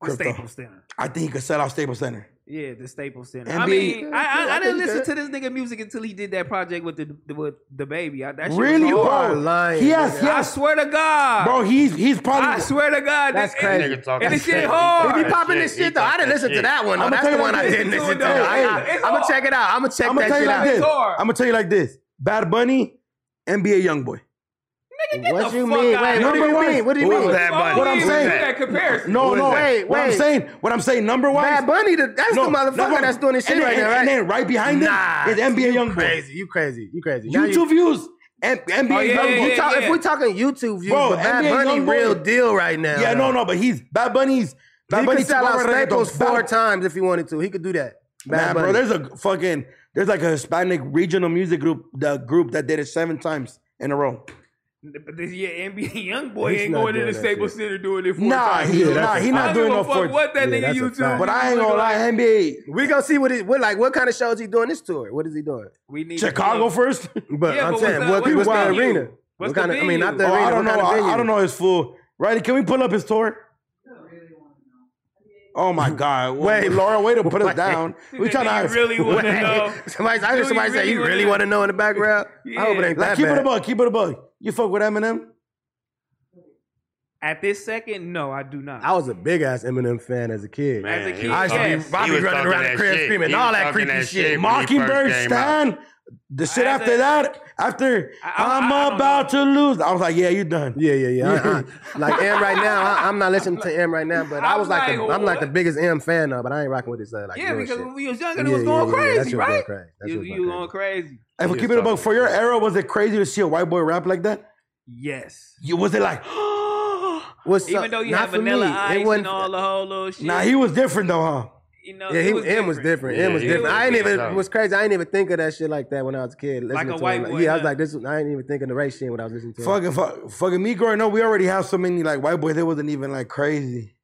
S1: The
S2: crypto.
S1: Staples Center.
S2: I think he could sell out Staples Center.
S1: Yeah, the Staples Center.
S2: And
S1: I
S2: be-
S1: mean, I,
S2: Yeah,
S1: I,
S2: I
S1: I didn't
S2: think
S1: listen
S2: that-
S1: to this nigga music until he did that project with the with the baby. I, that shit was
S2: Really,
S1: hard.
S2: bro?
S5: are lying,
S2: Yes,
S5: nigga.
S1: I
S2: yes,
S1: swear to God,
S2: bro. He's he's probably.
S1: I swear to God,
S5: That's
S1: this-
S5: crazy.
S3: Nigga talking
S1: And this shit
S3: shit.
S1: hard.
S5: He
S3: He
S5: be
S3: talk
S5: popping
S3: that
S5: this
S3: shit,
S5: shit though.
S3: he
S5: I
S3: talk
S5: didn't
S3: that
S5: listen to
S3: shit.
S5: that one. though.
S2: I'ma
S5: That's
S2: tell
S5: the
S2: you
S5: one
S2: like
S5: I
S2: this.
S5: didn't
S2: It's
S5: listen to.
S2: hard.
S5: I'm
S1: It's
S5: gonna
S1: hard.
S5: check it out. I'm gonna check
S2: I'm gonna
S5: that
S2: tell you
S5: shit
S2: like
S5: out.
S2: this.
S1: hard.
S2: I'm gonna tell you like this. Bad Bunny, NBA YoungBoy.
S5: What
S1: the
S5: you
S1: fuck
S5: mean?
S1: out
S5: Wait,
S1: of
S5: what do
S2: here.
S5: you mean? What do you
S3: Who was
S5: mean?
S3: Bad Bunny?
S1: What I'm
S2: Who is
S1: saying,
S2: that?
S1: that comparison.
S2: No,
S3: What is
S2: no.
S3: that?
S5: Wait,
S2: What I'm
S5: wait.
S2: saying, what I'm saying, number wise.
S5: Bad Bunny, the, that's
S2: No,
S5: the motherfucker
S2: number-
S5: that's doing this shit
S2: and then,
S5: right
S2: and,
S5: now, right?
S2: And then right behind
S5: nah,
S2: him is NBA
S5: you
S2: Young Boy.
S5: Crazy, you crazy, you crazy. Now
S2: YouTube
S5: you-
S2: views, and, NBA
S1: Oh,
S2: Young
S1: yeah, yeah,
S2: Boy.
S5: you
S1: yeah,
S5: talk,
S1: yeah.
S5: If we're talking YouTube views,
S2: Bro,
S5: but Bad
S2: NBA
S5: Bunny
S2: Youngboy-
S5: real deal right now.
S2: Yeah, no,
S5: though.
S2: no, but he's Bad Bunny's. Bad
S5: He
S2: Bunny's
S5: could sell out
S2: Bad Bunny-
S5: Staples
S2: Bad-
S5: four times if he wanted to. He could do that.
S2: Man,
S5: Bad
S2: bro,
S5: Bunny.
S2: there's a fucking there's like a Hispanic regional music group, the group that did it seven times in a row.
S1: But this yeah, NBA young boy
S5: He's
S1: ain't
S5: not
S1: going to the
S5: doing that
S1: Staples
S5: shit.
S1: Center doing it four
S2: Nah,
S1: times.
S2: he,
S5: Yeah,
S2: nah,
S5: that's
S2: he
S5: a
S2: not
S1: I
S2: doing
S1: don't
S2: no
S1: give a fuck
S2: four.
S1: what that
S5: Yeah,
S1: nigga
S5: that's a
S1: YouTube.
S5: fact.
S2: But I ain't gonna lie, NBA
S5: we gonna see what it what like. What kind of shows he doing this tour? What is he doing?
S1: We need
S2: Chicago first.
S5: But
S1: Yeah,
S5: I'm
S1: but
S5: saying,
S1: what's the-
S5: what,
S1: what's
S5: what's
S1: the
S5: the
S1: venue?
S5: arena?
S1: What's
S5: What
S1: the
S5: kind of? I mean, not the
S2: Oh,
S5: arena.
S2: I don't
S5: what
S2: know.
S5: kind of venue?
S2: I, I don't know his full. Riley, can we pull up his tour? Oh my God! Wait,
S5: Wait.
S2: Laura, way to put us
S5: Wait.
S2: down. We trying
S1: You
S2: to
S1: really want to
S5: Wait,
S1: know?
S5: Somebody, I
S1: Do
S5: heard
S1: you
S5: somebody say,
S1: really
S5: "You
S1: wanna
S5: really
S1: know?"
S5: want to know in the background?" I hope it
S1: Yeah.
S2: like
S5: ain't that
S2: keep
S5: bad.
S2: it a bug. Keep it a bug. You fuck with Eminem?
S1: At this second, no, I do not.
S5: I was a big ass Eminem fan as a kid.
S3: Man,
S1: As a
S3: he
S1: kid,
S3: was
S5: I used to be-
S1: yes.
S5: I be
S3: He was
S5: running
S3: talking
S5: around the
S3: that
S5: crib
S3: shit.
S5: screaming
S3: He
S5: all
S3: was
S5: that
S3: talking
S5: creepy
S3: that
S5: shit.
S3: shit when he first
S2: Mockingbird
S3: came out.
S2: Stan. The shit
S1: As
S2: after
S1: a-
S2: that, after
S1: I- I-
S2: I, am
S1: I don't
S2: about to lose, I was like, yeah, you done.
S5: Yeah, yeah, yeah. I- I- like M right now, I, I'm not listening to M right now, but i
S1: I'm
S5: was like, the,
S1: like,
S5: I'm like the
S1: what?
S5: biggest M fan though, but I ain't rocking with this uh, like
S1: yeah,
S5: newer
S1: because
S5: shit.
S1: when we was younger, it
S5: Yeah,
S1: was going
S5: yeah, yeah, yeah, that
S1: crazy,
S5: shit was
S1: right?
S5: going crazy. That
S1: You
S5: shit was
S1: you
S5: going
S1: going crazy?
S2: If we keep it a bug for your era, was it crazy to see a white boy rap like that?
S1: Yes.
S2: You was it like?
S5: What's
S1: Even
S5: up?
S1: though you
S5: Not
S1: had
S5: for
S1: vanilla
S5: me. It
S1: ice and
S5: wasn't-
S1: all the whole little shit.
S2: Nah, he was different though, huh?
S1: you know,
S5: yeah,
S1: it
S5: he
S1: was
S5: M was different. M
S3: Yeah,
S5: was
S3: he
S5: different.
S3: was
S5: I ain't even
S3: different.
S5: it was crazy. I ain't even think of that shit like that when I was a kid.
S1: Like
S5: listening
S1: a
S5: to
S1: white
S5: him.
S1: boy,
S5: yeah, I was
S1: huh?
S5: like this. I ain't even thinking the race shit when I was listening to. him.
S2: Fucking, fuck, fucking me growing up, we already have so many like white boys. It wasn't even like crazy.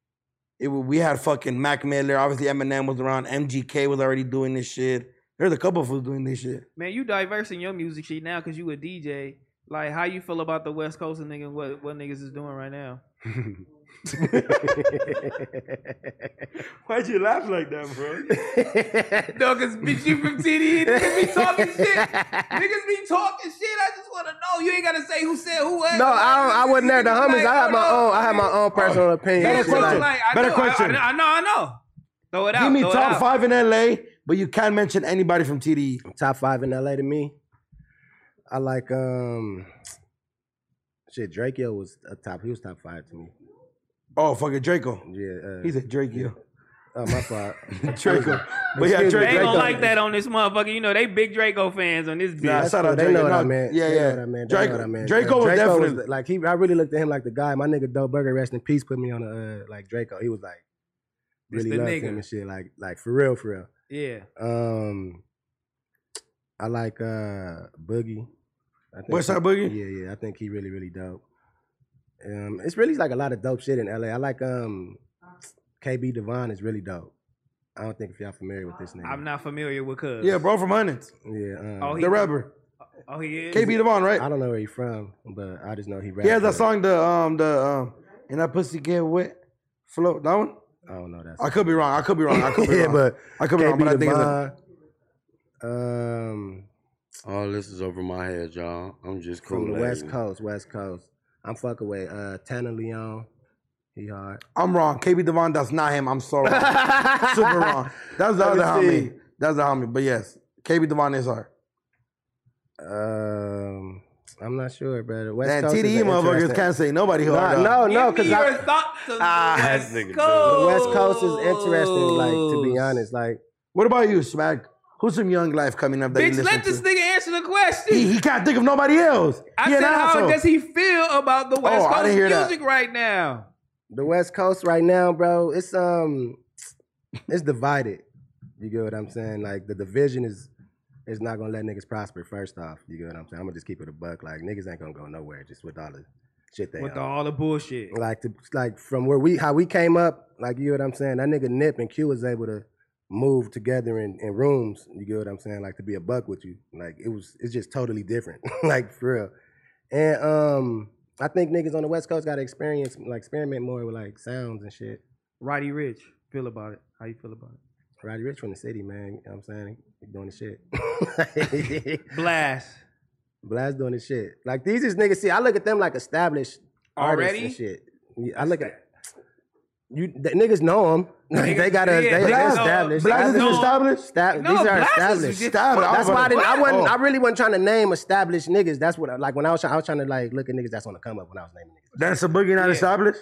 S2: It wa- we had fucking Mac Miller. Obviously, Eminem was around. MGK was already doing this shit. There's a couple of us doing this shit.
S1: Man, you diverse in your music shit now because you a DJ. Like, how you feel about the West Coast and nigga, what, what niggas is doing right now?
S2: Why'd you laugh like that, bro?
S1: No, because bitch, you from TDE. Niggas be talking shit. Niggas be talking shit. I just want to know. You ain't got to say who said who was.
S5: no, I don't, I wasn't there. The homies, I had my own. I had my own personal opinion.
S2: Better
S5: and shit like-
S2: question. Better
S1: I know,
S2: question.
S1: I, I, I know, I know. Throw it out.
S2: Give me
S1: throw it
S2: top
S1: out.
S2: five in LA, but you can't mention anybody from E. TDE.
S5: top five in LA to me. I like um shit, Drake Yo was a top he was top five to me.
S2: Oh, fucking Draco.
S5: Yeah, uh,
S2: he's a Draco.
S5: Oh, my fault.
S2: Draco. But yeah,
S1: they ain't
S2: Draco.
S1: gonna like that on this motherfucker. You know, they big Draco fans on this bitch.
S5: Nah, that's cool. They know what I meant.
S2: yeah,
S5: They know
S2: yeah.
S5: what I meant. They know
S2: Draco-
S5: what I meant.
S2: Draco was definitely-
S5: the- like he. I really looked at him like the guy. My nigga Doe Burger, rest in peace, put me on a uh, like Draco. He was like
S1: It's
S5: really
S1: the
S5: loved
S1: nigga.
S5: him and shit. Like like for real, for real.
S1: Yeah.
S5: Um, I like uh Boogie. I think
S2: Westside
S5: he-
S2: Boogie?
S5: Yeah, yeah. I think he really really dope. Um, it's really like a lot of dope shit in LA. I like um KB Devon is really dope. I don't think if y'all familiar with this nigga.
S1: I'm not familiar with Cuz.
S2: Yeah, bro, from Huntington.
S5: Yeah, um,
S1: Oh, he- The
S2: rapper.
S1: Oh, he is.
S2: KB Devon, right?
S5: I don't know where he from, but I just know he raps.
S2: He has that
S5: good.
S2: song, the um, the um, and that pussy get wet, float. That one.
S5: I don't know that.
S2: I could be wrong. I could be wrong. I could be
S5: yeah,
S2: wrong.
S5: but
S2: I could be wrong.
S5: KB
S2: But I think it's
S5: Devine,
S2: a,
S5: um
S3: All Oh, this is over my head, y'all. I'm just cool.
S5: from the West Coast, West Coast. I'm fucking with uh Tanner Leon. He hard.
S2: I'm wrong. KB Devon, that's not him. I'm sorry. Super wrong. That's the
S5: Let me
S2: other
S5: see.
S2: homie. That's the homie. But yes, KB Devon is her.
S5: Um I'm not sure, brother. West
S2: That
S5: Coast is
S2: TDE
S5: an
S2: E motherfuckers
S5: interesting-
S2: can't say nobody hard.
S5: Nah, no, no,
S1: Give
S5: because
S1: me your
S5: the
S1: thoughts of
S2: Ah,
S1: the West
S5: West
S1: Coast.
S5: Coast is interesting, like to be honest. Like
S2: What about you, Smack? Who's some young life coming up that you
S1: Bitch,
S2: listen
S1: let this
S2: to?
S1: nigga answer the question.
S2: He, he can't think of nobody else.
S1: I
S2: he an
S1: said, how
S2: asshole.
S1: does he feel about the West
S2: Oh, I
S1: Coast
S2: didn't hear that.
S1: music right now?
S5: the West Coast right now, bro, it's um it's divided. You get what I'm saying? Like the division is is not gonna let niggas prosper first off. You get what I'm saying? I'm gonna just keep it a buck. Like niggas ain't gonna go nowhere just with all the shit they
S1: With
S5: own.
S1: all the bullshit.
S5: like to like from where we how we came up, like you know what I'm saying. That nigga Nip and Q was able to move together in, in rooms. You get what I'm saying? Like to be a buck with you. Like it was it's just totally different. like for real. And um I think niggas on the West Coast gotta experience like experiment more with like sounds and shit.
S1: Roddy Rich, feel about it. How you feel about it?
S5: Roddy Rich from the city, man. You know what I'm saying? He doing the shit.
S1: Blast.
S5: Blast doing his shit. Like these is niggas see, I look at them like established
S1: Already?
S5: artists and shit. Yeah, I look at you the niggas know them. they
S1: Niggas-
S5: got to
S1: yeah,
S5: they, they
S1: Blast-
S5: established.
S1: Blast is
S5: Established.
S2: established?
S5: Sta-
S1: No,
S5: these are
S1: Blast is
S5: established.
S1: just-
S2: Established.
S5: That's why I didn't. I wasn't.
S2: Oh.
S5: I really wasn't trying to name established niggas. That's what. I- Like when I was, try- I was trying to like look at niggas that's on the come up when I was naming niggas.
S2: That's a boogie not established.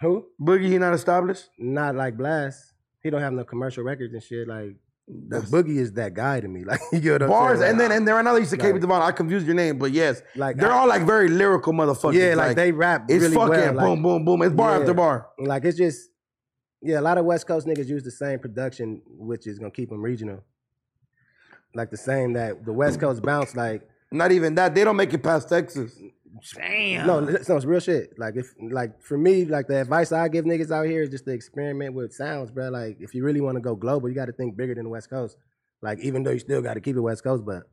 S5: Who?
S2: Boogie he not established.
S5: Not like Blast. He don't have no commercial records and shit. Like the Boogie is that guy to me. Like you know what I'm
S2: Bars
S5: saying?
S2: and then
S5: Like,
S2: and then right now they used to KB
S5: Like-
S2: Devon. I confused your name, but yes,
S5: Like,
S2: they're
S5: I-
S2: all like very lyrical motherfuckers.
S5: yeah, like, they rap.
S2: It's
S5: really
S2: fucking
S5: well, like-
S2: boom, boom, boom. It's bar
S5: Yeah.
S2: after bar.
S5: Like it's just, yeah, a lot of West Coast niggas use the same production, which is gonna keep them regional. Like the same that the West Coast bounce, like
S2: Not even that. They don't make it past Texas.
S1: Damn.
S5: no, it's- no, it's real shit. Like if, like for me, like the advice I give niggas out here is just to experiment with sounds, bro. Like if you really want to go global, you got to think bigger than the West Coast. Like even though you still got to keep it West Coast, but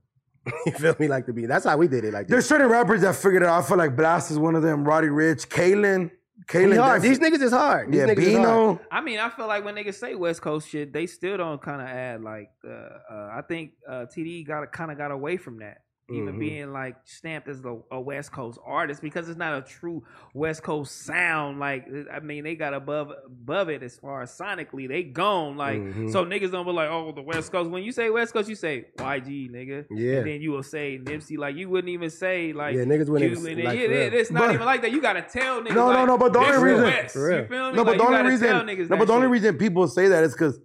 S5: you feel me? Like to be, that's how we did it. Like
S2: There's certain rappers that figured it out. I feel like Blast is one of them. Roddy Rich, Kalen, Kalen.
S5: We hard. These
S2: definitely-
S5: niggas is hard. These
S2: yeah,
S5: niggas is hard.
S2: Bino.
S1: I mean, I feel like when niggas say West Coast shit, they still don't kind of add like. Uh, uh, I think uh, TD got kind of got away from that, even
S5: Mhm.
S1: being like stamped as a, a West Coast artist because it's not a true West Coast sound. Like, uh, I mean, they got above above it as far as sonically. They gone like
S5: Mhm.
S1: so niggas don't be like, oh, the West Coast. When you say West Coast, you say YG, nigga.
S5: Yeah.
S1: And then you will say Nipsey. Like you wouldn't even say like
S5: Yeah, niggas wouldn't
S1: you
S5: even-
S1: and-
S5: like,
S1: yeah,
S5: for
S1: it-
S5: real.
S1: it's not
S2: But-
S1: even like that. You gotta tell niggas.
S2: No, no,
S1: like,
S2: no, but the only
S1: this is
S2: reason-
S1: West.
S5: For real.
S1: You feel me?
S2: No,
S1: Like,
S2: but the
S1: you
S2: only
S1: gotta tell
S2: reason,
S1: niggas
S2: no, but
S1: that
S2: the only
S1: shit.
S2: reason people say that is because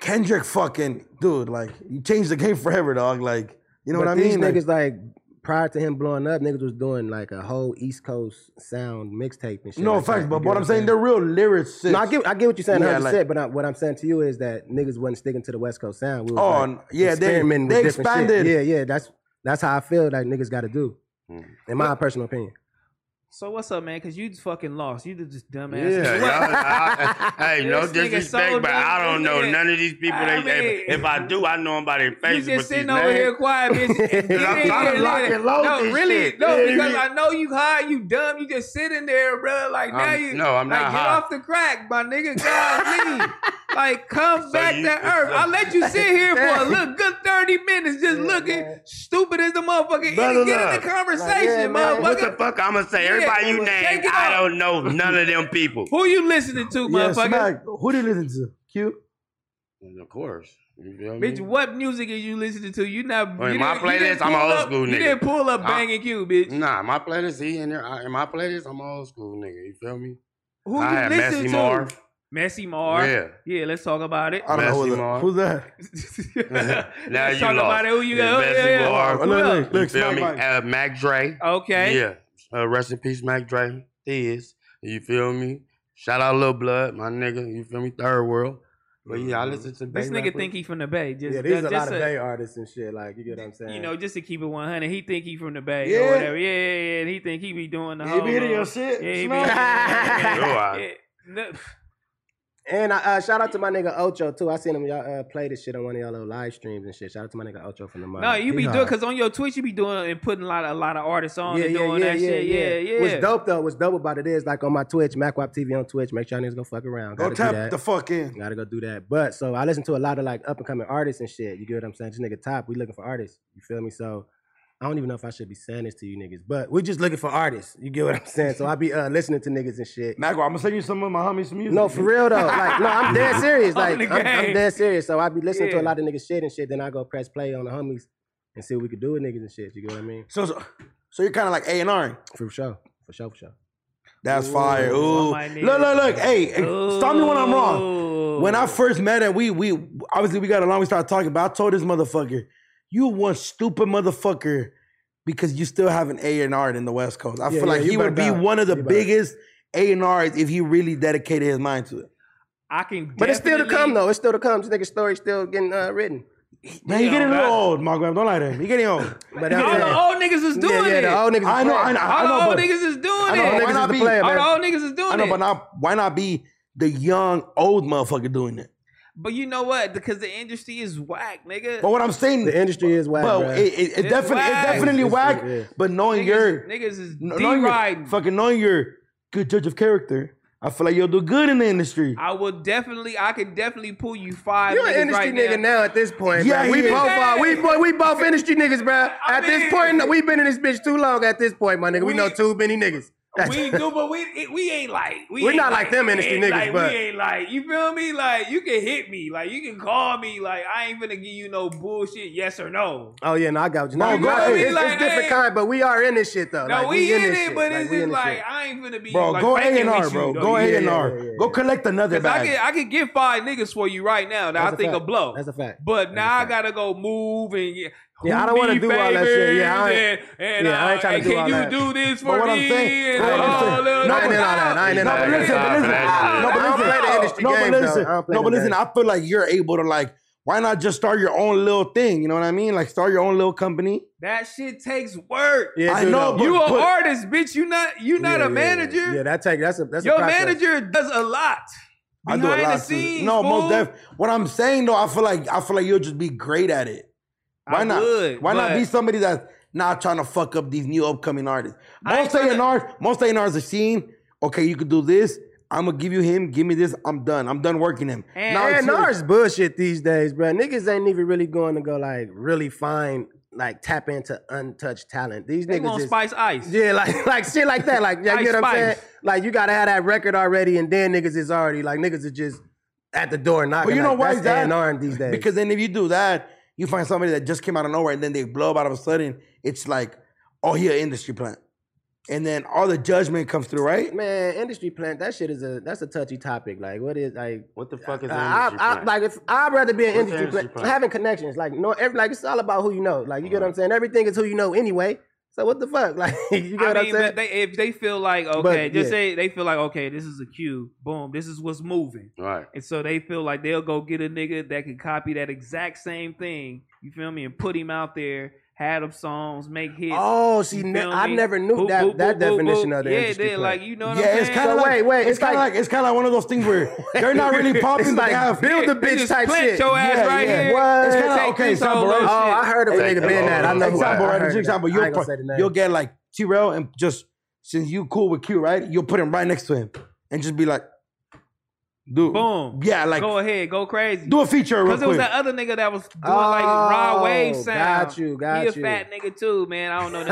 S2: Kendrick fucking dude, like you changed the game forever, dog. Like you know
S5: But
S2: what I
S5: these
S2: mean? Like,
S5: niggas like prior to him blowing up, niggas was doing like a whole East Coast sound mixtape and shit.
S2: no
S5: like
S2: facts,
S5: that.
S2: but
S5: You
S2: what
S5: get
S2: I'm saying, they're real lyricists.
S5: No, I get I get what you're saying,
S2: Yeah,
S5: 100.
S2: like-
S5: percent But I, what I'm saying to you is that niggas wasn't sticking to the West Coast sound. We was,
S2: Oh,
S5: like,
S2: n- yeah, they-
S5: experimenting
S2: they
S5: with different shit.
S2: expanded.
S5: Yeah, yeah, that's that's how I feel. Like niggas got to do, in my personal opinion.
S1: So what's up, man? Cause you just fucking lost. You just dumbass.
S3: Yeah,
S1: What?
S3: y'all, I, hey, no
S1: This nigga
S3: disrespect,
S1: so
S3: but I
S1: dumb,
S3: don't
S1: this
S3: know
S1: nigga-
S3: none of these people.
S1: I
S3: They,
S1: mean-
S3: if I do, I know them by their
S1: You
S3: faces. but
S1: just sitting
S3: these
S1: over
S3: names-
S1: here quiet, bitch. And
S3: I'm
S1: then-
S3: trying to lock and load
S1: no,
S3: this
S1: really,
S3: shit.
S1: no,
S3: Yeah,
S1: because
S3: yeah.
S1: I know you high, you dumb, you just sitting there, bro. Like now
S3: I'm-
S1: you,
S3: no, I'm
S1: like,
S3: not
S1: Get
S3: high.
S1: off the crack, my nigga. God, leave. Like come back
S3: you-
S1: to earth.
S3: so-
S1: I let you sit here for a little good thirty minutes, just looking stupid as a motherfucker.
S3: Brother,
S1: Any, get in
S3: look.
S1: the conversation,
S5: man,
S3: What the
S1: motherfucker.
S3: fuck I'm gonna say?
S1: Yeah,
S3: Everybody you
S1: take
S3: named,
S1: it
S3: I
S1: off.
S3: don't know none of them people.
S1: Who you listening to,
S2: yeah,
S1: motherfucker?
S2: smack. Who do you listen to? Q.
S3: And of course, you feel me?
S1: Bitch, what music are you listening to? You not
S3: Oh, in
S1: you
S3: my
S1: didn't- you didn't
S3: playlist, I'm an
S1: pull
S3: old
S1: up-
S3: school
S1: You
S3: nigga.
S1: didn't pull up
S3: I-
S1: banging Q, bitch.
S3: Nah, my playlist, he in there. I, in my playlist, I'm old school nigga. You feel me?
S1: Who
S3: I
S1: you
S3: had
S1: listen
S3: Messy
S1: to?
S3: Marv.
S1: Messy Marv.
S3: Yeah.
S1: Yeah, let's talk about it.
S3: I don't know who Messy that- Marv. who's
S1: that?
S3: now
S1: let's
S3: you
S1: talk
S3: lost.
S1: about it. Who you got? Oh,
S3: It's
S1: Yeah,
S3: Bessie
S1: yeah, yeah.
S3: Barr.
S1: Who else?
S3: You feel me? Uh, Mac Dre.
S1: Okay.
S3: Yeah. Uh, rest in peace, Mac Dre. Is you feel me? Shout out Lil Blood, my nigga. You feel me? Third World. But yeah, I listen to
S1: This
S3: Bay
S1: nigga
S3: rappers.
S1: think he from the Bay. Just,
S5: yeah, these
S1: just
S5: a lot of
S1: a-
S5: Bay artists and shit. Like, you get what I'm saying?
S1: You know, just to keep it 100, he think he from the Bay
S5: Yeah.
S1: or whatever. Yeah, yeah, yeah. And he think he be doing the
S5: He
S1: whole.
S5: be hitting
S1: little-
S5: your shit,
S1: Yeah, he be
S5: Snoop.
S1: Yeah, yeah.
S5: And I, uh, shout out to my nigga Ocho too. I seen him y'all uh, play this shit on one of y'all little live streams and shit. Shout out to my nigga Ocho from the
S1: No,
S5: mind.
S1: no, you
S5: He
S1: be
S5: hard.
S1: doing because on your Twitch you be doing and putting a lot of a lot of artists on and doing that shit. Yeah, yeah.
S5: What's dope though, what's dope about it is like on my Twitch, MacWap TV on Twitch, make sure y'all niggas go fuck around.
S2: Go
S5: Gotta do
S2: tap
S5: that.
S2: the fuck in.
S5: Gotta go do that. But so I listen to a lot of like up and coming artists and shit. You get what I'm saying? This nigga top, we looking for artists. You feel me? So I don't even know if I should be saying this to you niggas, but we just looking for artists. You get what I'm saying? So I be uh, listening to niggas and shit.
S2: Mago, I'm gonna send you some of my homies' music.
S5: No, for real though. Like, no, I'm dead serious.
S2: On
S5: Like,
S2: the
S5: I'm, I'm
S2: game.
S5: dead serious. So I be listening to
S2: Yeah.
S5: a lot of niggas shit and shit. Then I go press play on the homies and see what we could do with niggas and shit. You get what I mean?
S2: So, so, so you're kind of like A and R.
S5: For sure, for sure, for sure.
S2: That's fire. Ooh,
S5: somebody
S2: look,
S5: need
S2: look,
S5: it.
S2: look. Hey, hey, stop me when I'm wrong. When I first met him, we we obviously we got along. We started talking, but I told this motherfucker, "You one stupid motherfucker," because you still have an A and R in the West Coast. I
S5: Yeah,
S2: feel
S5: yeah,
S2: like
S5: you
S2: he would
S5: bugged
S2: be
S5: out.
S2: one of the
S5: You bugged out.
S2: biggest A and R's if he really dedicated his mind to it.
S1: I can,
S5: but it's still to come though. It's still to come. This nigga's story still getting uh, written.
S2: Man, he getting a little old, Mark. Don't lie to him. He getting old.
S5: But
S1: all
S5: I'm
S1: the
S5: saying-
S1: old niggas is
S5: Yeah,
S1: doing
S5: yeah,
S1: it.
S5: the old niggas is
S2: I know, I know, I know,
S1: All the old
S2: but-
S1: niggas is doing
S2: I know,
S1: it.
S2: why not be?
S1: All
S2: man.
S1: the old niggas is
S2: I
S1: doing
S2: know,
S1: it.
S2: but not, why not be the young old motherfucker doing it?
S1: But you know what? Because the industry is whack, nigga.
S2: But what I'm saying,
S5: the industry is whack.
S2: Well,
S5: bruh.
S2: it, it, it
S1: It's
S2: definitely,
S1: whack.
S2: it's definitely
S5: It's-
S2: whack.
S5: it's- yeah.
S2: But knowing your
S1: niggas
S2: kn-
S1: is
S2: knowing your-
S1: deriding.
S2: fucking knowing your good judge of character, I feel like you'll do good in the industry.
S1: I will definitely, I can definitely pull you five.
S5: You're an
S1: niggas
S5: industry
S1: right
S5: nigga now. at this point.
S2: Yeah,
S5: bruh. we
S2: he is.
S5: both are. We both we both industry niggas, bro.
S1: I
S5: At this
S1: mean-
S5: point, we've been in this bitch too long. At this point, my nigga, we,
S1: We-
S5: know too many niggas.
S1: We do, but we it- we ain't like we
S5: We're
S1: ain't
S5: not like them industry
S1: ain't
S5: niggas,
S1: like,
S5: but-
S1: we ain't like you feel me. Like you can hit me, like you can call me, like I ain't gonna give you no bullshit, yes or no.
S5: Oh yeah, no, I got you. No,
S1: You
S5: bro,
S1: know what I mean?
S5: it's, it's
S1: Like,
S5: different
S1: hey.
S5: kind, but we are in this shit though.
S1: No,
S5: Like,
S1: we, in,
S5: this
S1: it,
S5: shit.
S1: but
S5: Like,
S1: it's
S5: we
S1: just
S5: in this
S1: like
S5: shit.
S1: I ain't gonna be
S2: bro,
S1: like,
S2: go A
S1: faking
S2: and R,
S1: with you,
S2: bro.
S1: though.
S2: Go
S1: Yeah,
S2: A and
S1: yeah,
S2: R.
S1: yeah, yeah.
S2: Go collect another
S1: 'Cause I
S2: bag.
S1: could I could get five niggas for you right now. That
S5: That's
S1: I
S5: a
S1: think
S5: fact.
S1: a blow.
S5: That's a fact.
S1: But now I gotta go move and yeah.
S5: Yeah, I don't wanna do all that shit. Yeah, I ain't-
S1: ain't, and, and,
S5: yeah, I ain't
S1: uh,
S5: tryna
S1: and
S5: do
S1: can
S5: all
S1: you
S5: that.
S1: do this
S5: But
S1: for
S5: what I'm
S1: me?
S5: saying-
S1: And
S5: but what I'm
S1: all that-
S5: saying- No, I ain't in all that. I ain't in all
S2: No, but
S5: that.
S2: listen,
S5: Nah,
S2: but listen.
S5: nah,
S2: No,
S5: nah. I don't
S2: but listen.
S5: play the industry
S2: No,
S5: game,
S2: but
S5: though.
S2: listen.
S5: I don't play
S2: No, but
S5: them
S2: listen. I
S5: games.
S2: feel like you're able to like. Why not just start your own little thing? You know what I mean? Like start your own little company.
S1: That shit takes work.
S5: Yeah,
S2: I
S5: dude,
S2: know,
S5: no.
S2: but-
S1: you an
S2: but-
S1: artist, bitch. You not you not
S5: Yeah,
S1: a
S5: yeah,
S1: manager.
S5: Yeah, that take that's a that's a
S1: Your
S5: process.
S1: manager does a lot behind the
S2: too.
S1: scenes.
S2: No,
S1: fool.
S2: most def. What I'm saying though, I feel like I feel like you'll just be great at it. Why
S1: I
S2: not?
S1: would,
S2: Why not
S1: but-
S2: be somebody that's not trying to fuck up these new upcoming artists?
S1: I
S2: Most
S1: ain't
S2: A
S1: tryna-
S2: and R's, most A and R's are seen. Okay, you could do this. I'm gonna give you him. Give me this. I'm done. I'm done working him.
S5: And,
S2: Now it's
S5: and
S2: yours.
S5: ours bullshit these days, bro. Niggas ain't even really going to go like really find like tap into untouched talent. These
S1: they
S5: niggas
S1: want
S5: is,
S1: spice ice.
S5: yeah, like like shit like that. Like yeah, you
S1: Ice
S5: get what I'm
S1: Spice.
S5: saying? Like you gotta have that record already, and then niggas is already like niggas is just at the door knocking.
S2: But you know
S5: like,
S2: why
S5: that's
S2: is that?
S5: A&R these days.
S2: Because then if you do that, you find somebody that just came out of nowhere and then they blow up out of a sudden. It's like, oh, he an industry plant, and then all the judgment comes through, right?
S5: man, industry plant that shit is a that's a touchy topic. Like what is like
S3: What the fuck is
S5: I,
S3: an
S5: I,
S3: industry
S5: I
S3: plant?
S5: like if I'd rather be an
S3: What's
S5: industry,
S3: an industry
S5: pla-
S3: plant?
S5: having connections. Like no, every, like it's all about who you know. Like you get what I'm saying. Everything is who you know anyway. So what the fuck? Like you get
S1: I
S5: what
S1: mean,
S5: I'm
S1: but
S5: saying?
S1: they, if they feel like okay, just
S5: yeah.
S1: say they feel like okay, this is a cue. Boom, this is what's moving.
S3: Right.
S1: And so they feel like they'll go get a nigga that can copy that exact same thing. You feel me? And put him out there, had him songs, make hits.
S5: Oh, see,
S1: You
S5: ne-
S1: feel
S5: I
S1: me?
S5: never knew that- that definition of the
S1: yeah,
S5: industry
S1: Yeah,
S5: plant.
S1: like you know what I'm
S2: Yeah,
S1: saying?
S2: it's kind of
S5: So
S2: like
S5: wait, wait,
S2: It's,
S5: it's
S2: kind of
S5: like-
S2: like, it's kind of like one of those things where they're not really popping,
S5: It's
S2: but
S5: like
S2: they have
S5: build the
S1: They
S5: bitch
S1: just
S5: type
S1: plant
S5: shit.
S1: your ass right here.
S5: What?
S2: It's kind of
S1: Take
S2: okay.
S1: this
S2: Example,
S1: over
S2: right?
S1: shit.
S5: Oh, I heard of a
S3: Take
S5: nigga
S3: the
S5: being that. I
S3: logo.
S5: know. who-
S2: example,
S5: I
S2: right?
S5: heard
S2: Just
S5: that.
S2: example.
S5: I
S2: You'll,
S5: ain't gonna
S2: put-
S5: say the name.
S2: you'll get like T-Rail and just since you cool with Q, right? You'll put him right next to him and just be like, dude,
S1: Boom.
S2: yeah, like
S1: go ahead, go crazy.
S2: do a feature real
S1: Because it was
S2: quick.
S1: that other nigga that was doing like raw wave
S5: Oh,
S1: sound.
S5: got you, got
S1: he
S5: you.
S1: a fat nigga too, man. I don't know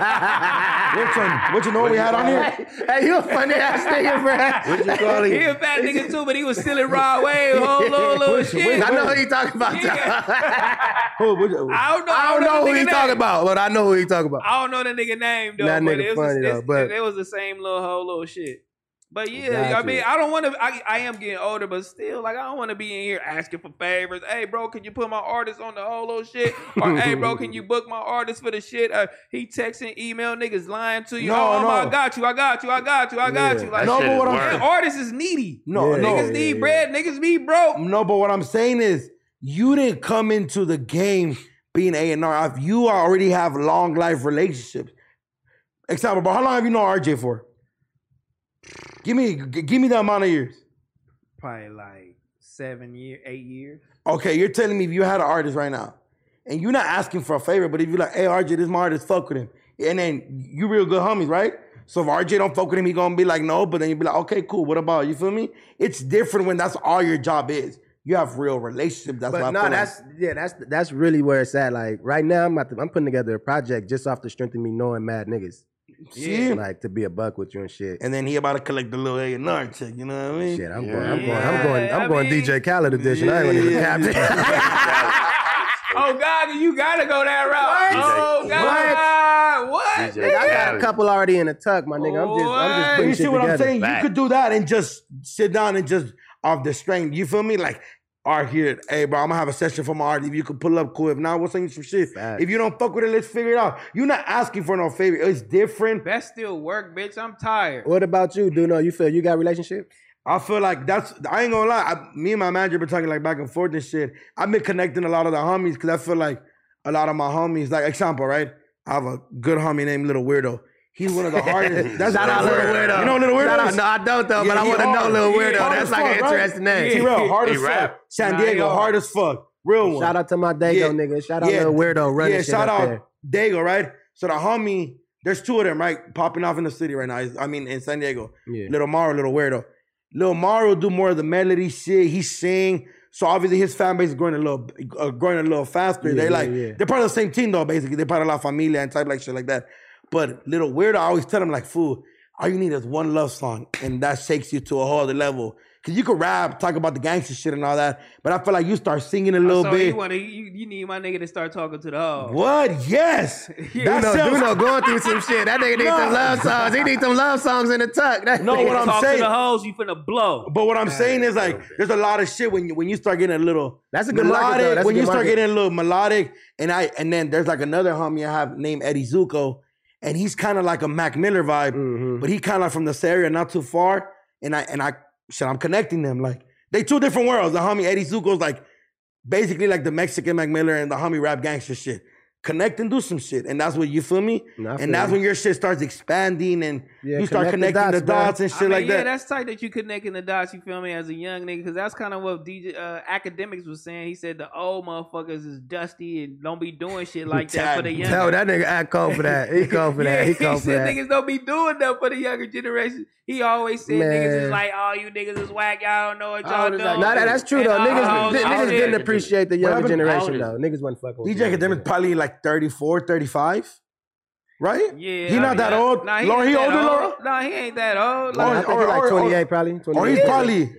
S1: that
S2: Which one? Which one know we had on here?
S5: Hey, you a funny ass nigga, bro.
S3: What you call
S1: nigga. he a
S3: it?
S1: fat nigga too, but he was still in raw wave, whole little, little
S2: Which-
S1: shit.
S2: which-
S5: I know who you talking about.
S2: Who- which- who-
S1: I don't know.
S5: I don't know who
S1: that
S5: you
S1: nigga
S5: talking
S1: name.
S5: about, but I know who you talking about.
S1: I don't know the nigga name though.
S5: That
S1: but
S5: nigga
S1: it was
S5: funny,
S1: it's-
S5: though, but-
S1: it was the same little whole little shit. But yeah, I
S6: Gotcha.
S1: mean, I don't want to. I, I am getting older, but still, like, I don't want to be in here asking for favors. Hey, bro, can you put my artist on the holo shit? Or hey, bro, can you book my artist for the shit? Uh, he texting, email niggas lying to you.
S2: No,
S1: oh,
S2: no.
S1: I got you, I got you, I got you, I got
S2: Yeah.
S1: you. Like,
S2: No, but what I'm-
S1: man, artists is needy.
S2: No, no.
S1: niggas need bread. Niggas be broke.
S2: No, but what I'm saying is, you didn't come into the game being A and R. If you already have long life relationships, example, bro, how long have you known RJ for? Give me, g- give me the amount of years.
S1: Probably like seven year, eight years.
S2: Okay, you're telling me if you had an artist right now, and you're not asking for a favor, but if you're like, hey, RJ, this is my artist, fuck with him. And then you real good homies, right? So if RJ don't fuck with him, he gonna be like, no, but then you be like, okay, cool, what about you feel me? It's different when that's all your job is. You have real relationship. That's what
S5: but
S2: I
S5: no,
S2: feel like.
S5: that's yeah, that's that's really where it's at. Like right now, I'm about to, I'm putting together a project just off the strength of me knowing mad niggas.
S2: Yeah.
S5: like to be a buck with you and shit.
S2: And then he about to collect the little A and R check. You know what I mean? Shit,
S5: I'm going, I'm going, I'm going, I'm going DJ Khaled edition. I ain't gonna even cap it.
S1: Oh God, you gotta go that route.
S5: What?
S1: Oh God, what?
S5: Nigga, I got a
S1: Nigga?
S5: couple already in the tuck, my nigga. I'm just, I'm just putting
S2: you see
S5: shit
S2: what
S5: together.
S2: I'm saying? You could do that and just sit down and just off the strength. You feel me? Like, all right, here, hey, bro, I'm gonna have a session for my art. If you could pull up, cool. If not, we'll send you some shit. If you don't fuck with it, let's figure it out. You're not asking for no favor. It's different.
S1: That still work, bitch. I'm tired.
S5: What about you, Duno? You feel you got relationships?
S2: I feel like that's I ain't gonna lie. I, me and my manager been talking like back and forth and shit. I've been connecting a lot of the homies because I feel like a lot of my homies, like example, right? I have a good homie named Little Weirdo. He's one of the hardest. That's
S5: Shout out
S2: Lil
S5: Lil Weirdo.
S2: You know Little Weirdo?
S5: Shout out-
S2: is?
S5: no, I don't though, but I
S2: he
S5: wanna know
S2: hard.
S5: Lil
S2: He
S5: Weirdo.
S2: hard
S5: That's
S2: as
S5: like an
S2: fuck, right?
S5: interesting name.
S2: He real hard
S5: He
S2: as
S5: rap.
S2: fuck. San
S5: Nah, he
S2: Diego,
S5: hard.
S2: hard as fuck. Real one.
S5: Shout out to my Dago
S2: Yeah.
S5: nigga. Shout out Lil Weirdo running
S2: Yeah,
S5: shit
S2: shout
S5: up
S2: out
S5: there.
S2: Dago, right? So the homie, there's two of them, right? Popping off in the city right now. Is- I mean, in San Diego.
S5: Yeah.
S2: Little Mario, Little Weirdo. Little Mario do more of the melody shit. He sing. So obviously his fan base is growing a little, uh, growing a little faster.
S5: Yeah,
S2: they
S5: yeah,
S2: like
S5: yeah.
S2: they're part of the same team though. Basically, they're part of La Familia and type like shit like that. But Little Weirdo, I always tell him like, fool, all you need is one love song, and that shakes you to a whole other level. Cause you could rap, talk about the gangster shit and all that, but I feel like you start singing a little
S1: so
S2: bit.
S1: You, wanna, you, you need my nigga to start talking to the hoe.
S2: What? Yes.
S1: Duno- Duno
S5: going through some shit. That nigga need some love songs. He need some love songs in the tuck. That-
S2: No, what I'm
S1: Talk
S2: saying.
S1: to the hoes, you finna blow.
S2: But what I'm saying is like, there's a lot of shit when you when you start getting a little
S5: That's a good market, though.
S2: melodic.
S5: That's a
S2: when
S5: good
S2: you start
S5: market.
S2: getting a little melodic, and I and then there's like another homie I have named Eddie Zuko, and he's kind of like a Mac Miller vibe,
S5: Mm-hmm.
S2: but he kind of from this area, not too far. And I and I shit, I'm connecting them like they two different worlds. The homie Eddie Zuko's like basically like the Mexican Mac Miller and the homie rap gangster shit. Connect and do some shit, and that's what you feel me.
S5: I feel
S2: and that's
S5: you.
S2: when your shit starts expanding, and
S5: Yeah,
S2: you start
S5: connect the
S2: connecting the dots,
S5: dots, bro.
S2: and shit
S1: I mean,
S2: like
S1: yeah,
S2: that.
S1: that's tight that you connecting the dots. You feel me? As a young nigga, because that's kind of what DJ uh, academics was saying. He said the old motherfuckers is dusty and don't be doing shit like that for the young.
S5: Tell that nigga act cold for that. He cold for that. He cold for
S1: said
S5: that.
S1: niggas don't be doing that for the younger generation. He always said niggas
S5: Man.
S1: is like, oh, you niggas is whack. Y'all don't know what y'all doing.
S5: Nah, that- that's true
S1: And
S5: though.
S1: all
S5: Niggas,
S1: those-
S5: di- niggas
S1: all
S5: didn't
S1: that.
S5: appreciate the
S2: What
S5: younger
S2: happened-
S5: generation
S2: Oldest.
S5: though. Niggas wasn't fucking with
S2: DJ Academic probably like 34, 35, right?
S1: Yeah,
S2: He
S1: I
S2: not
S1: mean,
S2: that old.
S1: Nah,
S2: Laura,
S1: ain't
S2: he
S1: that
S2: older,
S1: old.
S2: Laura?
S1: Nah, he ain't that old.
S2: Or-
S5: I
S1: Like,
S5: think he like 28 probably.
S2: Or he's
S5: 28.
S2: probably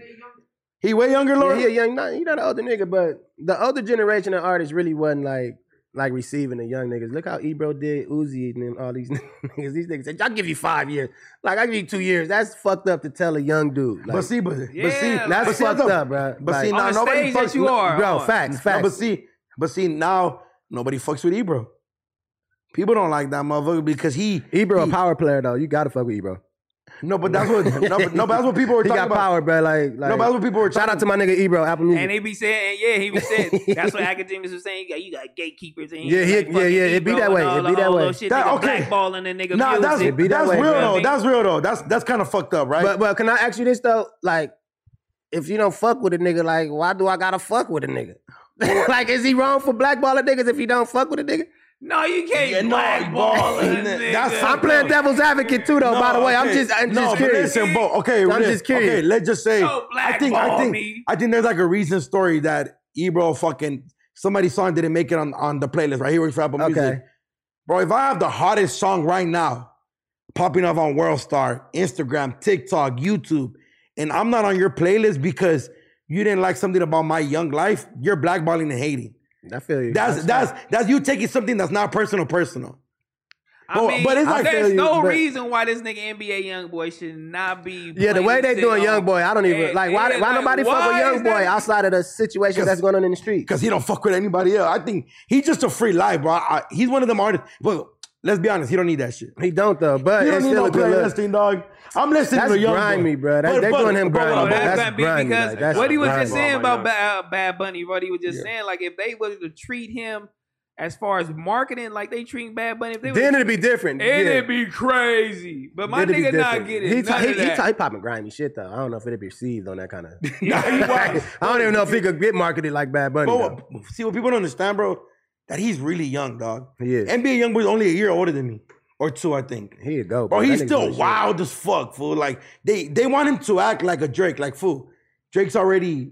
S2: he way younger, Laura.
S5: Yeah, he a young. Nah, he not an older nigga, but the older generation of artists really wasn't like like receiving the young niggas. Look how Ebro did Uzi and them, all these niggas. These niggas said, "I'll give you five years. Like I give you two years. That's fucked up to tell a young dude. Like,
S2: But see, but, but see,
S5: that's
S2: but see,
S5: fucked
S2: look,
S5: up, bro.
S2: But see, now
S5: like,
S2: nobody fucks no-
S5: bro. Facts,
S2: No,
S5: facts.
S2: but see, but see, now nobody fucks with Ebro. People don't like that motherfucker because he
S5: Ebro a power player though. You gotta fuck with Ebro.
S2: no, but that's what no, but, no, but that's what people were
S5: he
S2: talking
S5: got
S2: about.
S5: power, bro. Like, like
S2: No, but that's what people were
S5: Shout out to my nigga Ebro, Apple Music.
S1: And they be saying, yeah, he was saying that's what academics was saying. You got, you got gatekeepers in
S5: Yeah, he- yeah, yeah, it be that way. It be that way.
S1: that,
S5: That-
S1: nigga
S5: okay.
S1: blackballing and nigga
S2: Nah, that's
S1: music.
S2: that's
S5: way,
S2: real
S5: bro.
S2: though. That's real though. That's that's kind of fucked up, right?
S5: But but can I ask you this though? Like, if you don't fuck with a nigga, like, why do I gotta fuck with a nigga? like, is he wrong for blackballing niggas if he don't fuck with a nigga?
S1: No, you can't
S2: Yeah, no,
S1: blackball a
S2: ball.
S1: nigga.
S2: That's-
S5: I'm playing devil's advocate too, though.
S2: No,
S5: by the way, I'm
S2: okay.
S5: just, I'm
S2: no,
S5: just
S2: but
S5: curious.
S2: Listen, bro, okay,
S5: I'm
S2: let-
S5: just curious.
S2: Okay, let's just say,
S5: Don't
S2: I think, I
S5: blackball
S2: think,
S5: me.
S2: I think there's like a recent story that Ebro fucking somebody's song didn't make it on, on the playlist. Right, he works for Apple Music. Bro, if I have the hottest song right now, popping up on Worldstar, Instagram, TikTok, YouTube, and I'm not on your playlist because you didn't like something about my young life, you're blackballing and hating.
S5: I feel you.
S2: That's that's that's you taking something that's not personal, personal.
S1: I mean,
S2: but it's like
S1: there's no
S2: but-
S1: reason why this nigga NBA young boy should not be. um,
S5: Yeah, the way they
S2: uh,
S5: doing young boy, I don't even like. Why? Why nobody fuck with young boy outside of the situation that's going on in the street?
S2: Because he don't fuck with anybody else. I think he's just a free life, bro. I- he's one of them artists. But let's be honest, he don't need that shit.
S5: He don't though. But
S2: he don't
S5: it's
S2: need
S5: still
S2: no
S5: a good look.
S2: playlisting, dog. I'm listening
S5: That's
S2: to young
S5: grimy,
S2: boy.
S5: bro. That- they doing
S2: hold
S5: him grimy,
S2: on,
S5: bro.
S2: hold on.
S5: That's
S1: That's
S5: grimy,
S1: because
S5: like, that's
S1: what he was
S5: grimy.
S1: just saying
S5: Oh my
S1: about Bad, Bad Bunny, what he was just saying, like if they was to treat him as far as marketing, like they treating Bad Bunny, if they
S5: Then
S1: was-
S5: it'd be different.
S1: Then
S5: Yeah.
S1: it'd be crazy. But my
S5: It'd be
S1: nigga not
S5: different.
S1: getting
S5: He,
S1: none
S5: ta- he,
S1: of
S5: he,
S1: that.
S5: ta- he popping grimy shit though. I don't know if it'd be received on that kind of. I don't even know if he could get marketed like Bad Bunny.
S2: But
S5: though.
S2: what- see what people don't understand, bro, that he's really young, dog.
S5: He is.
S2: NBA young boy's only a year older than me. Or two, I think.
S5: Here you go,
S2: Bro,
S5: bro. That
S2: he's
S5: nigga
S2: still
S5: doing shit.
S2: wild as fuck, fool. Like they they want him to act like a Drake, like fool. Drake's already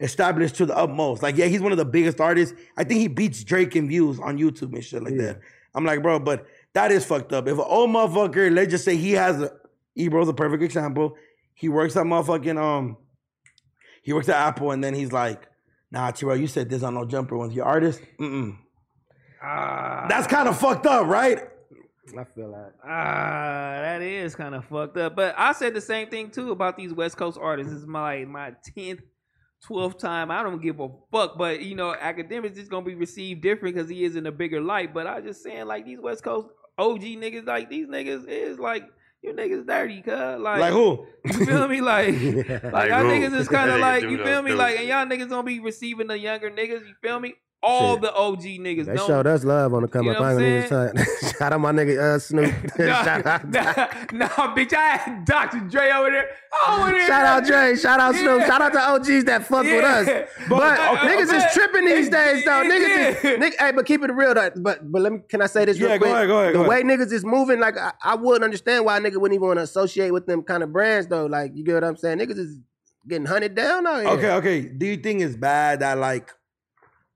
S2: established to the utmost. Like, yeah, he's one of the biggest artists. I think he beats Drake in views on YouTube and shit like that. I'm like, bro, but that is fucked up. If an old motherfucker, let's just say he has a Ebro's a perfect example. He works at motherfucking um he works at Apple and then he's like, nah, Terrell, you said this on no jumper once. Your artist? Mm-mm. That's kind of fucked up, right?
S5: I feel that.
S1: Ah, that is kind of fucked up. But I said the same thing too about these West Coast artists. It's my my tenth, twelfth time. I don't give a fuck. But you know, academics is gonna be received different because he is in a bigger light. But I just saying like these West Coast OG niggas, like these niggas is like you niggas dirty, cuz like
S2: Like who?
S1: You feel me? Like like
S2: Like
S1: y'all
S2: who?
S1: niggas is kind of
S2: Niggas
S1: like
S2: do
S1: you
S2: those
S1: feel me?
S2: too.
S1: Like and y'all niggas gonna be receiving the younger niggas. You feel me? All
S5: Shit.
S1: the OG niggas.
S5: They
S1: don't-
S5: showed us love on the come
S1: You
S5: up.
S1: know
S5: I
S1: what
S5: ain't gonna even try- Shout out my nigga uh, Snoop. Shout out-
S1: nah, bitch, I had Dr. Dre over there. Over there.
S5: Shout out Dre. Shout out Snoop. Shout out to OGs that fuck with
S1: Yeah.
S5: us.
S1: But-
S5: But, oh,
S1: okay,
S5: niggas
S1: okay.
S5: is tripping these
S1: It-
S5: days, though.
S1: it
S5: Niggas is, nigga, hey, but keep it real. Though. But but let me. Can I say this?
S2: Yeah,
S5: real
S2: go
S5: quick?
S2: ahead, go ahead,
S5: The
S2: go
S5: way
S2: ahead.
S5: niggas is moving, like I, I wouldn't understand why a nigga wouldn't even want to associate with them kind of brands, though. Like you get what I'm saying? Niggas is getting hunted down out here.
S2: Okay, okay. Do you think it's bad that like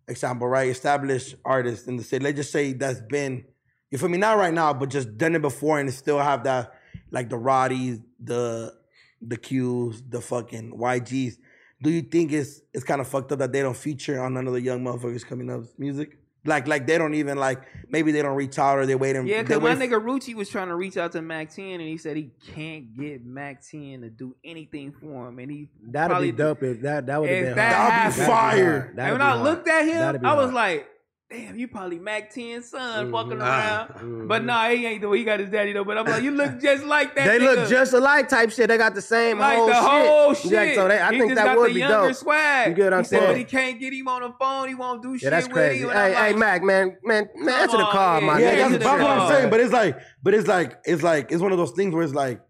S2: example, right? Established artists in the city. Let's just say that's been you feel me, not right now, but just done it before and still have that like the Roddies, the the Qs, the fucking YGs. Do you think it's it's kind of fucked up that they don't feature on none of the young motherfuckers coming up's music? Like like they don't even like maybe they don't reach out or they wait and
S1: Yeah,
S2: they
S1: because my
S2: wait
S1: nigga Rucci was trying to reach out to Mac 10 and he said he can't get Mac 10 to do anything for him. And he
S5: That'd
S1: probably
S5: be dope if that that would have
S1: If
S5: been.
S1: that
S5: hard.
S1: happened-
S5: That'd be hard.
S1: And
S5: That'd
S1: when
S5: be
S1: I
S5: hard.
S1: looked at
S5: That'd
S1: him,
S5: be
S1: I was
S5: hard.
S1: like, damn, you probably Mac 10's son fucking
S5: Mhm.
S1: around. But nah, he ain't the way he got his daddy though. But I'm like, you look just like that.
S5: they
S1: nigga.
S5: look just alike type shit. They got the same
S1: like
S5: whole
S1: the
S5: shit.
S1: whole shit.
S5: Like, so they, I
S1: he
S5: think
S1: just
S5: that
S1: got
S5: would
S1: the
S5: be
S1: younger
S5: dope.
S1: swag.
S5: You get what I'm
S1: he said, But
S5: saying?
S1: he can't get him on the phone. He won't do
S5: Yeah,
S1: shit
S5: that's crazy.
S1: with him.
S5: Hey,
S1: And I'm
S5: hey,
S1: like,
S5: Mac, man, man, man answer the call,
S2: yeah,
S5: my nigga.
S2: that's,
S5: Answer the
S2: that's what
S5: call.
S2: I'm saying. But it's like, but it's like, it's like, it's one of those things where it's like,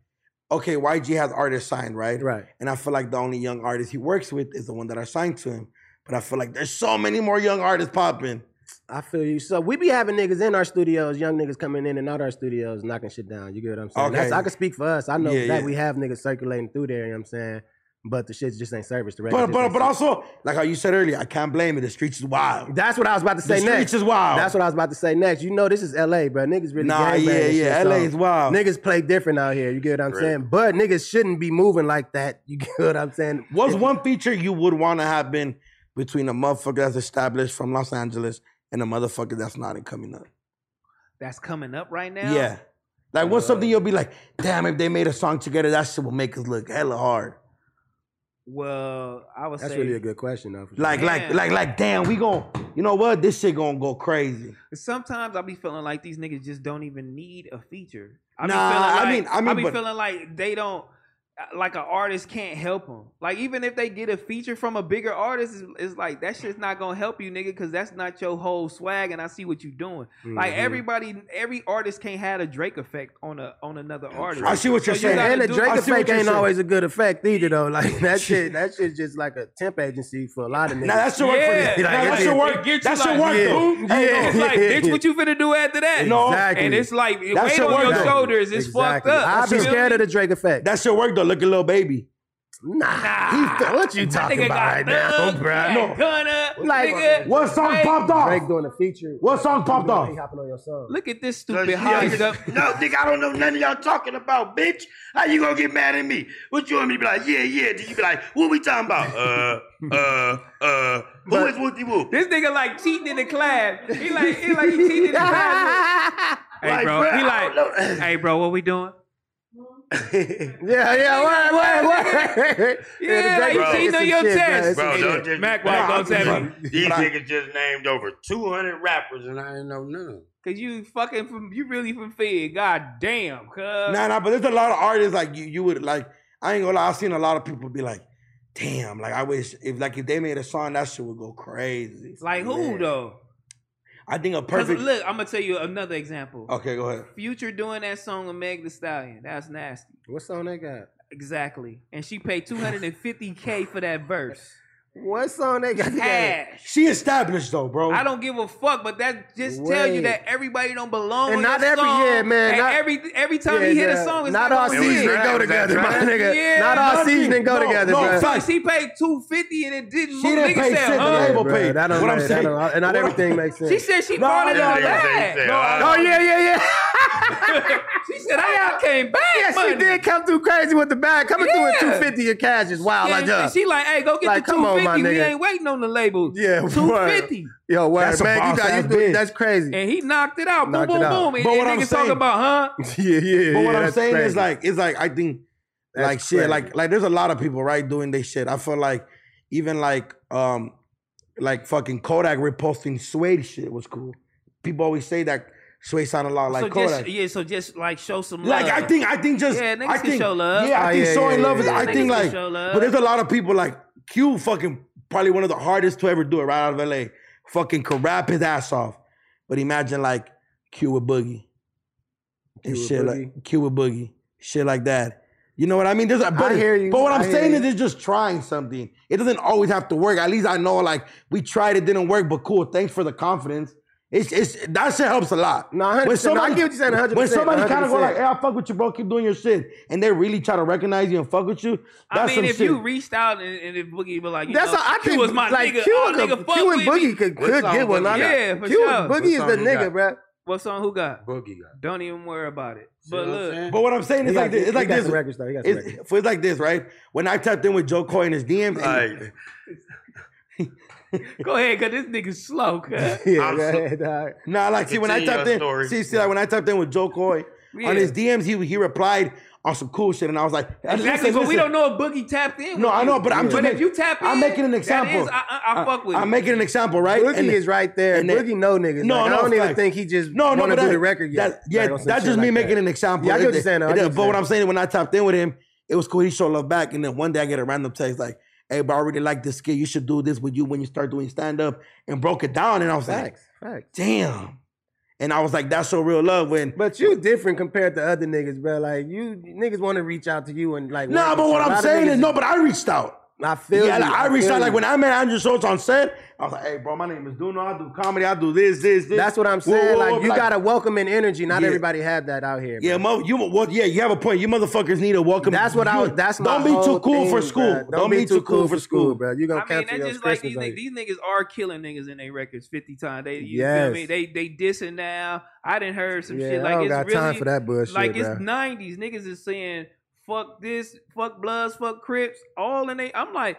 S2: okay, YG has artists signed, right?
S5: Right.
S2: And I feel like the only young artist he works with is the one that are signed to him. But I feel like there's so many more young artists popping.
S5: I feel you. So we be having niggas in our studios, young niggas coming in and out our studios, knocking shit down. You get what I'm saying?
S2: Okay.
S5: That's, I can speak for us. I know
S2: Yeah,
S5: that
S2: yeah.
S5: we have niggas circulating through there. You know what I'm saying? But the shit just ain't service. The record
S2: But
S5: just
S2: but
S5: ain't
S2: but
S5: service.
S2: also, like how you said earlier, I can't blame it. The streets is wild.
S5: That's what I was about to say
S2: The
S5: next.
S2: streets is wild.
S5: That's what I was about to say next. You know, this is LA, bro. Niggas really
S2: Nah,
S5: gangbang
S2: yeah,
S5: and shit,
S2: yeah.
S5: so
S2: LA is wild.
S5: Niggas play different out here. You get what I'm
S2: Right.
S5: saying? But niggas shouldn't be moving like that. You get what I'm saying?
S2: What's one feature you would want to have been between a motherfucker that's established from Los Angeles and a motherfucker that's not and coming up?
S1: that's coming up right now.
S2: Yeah. Like, what's something
S5: Uh.
S2: you'll be like, damn, if they made a song together, that shit will make us look hella hard.
S1: Well, I was.
S5: That's
S1: say,
S5: really a good question, though. for sure.
S2: Like, like,
S1: Man.
S2: like, like, damn, we gon' you know what? This shit gonna go crazy.
S1: Sometimes I be feeling like these niggas just don't even need a feature. I be
S2: Nah,
S1: feeling
S2: I
S1: like,
S2: mean- I mean,
S1: be
S2: but-
S1: feeling like they don't, uh, like an artist can't help them. Like even if they get a feature from a bigger artist, it's, it's like that shit's not gonna help you, nigga, because that's not your whole swag. And I see what you doing. Like
S2: Mhm.
S1: everybody, every artist can't have a Drake effect on a on another artist.
S2: I see what you're
S1: So you
S2: saying.
S1: gotta
S2: And the
S1: do-
S2: Drake
S5: Drake
S2: I see what
S5: effect
S2: you're
S5: ain't
S2: saying.
S5: always a good effect either though. Like that shit, that shit just like a temp agency for a lot of niggas.
S2: Now that should work for
S1: Yeah.
S2: you.
S5: Like,
S2: Now
S5: it
S2: that
S5: did.
S2: should
S1: It
S2: work.
S1: gets
S2: That
S1: you
S2: should
S1: like,
S2: work
S5: yeah.
S2: though.
S5: Yeah.
S2: Hey,
S1: It's like, bitch, what you finna do after that?
S2: No. Exactly.
S1: And it's like,
S2: That
S1: wait
S2: shit
S1: on your
S2: work, though.
S1: shoulders. It's
S5: Exactly.
S1: fucked up.
S5: I'd be
S1: You feel
S5: scared
S1: me?
S5: of the Drake effect.
S2: That should work though. Look at little baby.
S5: nah, he, what you talking
S1: Nigga
S5: about
S1: got
S5: right now,
S1: Thug,
S5: bruh?
S1: Gunna,
S5: Like,
S1: nigga.
S2: What song
S1: Drake-
S2: popped off?
S5: Drake doing a feature.
S2: What song popped
S5: He
S2: off?
S5: hopping on your song.
S1: Look at this stupid high stuff.
S3: No, nigga, I don't know none of y'all talking about, bitch. How you gonna get mad at me? What you want me to be like? Yeah, yeah. Then you be like, what we talking about? Uh, uh, uh. Who is Wooty Woo?
S1: This nigga like cheating in the class. He like he like he cheating in the class. Hey, bro. He like, hey, bro, what we doing?
S5: Yeah, yeah, wait, wait, wait.
S1: Yeah, like you seen on your test.
S3: Bro, don't just,
S1: Mac White,
S3: Nah,
S1: don't tell me.
S3: I'm- These niggas just named over 200 rappers and I didn't know none.
S1: Cause you fucking from you really from Fed. God damn, cuz.
S2: Nah, nah, but there's a lot of artists like you. You would like. I ain't gonna lie. I've seen a lot of people be like, "Damn!" Like I wish if like if they made a song, that shit would go crazy.
S1: Like who though?
S2: I think a
S1: 'Cause
S2: perfect.
S1: Look, I'm gonna tell you another example.
S2: Okay, go ahead.
S1: Future doing that song with Meg The Stallion. That's nasty.
S5: What song they got?
S1: Exactly. And she paid 250k for that verse.
S5: What song they got?
S1: Cash.
S2: She established though, bro.
S1: I don't give a fuck, but that just tell you
S5: Wait.
S1: that everybody don't belong.
S5: And
S1: on
S5: not
S1: your
S5: every-
S1: song,
S5: yeah, man,
S1: And
S5: not-
S1: every every time
S5: Yeah,
S1: he hit
S5: nah,
S1: a song, it's
S5: not all
S1: gonna be
S5: season
S1: it.
S5: go together, my nigga.
S1: Yeah,
S5: not all season go
S2: no,
S5: together,
S2: no,
S5: bro.
S2: fuck.
S1: Like she paid two fifty and it didn't.
S2: She
S1: move.
S2: didn't
S1: Nigga
S2: pay
S1: said,
S2: shit. The
S1: huh?
S2: label
S5: Bruh,
S2: paid.
S5: that don't
S2: What I'm
S5: make- that
S2: saying.
S5: don't- and not
S2: What I'm-
S5: everything makes sense.
S1: She said she
S2: No,
S1: brought it
S2: no,
S1: all
S2: no,
S1: back.
S3: no,
S5: Oh yeah, yeah, yeah.
S1: She said I all came back.
S5: Yeah, she
S1: money.
S5: did come through crazy with the bag. Coming
S1: Yeah.
S5: through with 250 in cash is wild.
S1: Yeah,
S5: like, uh, yeah.
S1: and she like, hey, go get
S5: Like,
S1: the two
S5: come on, my
S1: fifty. We
S5: nigga.
S1: ain't waiting on the label.
S5: yeah, word.
S1: two fifty.
S5: Yo, word,
S2: That's a
S5: man, you
S2: boss
S5: got
S2: ass
S5: you doing,
S2: bitch.
S5: that's crazy.
S1: And he knocked it out.
S5: Knocked
S1: boom,
S5: it
S1: boom,
S5: out.
S1: boom. And
S2: But
S1: then
S2: what I'm
S1: niggas
S2: saying-
S1: talking about, huh?
S2: But
S5: yeah, yeah.
S2: what
S5: yeah,
S2: I'm
S5: that's
S2: saying
S5: crazy.
S2: is like it's like I think
S5: That's
S2: like shit
S5: crazy.
S2: like like there's a lot of people right doing this shit. I feel like even like um like fucking Kodak reposting Suede shit was cool. People always say that Suede sounded a lot like
S1: so
S2: Kodak.
S1: just yeah, so just like show some love.
S2: Like I think I think just
S1: Yeah, niggas
S2: I
S1: can
S2: think,
S1: show love.
S2: Yeah, I
S5: Oh,
S2: think
S5: yeah,
S2: showing
S5: yeah,
S2: love is
S5: yeah,
S2: I
S5: yeah.
S1: Niggas can
S2: think like
S1: show love.
S2: but there's a lot of people like Q fucking probably one of the hardest to ever do it right out of LA. Fucking could rap his ass off. But imagine like Q with Boogie. And
S5: Q with
S2: shit
S5: Boogie.
S2: like Q with Boogie. Shit like that. You know what I mean? There's a, but,
S5: hear you.
S2: but what I'm
S5: I hear
S2: saying
S5: you.
S2: is it's just trying something. It doesn't always have to work. At least I know like we tried, it didn't work, but cool. Thanks for the confidence. It's, it's that shit helps a lot.
S5: No, 100%. No, I get what you're saying, 100%,
S2: When somebody kind of go
S5: 100%.
S2: like, "Hey, I fuck with you, bro. Keep doing your shit," and they really try to recognize you and fuck with you. That's
S1: I mean,
S2: some
S1: if
S2: shit.
S1: you reached out and, and if Boogie was like, you
S5: That's
S1: know,
S5: all I
S1: Q
S5: think.
S1: was my
S5: like,
S1: nigga.
S5: Q,
S1: oh,
S5: could-
S1: nigga, fuck
S5: Q and
S1: with me.
S5: Boogie could,
S3: What's
S5: could
S3: up
S5: get
S3: with
S5: one.
S3: Boogie?
S5: I got-
S1: Yeah, for
S5: Q
S1: sure.
S5: and Boogie is
S3: What's
S5: the
S3: up with you
S5: nigga,
S3: got?
S5: bro.
S1: What song who got?
S3: Boogie got.
S1: Don't even worry about it.
S3: You know
S1: But
S3: what I'm
S1: look,
S3: saying?
S2: but what I'm saying is
S5: He got-
S2: like this.
S5: he
S2: It's like
S5: got
S2: this.
S5: some records, though. He got some
S2: It's, it's like this, right? When I tapped in with Joe Coy in his DMs, and-
S3: Like,
S1: go ahead, cause this nigga's slow. Cause
S5: Yeah,
S3: I'm
S5: go
S3: so-
S5: ahead, dog.
S2: Nah, like see when I
S3: Continue
S2: tapped
S3: your
S2: in,
S3: story.
S2: see, see like when I tapped in with Joe Coy
S1: Yeah.
S2: on his DMs, he he replied on some cool shit, and I was like,
S1: exactly.
S2: listen,
S1: But we
S2: listen.
S1: don't know if Boogie tapped in.
S2: No,
S1: with
S2: I
S1: you.
S2: know, but I'm just
S1: But
S2: make-
S1: if you tap in,
S2: I'm making an
S1: that
S2: example.
S1: is- I, I, I fuck with.
S2: I'm
S1: you.
S2: making an example, right?
S5: Boogie is right there.
S2: and then-
S5: Boogie no niggas.
S2: No,
S5: Like,
S2: no,
S5: I don't even
S2: fact.
S5: think he just
S2: no, no,
S5: wanna
S2: but
S5: do
S2: that-
S5: the record yet.
S2: that- yeah,
S5: Like, on some
S2: that's
S5: shit
S2: just me
S5: like
S2: making
S5: that.
S2: an example.
S5: Yeah, I get what
S2: It-
S5: you're saying, though. I
S2: it-
S5: get
S2: But
S5: what
S2: what
S5: you're
S2: I'm saying, when I tapped in with him, it was cool. He showed love back, and then one day I get a random text like, "Hey, bro, I really like this skit. You should do this with you when you start doing stand up." And broke it down, and I was like,
S5: Facts, facts.
S2: "Damn!" And I was like, "That's so real love." When
S5: But you different compared to other niggas, bro. Like you niggas want to reach out to you and like.
S2: no,
S5: work
S2: but
S5: with
S2: what
S5: you. A lot
S2: I'm
S5: of
S2: saying
S5: niggas
S2: is no, but I reached out.
S5: I feel
S2: yeah,
S5: you.
S2: like, I reached
S5: feel
S2: out. Like
S5: you.
S2: when I met Andrew Schultz on set, I was like, "Hey, bro, my name is Duno. I do comedy. I do this, this, this."
S5: That's what I'm
S2: Whoa,
S5: saying.
S2: whoa,
S5: like
S2: whoa,
S5: you got a welcoming energy. Not
S2: Yeah.
S5: everybody have that out here.
S2: Yeah,
S5: bro.
S2: mo, you well, yeah, you have a point. You motherfuckers need a welcome.
S5: That's what I
S2: you-
S5: was. That's my
S2: Don't be too
S5: whole
S2: cool
S5: thing,
S2: for school.
S5: bruh. Don't, be too cool for school, bro. You gonna
S1: I mean,
S5: cancel
S1: that's
S5: your
S1: just like these
S5: Christmas.
S1: niggas.
S5: Like,
S1: These niggas are killing niggas in their records fifty times. They, you feel
S5: Yes.
S1: me? They they dissing now. I didn't heard some
S5: yeah,
S1: shit like
S5: I don't
S1: it's
S5: got
S1: really
S5: time for that bullshit,
S1: like
S5: bro.
S1: it's nineties. Niggas is saying fuck this, fuck Bloods, fuck Crips, all in they. I'm like,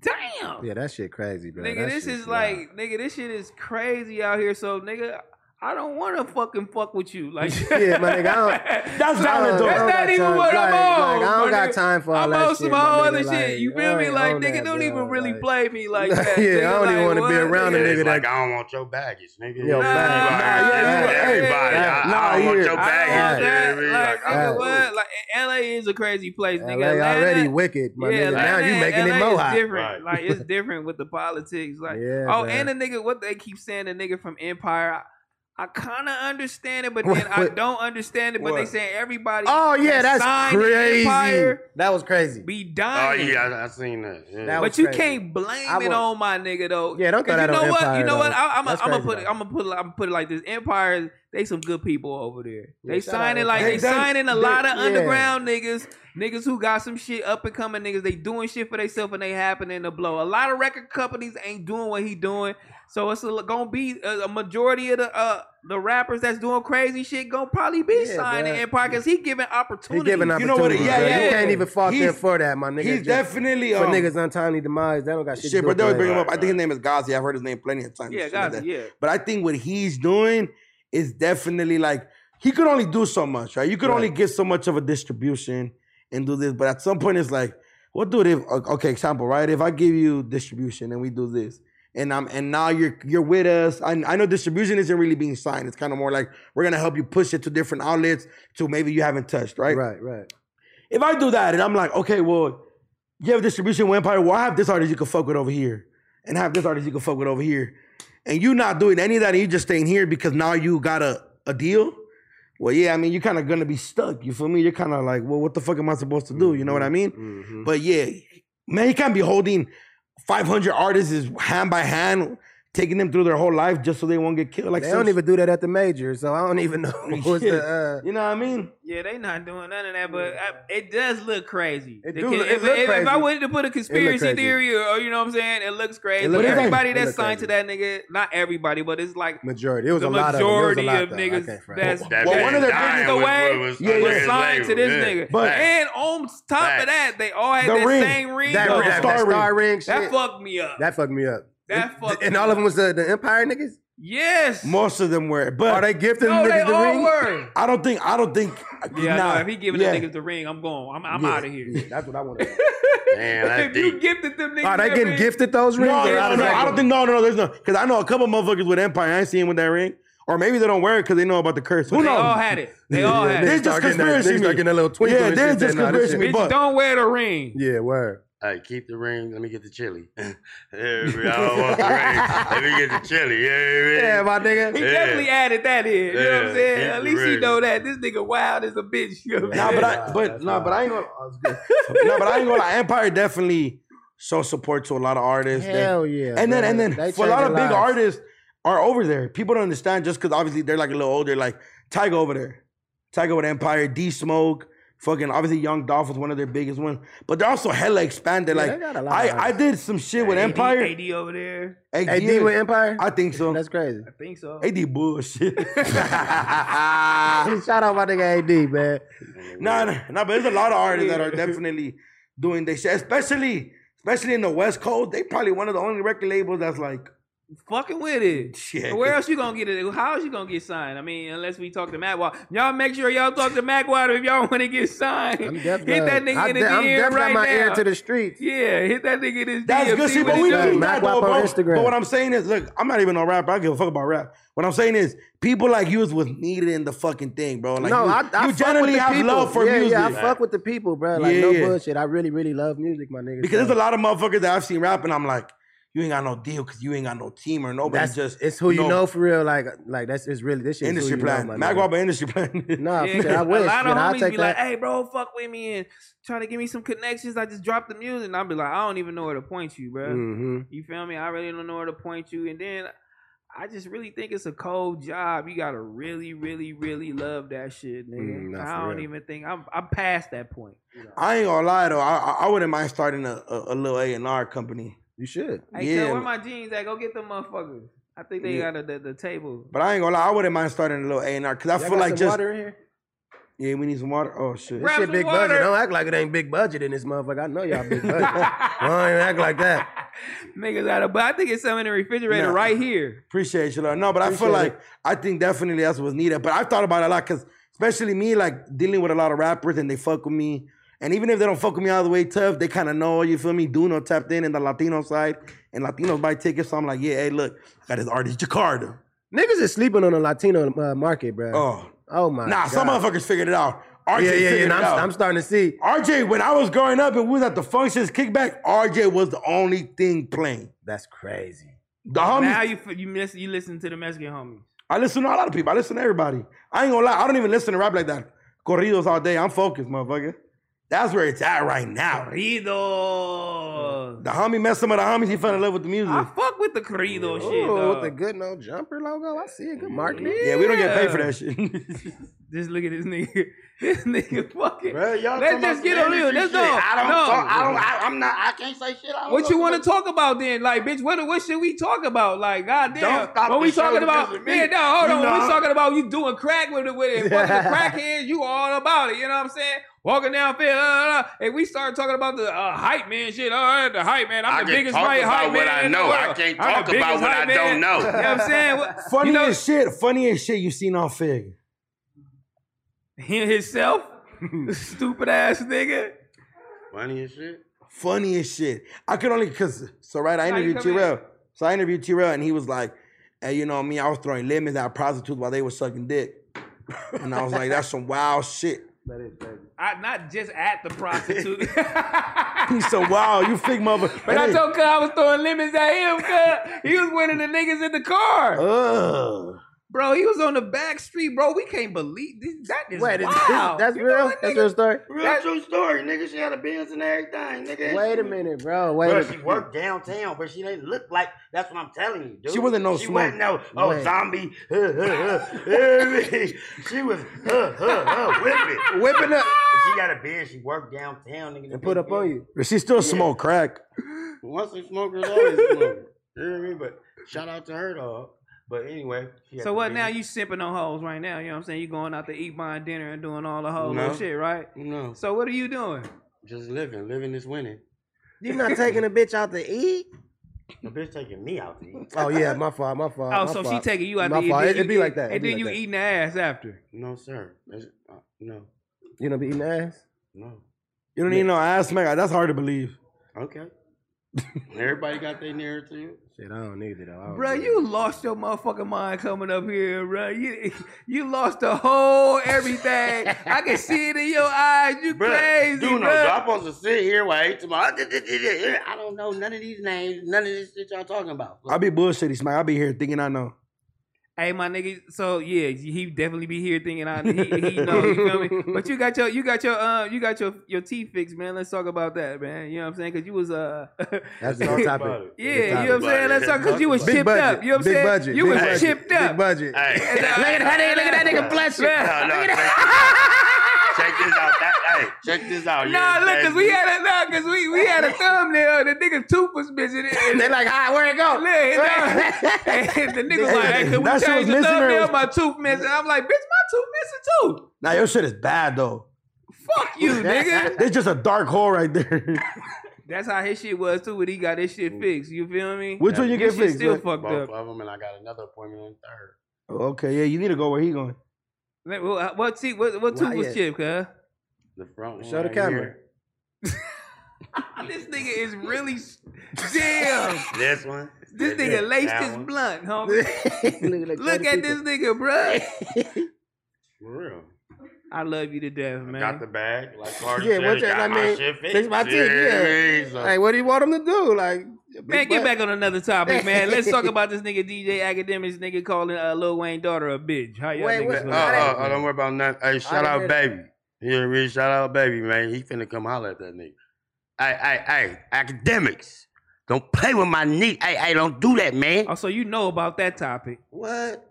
S1: damn,
S5: yeah, that shit crazy, bro.
S1: nigga,
S5: That
S1: this
S5: shit's
S1: is
S5: wild.
S1: like, nigga, this shit is crazy out here. So, nigga. I don't want to fucking fuck with you, like
S5: Yeah, my nigga, I don't-
S2: That's valid, though.
S1: That's
S2: I don't
S1: not
S5: got
S1: even
S5: time.
S1: what I'm on.
S5: Like- like, I
S1: my
S5: don't got
S1: nigga.
S5: time for all
S1: I'm
S5: that
S1: on some
S5: shit, my
S1: whole
S5: nigga,
S1: other shit.
S5: like,
S1: You
S5: I
S1: feel me?
S5: ain't
S1: Like,
S5: on
S1: nigga,
S5: that,
S1: don't
S5: bro,
S1: even really
S5: like-
S1: play me like that.
S5: Yeah,
S1: nigga.
S5: I don't even
S1: Like,
S5: wanna be
S1: what,
S5: around a
S1: nigga?
S3: it's
S5: nigga
S3: like
S5: that-
S3: I don't want your baggage, nigga.
S5: Yo,
S1: facts. Nah, yeah,
S3: Everybody,
S1: yeah,
S3: everybody.
S5: yeah.
S3: I, I don't want
S5: Nah, yeah.
S3: your
S1: I
S3: baggage.
S1: don't
S3: you
S1: want
S3: know what I mean?
S1: that. Like,
S3: Like, I
S1: nigga,
S5: Facts.
S1: what? Like, LA is a crazy place, nigga.
S5: LA already
S1: Atlanta-
S5: wicked, my
S1: yeah,
S5: nigga. Now you
S1: Atlanta-
S5: making
S1: LA
S5: it
S1: is
S5: mohawk.
S1: Different.
S3: Right.
S1: Like it's different with the politics. Like
S5: Yeah,
S1: oh,
S5: man.
S1: and the nigga, what they keep saying, the nigga from Empire. I, I kind of understand it, but then
S5: What-
S1: I
S5: what-
S1: don't understand it. But they
S2: what?
S1: saying everybody.
S5: Oh
S1: that
S5: yeah, that's
S1: signed to
S5: crazy.
S1: Empire
S5: That was crazy.
S1: Be
S3: Oh
S1: dying.
S3: yeah, I, I seen that. Yeah.
S5: That was
S1: But you
S5: crazy.
S1: can't blame
S5: I
S1: it
S5: wa-
S1: on my nigga though.
S5: Yeah, don't throw
S1: 'Cause
S5: that
S1: you know
S5: on
S1: what?
S5: Empire,
S1: you know what?
S5: though.
S1: I, I'm
S5: That's
S1: gonna
S5: crazy,
S1: put it.
S5: though.
S1: I'm gonna put it. I'm gonna put it like this. Empire, they some good people over there.
S5: Yeah,
S1: they
S5: shout out
S1: signing like
S5: Empire.
S1: they,
S5: They- they-
S1: signing a
S5: they-
S1: lot of
S5: yeah.
S1: underground niggas, niggas who got some shit up and coming niggas. They doing shit for themselves and they happening to blow. A lot of record companies ain't doing what he doing. So it's a, gonna be a, a majority of the uh the rappers that's doing crazy shit gonna probably be
S5: Yeah,
S1: signing
S5: bruh.
S1: Empire because he giving
S5: He
S1: opportunity.
S5: giving
S2: You know what?
S5: opportunity.
S2: Yeah,
S5: bro.
S2: yeah,
S5: You
S2: yeah.
S5: can't even fault him
S2: He's-
S5: for that, my nigga.
S2: he's
S5: Just
S2: definitely
S5: for
S2: um,
S5: niggas untimely demise. That don't got shit.
S2: Shit, but
S5: to
S2: they
S5: do
S2: always
S5: with
S2: bring him
S5: playing.
S2: up. I think his name is Gazi. I've heard his name plenty of times.
S1: Yeah,
S2: Shit like
S1: Gazi,
S2: that.
S1: yeah.
S2: But I think what he's doing is definitely like he could only do so much, right? You could only get so much of a distribution and do this, but at some point it's like, what do if okay, example, right? If I give you distribution and we do this, and I'm and now you're you're with us. I, I know distribution isn't really being signed. It's kind of more like we're gonna help you push it to different outlets to maybe you haven't touched, right?
S5: Right, right.
S2: If I do that and I'm like, okay, well, you have distribution with Empire, well, I have this artist you can fuck with over here. And I have this artist you can fuck with over here. And you not doing any of that and you just staying here because now you got a, a deal. Well, yeah, I mean, you're kind of gonna be stuck. You feel me? You're kind of like, well, what the fuck am I supposed to do? You know what I mean? But yeah, man, you can't be holding 500 artists is hand by hand, taking them through their whole life just so they won't get killed. Like
S5: they
S2: some
S5: don't even do that at the major, so I don't even know what's
S2: Shit.
S5: the. Uh,
S2: you know what I mean?
S1: Yeah, they not doing none of that, but I, it does look crazy. It
S5: do look- it
S1: if,
S5: look
S1: if- if I
S5: crazy.
S1: wanted to put a conspiracy
S5: crazy.
S1: theory, or, or you know what I'm saying, it looks crazy.
S5: look
S1: but
S5: crazy.
S1: everybody
S5: It
S1: that's
S5: look
S1: signed to that nigga, not everybody, but it's like
S5: uh, Majority. It was
S1: the
S5: a lot of them. It was
S1: majority
S5: a lot,
S1: of
S5: though. I can't
S1: niggas
S5: front.
S1: that's
S5: Well,
S1: that
S5: well, one of their
S1: passed
S5: biggest-
S1: away was,
S5: was- yeah, yeah.
S1: signed to this
S5: Yeah.
S1: nigga.
S5: But-
S1: and on top of that, they all had
S5: The
S1: that
S5: ring.
S1: same ring.
S5: That-
S1: on.
S5: that- that star ring
S1: That
S5: shit.
S1: fucked me up.
S5: That fucked me up.
S1: That
S5: And-
S1: fucked
S5: And
S1: me
S5: all of them was the, the Empire niggas.
S1: Yes.
S2: Most of them were. But
S5: Are they gifting
S1: No, they
S5: niggas the
S1: all
S5: ring?
S1: were.
S2: I don't think. I don't think.
S1: Yeah,
S2: nah,
S1: no, if he giving
S2: yeah.
S1: the niggas the ring, I'm going. I'm, I'm
S2: Yeah.
S1: out of here.
S5: that's what I want. to
S3: Damn,
S1: If you gifted them niggas,
S5: Are they
S1: that
S5: getting
S1: ring-
S5: gifted those rings?
S2: No,
S5: or how
S2: no, no,
S5: does
S2: no,
S5: that
S2: I
S5: go?
S2: don't think. No, no, no. There's no. Because I know a couple motherfuckers with Empire. I ain't seen with that ring. Or maybe they don't wear it because they know about the curse. Who
S1: They
S2: knows?
S1: all had it. They all
S5: Yeah,
S1: had
S5: niggas
S1: it.
S2: They're just
S5: start getting that-
S2: conspiracy.
S5: niggas start
S2: me.
S5: getting that little twinkle
S2: Yeah,
S5: and
S2: they're
S5: shit,
S2: just
S5: then, nah, this
S2: conspiracy. me,
S5: shit-
S2: But
S1: Don't wear the ring.
S5: Yeah, word.
S3: Hey, keep the ring. Let me get the chili. I don't want the ring. Let me get the chili. Yeah,
S5: Yeah, my
S1: He
S5: nigga.
S1: definitely added that in. You know what
S3: Yeah,
S1: I'm saying?
S3: keep
S1: At
S3: the
S1: least he
S3: ring.
S1: know that this nigga wild is a bitch. You know what
S2: Nah,
S1: I'm
S2: but
S1: saying?
S2: I, but nah, but I ain't gonna. I was good. nah, but I ain't gonna. Lie. Empire definitely show support to a lot of artists. They-
S5: Hell yeah.
S2: and then
S5: bro.
S2: and then
S5: They
S2: for a lot
S5: changing
S2: of big
S5: lives.
S2: artists are over there. People don't understand just because obviously they're like a little older. Like Tiger over there, Tiger with Empire, D Smoke, fucking obviously Young Dolph was one of their biggest ones. But they're also hella expanded.
S5: Yeah, they
S2: like
S5: got a lot of
S2: I I
S5: artists.
S2: did some shit with
S1: AD
S2: Empire. AD,
S1: AD over there.
S5: AD with Empire.
S2: I think so.
S5: That's crazy.
S1: I think so.
S2: AD bullshit.
S5: Shout out my nigga AD, man.
S2: Nah, nah, nah, but there's a lot of artists that are definitely doing their shit, especially especially in the West Coast. They probably one of the only record labels that's like
S1: Fucking with it.
S2: Shit.
S1: Where else you gonna get it? How else you gonna get signed? I mean, unless we talk to Matt Water. Y'all make sure y'all talk to Matt Water if y'all want to get signed.
S5: I'm definitely.
S1: hit that nigga
S5: I
S1: in
S5: de-
S1: his
S5: I'm
S1: ear
S5: definitely
S1: right
S5: got my
S1: now.
S5: ear to the streets.
S1: yeah, hit that nigga in his
S2: That's
S1: DM,
S2: good.
S1: see
S2: See, but
S1: what
S2: we
S1: he
S2: do
S1: do.
S2: do that
S5: Mac
S2: though,
S5: Wap on
S2: bro.
S5: Instagram.
S2: But what I'm saying is, look, I'm not even on rap. I don't give a fuck about rap. What I'm saying is, people like you is what's needed in the fucking thing, bro. Like,
S5: no,
S2: you,
S5: I, I
S2: you
S5: fuck
S2: generally
S5: with the
S2: have
S5: people.
S2: love for
S5: yeah,
S2: music.
S5: Yeah, I fuck with the people, bro. Like
S2: Yeah,
S5: no
S2: yeah.
S5: bullshit. I really, really love music, my nigga.
S2: because
S5: so.
S2: there's a lot of motherfuckers that I've seen rap, and I'm like, you ain't got no deal because you ain't got no team or nobody.
S5: that's
S2: just
S5: it's who you
S2: no
S5: know for real. Like, like that's it's really this shit. is who
S2: industry
S5: you
S2: plan.
S5: Know, my
S2: Mac
S5: nigga.
S2: Wap, an industry plan.
S5: Nah,
S1: Yeah,
S5: shit, I
S1: a
S5: wish.
S1: lot of
S5: man, I'll
S1: homies
S5: take
S1: be like,
S5: that.
S1: "Hey, bro, fuck with me and try to give me some connections." I just dropped the music, and I'll be like, "I don't even know where to point you, bro."
S5: Mhm.
S1: You feel me? I really don't know where to point you, and then I just really think it's a cold job. You gotta really, really, really love that shit, nigga.
S5: Mm, nah,
S1: I
S5: for
S1: don't
S5: real.
S1: even think I'm I'm past that point. you know.
S2: I ain't gonna lie though. I, I, I wouldn't mind starting a, a, a little A and R company,
S5: You should.
S1: Hey, yeah,
S2: Yeah.
S1: where my jeans at? Go get them motherfuckers. I think they
S2: Yeah.
S1: got the, the table.
S2: but I ain't gonna lie. I wouldn't mind starting a little A and R because I
S5: Y'all
S2: feel
S5: got
S2: like
S5: some
S2: just
S5: water in here.
S2: yeah, we need some water. Oh shit.
S1: Grab
S5: This shit
S1: some
S5: big
S1: water.
S5: budget. Don't act like it ain't big budget in this motherfucker. I know y'all big budget. I don't even act like that.
S1: Niggas out of, but I think it's something in the refrigerator
S2: Nah.
S1: right here.
S2: Appreciate you, Lord. No, but I
S5: Appreciate
S2: feel like I think definitely that's what's needed. But I've thought about it a lot because, especially me, like dealing with a lot of rappers and they fuck with me. And even if they don't fuck with me all the way tough, they kind of know, you feel me? Duno tapped in in the Latino side and Latinos buy tickets. So I'm like, yeah, hey, look, I got this artist, Jacarta.
S5: Niggas is sleeping on the Latino uh, market, bro.
S2: Oh,
S5: Oh my.
S2: nah,
S5: God.
S2: some motherfuckers figured it out. RJ
S5: Yeah, yeah, yeah.
S2: figured
S5: and
S2: it out.
S5: I'm, I'm starting to see.
S2: RJ, when I was growing up and we was at the functions kickback, RJ was the only thing playing.
S5: That's crazy.
S2: The homies
S1: now you f- you miss you listen to the Mexican homies.
S2: I listen to a lot of people. I listen to everybody. I ain't gonna lie. I don't even listen to rap like that. Corridos all day. I'm focused, motherfucker. That's where it's at right now.
S1: Corridos.
S2: The homie met some of the homies. He fell in love with the music.
S1: I fuck with the corrido shit.
S5: Oh, with
S1: dawg.
S5: the good no jumper logo. I see it. Good marketing.
S2: yeah, we don't get paid for that shit.
S1: Just look at this nigga. This nigga fucking.
S3: Bro, y'all
S1: Let's
S3: talking
S1: just
S3: about
S1: get on here.
S3: industry
S1: Let's go.
S3: shit. I don't.
S1: No.
S3: Talk, I don't. I, I'm not. I can't say shit. I don't
S1: What
S3: know
S1: you want
S3: about-
S1: to talk about then? Like, bitch, what what should we talk about? Like, goddamn,
S3: Don't stop
S1: what
S3: the
S1: we
S3: show
S1: talking
S3: to
S1: about?
S3: visit me.
S1: Yeah, no, hold
S3: You
S1: on. When we
S3: know.
S1: talking about you doing crack with it, with it, fucking the crackheads. You all about it. You know what I'm saying? Walking downfield, uh, uh, and we started talking about the uh, hype man shit. All right, the hype man. I'm
S3: I
S1: the
S3: can
S1: biggest
S3: talk
S1: right
S3: about
S1: hype
S3: what
S1: man.
S3: I
S1: in the
S3: know. I
S1: world.
S3: can't
S1: I'm the
S3: talk about
S1: biggest
S3: what
S1: hype
S3: I
S1: man.
S3: don't know.
S1: you know what I'm saying? What-
S2: funny
S1: you know,
S2: as shit. Funny as shit. You seen on Fig.
S1: Him himself? Stupid ass nigga.
S3: Funny as shit.
S2: Funny as shit. I could only cause so right. I
S3: How you
S2: interviewed
S3: come in?
S2: T-Rail. So I interviewed T-Rail, and he was like, "Hey, you know me. I was throwing lemons at prostitutes while they were sucking dick." And I was like, "That's some wild shit."
S1: That is crazy. I, not just at the prostitute.
S2: He said, "Wow, you fig mother."
S1: But I told Cuz I was throwing lemons at him, cuz he was one of the niggas in the car.
S2: Ugh.
S1: Bro, he was on the back street, bro. We can't believe this. That is
S5: Wait, is- is-
S1: wow.
S5: that's
S1: You know
S5: real.
S1: what,
S5: That's
S1: nigga?
S5: real story.
S3: Real true story, nigga. She had a Benz and everything, nigga.
S5: Wait a
S3: She-
S5: minute, bro. Wait.
S3: Bro,
S5: a
S3: she
S5: minute.
S3: worked downtown, but she didn't look like. That's what I'm telling you, dude.
S2: She wasn't no
S3: She
S2: smoke.
S3: wasn't no oh
S2: Wait.
S3: zombie. huh, huh, huh. You know what I mean? she was huh, huh, huh, whipping,
S2: Whipping up.
S3: She got a bed. She worked downtown, nigga.
S2: And put up on you. But she still smoked crack.
S3: Once a smoker, always a smoker. You know what I mean? But shout out to her dog. But anyway, she had
S1: So
S3: the
S1: what now?
S3: big-
S1: You sipping on hoes right now? You know what I'm saying? You going out to eat, buying dinner, and doing all the whole
S3: No.
S1: little shit, right?
S3: No.
S1: So what are you doing?
S3: Just living, living is winning.
S5: You not taking a bitch out to eat?
S3: The bitch taking me out to eat.
S5: Oh yeah, my fault, my fault.
S1: Oh,
S5: my
S1: so she
S5: fault.
S1: taking you out
S5: my
S1: to eat.
S5: fault.
S1: then
S5: It-
S1: you
S5: It'd be
S1: eat-
S5: like that.
S1: And
S5: It'd
S1: then
S5: be
S1: you
S5: like
S1: eating the ass after.
S3: No, sir. That's, uh, no,
S5: that. You don't be eating ass.
S3: no.
S2: You don't need no ass smack. That's hard to believe.
S3: Okay. Everybody got their narrative.
S5: Shit, I don't need it though. I don't
S1: Bro,
S5: need it.
S1: you lost your motherfucking mind coming up here, bro. You you lost the whole everything. I can see it in your eyes. You
S3: Bruh,
S1: crazy,
S3: dude, no,
S1: bro.
S3: I'm supposed to sit here while I eat tomorrow. I don't know none of these names, none of this shit y'all talking about.
S2: I be bullshitty smack. I be here thinking I know.
S1: Hey, my nigga. So yeah, he definitely be here thinking I he, he know. You feel me? But you got your you got your uh you got your your teeth fixed, man. Let's talk about that, man. You know what I'm saying? Cause you was uh
S5: That's the
S3: Talk about
S5: topic.
S3: it.
S1: Yeah, you know what I'm saying? Let's talk because you was
S5: Big
S1: chipped
S5: budget.
S1: up. You know what I'm
S5: Big
S1: saying?
S5: budget.
S1: You
S5: Big
S1: was
S5: budget.
S1: chipped up.
S5: Big budget.
S3: Hey,
S1: And, uh,
S3: look at that nigga. Look at that nigga blushing. No, no, check, check this out. That, hey, check this out.
S1: Nah,
S3: Yeah,
S1: look,
S3: man.
S1: cause we had a nah, cause we we had a thumbnail. The nigga tooth was missing, and
S5: They
S1: they like,
S5: like, ah, where it go?
S1: and the nigga was like, hey, could we
S2: That shit was
S1: change
S2: missing
S1: the
S2: or
S1: thumbnail?
S2: was-
S1: My tooth missing. I'm like, bitch, my tooth missing too.
S2: Now your shit is bad though.
S1: Fuck you, nigga.
S2: There's just a dark hole right there.
S1: That's how his shit was too. When he got his shit fixed, you feel me?
S2: Which one you
S1: His
S2: get
S1: shit
S2: fixed?
S1: Still
S2: man?
S1: fucked up.
S3: both of them, and I got another appointment on third.
S2: Okay, yeah, you need to go where he going.
S1: Like, What, what teeth? What, what tooth
S5: Why
S1: was
S5: yet?
S1: chipped, cuz?
S3: The front one.
S5: Show the
S3: right
S5: camera.
S3: here.
S1: This nigga is really s- damn.
S3: This one.
S1: This nigga laced
S3: That
S1: his
S3: one.
S1: blunt, homie. Look at this nigga, bruh.
S3: For real.
S1: I love you to death, man.
S3: Got the bag. Like Cardi
S5: Yeah,
S3: said,
S5: what you-
S3: got
S5: I
S3: my
S5: mean,
S3: shit
S5: fix
S3: fixed.
S5: my teeth,
S3: You know what I
S5: yeah.
S3: mean? So-
S5: Like, what do you want him to do? Like,
S1: Man,
S5: big
S1: get
S5: butt.
S1: back on another topic, man. Let's talk about this nigga DJ Academics nigga calling uh, Lil Wayne daughter a bitch. How y'all
S5: Wait,
S1: niggas
S5: what-
S1: feel
S3: Oh,
S1: about that?
S3: oh, oh, don't worry about nothing. Hey, shout
S5: done
S3: out
S5: did
S3: baby. You know what I mean? Shout out baby, man. He finna come holler at that nigga. Hey, hey, hey, academics. Don't play with my knee. Hey, hey, don't do that, man.
S1: Oh, so you know about that topic.
S3: What?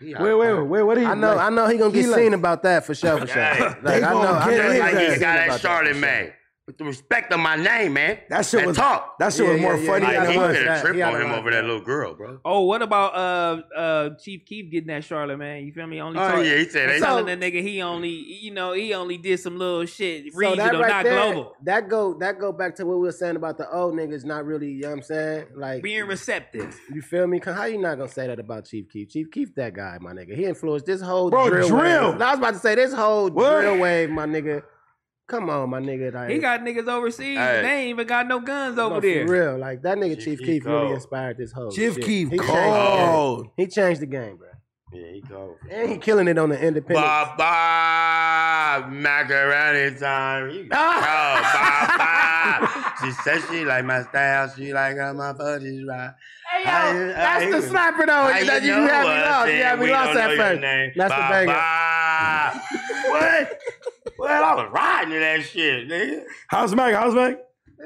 S2: Wait, wait, wait, wait. What are you?
S5: I know, I know he gonna
S2: He
S5: get
S2: like-
S5: seen about that for sure, for sure.
S3: Hey,
S5: Like, I know, I
S2: They
S5: know
S2: gonna
S3: Just
S2: get
S5: he
S2: his
S3: like
S5: gonna
S2: ass.
S5: get
S3: he
S5: seen
S3: got
S5: about
S3: that Charlotte man. With the respect of my name, man.
S2: That shit
S3: and
S2: was
S3: talk.
S2: That shit
S5: Yeah,
S2: was more
S5: yeah, yeah,
S2: funny
S5: yeah.
S3: like,
S2: than
S3: he
S2: it was.
S3: finna
S5: that.
S3: trip
S5: He
S3: on
S5: out
S3: him
S5: of
S3: over
S5: line.
S3: that little girl, bro.
S1: Oh, what about uh uh Chief Keef getting that Charlotte man? You feel me? Only
S3: Oh,
S1: talk-
S3: yeah, he said
S1: and
S3: they-
S1: telling that nigga he only you know he only did some little shit
S5: So
S1: regional,
S5: that right
S1: not
S5: there,
S1: global.
S5: that go that go back to what we were saying about the old niggas not really, you know what I'm saying? Like
S1: Being receptive.
S5: you feel me? 'Cause How you not gonna say that about Chief Keef? Chief Keef, that guy, my nigga. He influenced this whole
S2: Bro,
S5: drill.
S2: drill.
S5: Wave. I was about to say this whole
S2: What?
S5: drill wave, my nigga. Come on, my nigga. Like,
S1: He got niggas overseas.
S3: Hey.
S1: They ain't even got no guns
S5: no,
S1: over
S5: for
S1: there.
S5: real. Like that nigga Chief,
S3: Chief Keef
S5: Keef really
S3: cold.
S5: inspired this whole.
S2: Chief
S5: shit.
S2: Keef
S5: He changed the game.
S2: cold.
S5: He changed the game, bro.
S3: Yeah, he cold.
S5: And he killing it on the independent.
S3: Bob Bob macaroni time. You
S5: Ah.
S3: oh, Bob Bob. She said she like my style. She like how my fudgies right.
S5: Hey, yo,
S3: I- I-
S5: that's the
S3: I-
S5: slapper though.
S3: How
S5: that you,
S3: know
S5: had me
S3: us
S5: lost. You
S3: and
S5: had me
S3: we
S5: lost
S3: don't know
S5: at
S3: your
S5: first.
S3: name?
S5: That's the
S3: Bob
S5: banger.
S3: Bob. what? Well, I was riding to that shit, nigga.
S2: House Mac, House Mac.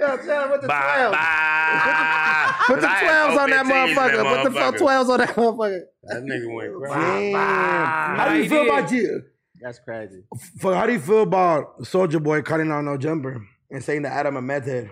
S5: Yo, tell him what the
S3: Bob
S5: 12.
S3: Bob.
S5: Put the
S3: 'Cause I had
S5: 12s on that
S3: 15s in
S5: motherfucker. Put the
S3: motherfucker.
S5: fuck 12s on that motherfucker.
S3: That nigga went crazy.
S2: Damn. How
S1: Nah,
S2: do
S1: Ah, he
S2: you feel
S1: did.
S2: about you?
S5: That's crazy.
S2: For how do you feel about Soldier Boy cutting out no jumper and saying that Adam a meth head?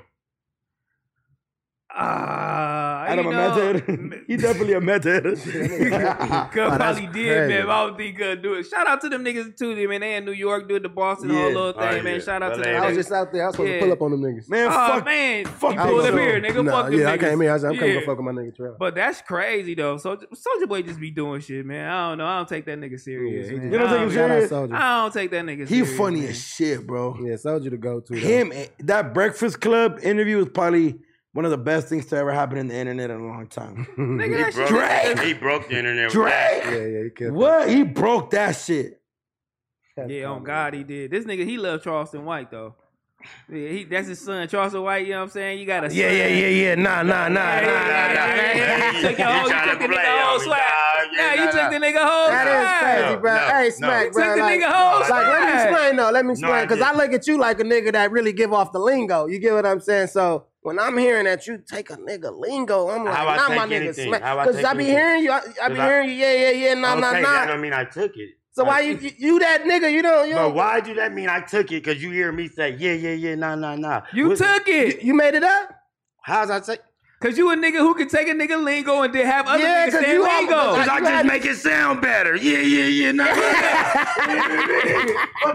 S1: Ah,
S2: Adam
S1: you
S2: a
S1: know,
S2: method. he definitely a method.
S1: Cuz probably did, man. but I don't think could do it. Shout out to them niggas too, man. They in New York doing the Boston
S2: Yeah.
S1: whole little
S2: Oh,
S1: thing, man.
S2: yeah.
S1: Shout out to
S2: Well,
S1: them.
S2: I was
S1: niggas.
S2: just out there. I was
S5: supposed to
S1: Yeah.
S5: pull up on them niggas.
S1: Man,
S5: I
S1: Oh,
S5: was-
S1: man.
S5: I
S1: You
S5: was
S1: pulled up
S5: so-
S1: here, nigga.
S5: Nah,
S1: Fuck them
S5: yeah, I came
S1: niggas.
S5: here. I was, I'm coming
S1: Yeah.
S5: to fuck with my nigga Trail.
S1: But that's crazy though. So Soldier Boy just be doing shit, man. I don't know. I don't take that nigga serious.
S5: Yeah, he
S1: man.
S5: just- You don't take him
S1: I
S5: serious?
S1: don't- I don't take that nigga
S2: He
S1: serious.
S2: funny
S1: man.
S2: as shit, bro.
S5: Yeah, Soldier to go to.
S2: Him, and- that Breakfast Club interview is probably one of the best things to ever happen in the internet in a long time.
S3: Nigga, he,
S2: Drake.
S3: broke, he broke the internet. with
S2: Drake.
S3: that.
S5: yeah, he killed
S2: What? He broke that shit.
S1: Yeah, on God, he did. This nigga, he loved Charleston White though. Yeah, he, that's his son, Charleston White. You know what I'm saying? You got a
S2: Yeah,
S1: son.
S2: yeah, yeah, yeah. Nah, nah, nah, nah, nah, nah.
S1: You took your
S3: You
S1: whole, you
S3: tryna
S1: took the
S3: play
S1: nigga whole
S3: on me,
S1: swag.
S3: dog. Yeah,
S1: Yeah, you
S3: nah,
S1: took
S3: nah.
S1: the nigga whole swag.
S5: That is crazy, bro.
S3: no,
S5: hey,
S3: no.
S5: smack,
S3: Took
S5: bro.
S1: the
S5: like,
S1: nigga whole
S5: like, let me
S1: swag.
S5: explain though. Let me
S3: No, I
S5: explain because I
S3: didn't.
S5: look at you like a nigga that really give off the lingo. You get what I'm saying? So when I'm hearing that you take a nigga lingo, I'm like,
S3: How I
S5: nah,
S3: take
S5: my nigga
S3: anything?
S5: smack.
S3: How I
S5: Because
S3: take
S5: I be
S3: anything?
S5: hearing you, I, I be
S3: Cause I-
S5: hearing you, yeah, yeah, yeah, nah,
S3: okay,
S5: nah,
S3: that
S5: nah.
S3: don't mean I took it.
S5: So why you, you you that nigga? You don't you
S3: But
S5: don't,
S3: why do that mean I took it? Because you hear me say, yeah, yeah, yeah, nah, nah, nah.
S1: You
S3: What-
S1: took it.
S5: you made it up?
S3: How's I take?
S1: Cause you a nigga who can take a nigga lingo and then have other
S5: Yeah,
S1: niggas
S5: 'cause
S1: say
S5: you all-
S1: lingo.
S3: Because I
S5: Oh, You
S3: just
S5: had-
S3: make it sound better. Yeah, yeah, yeah, nah, nah, nah.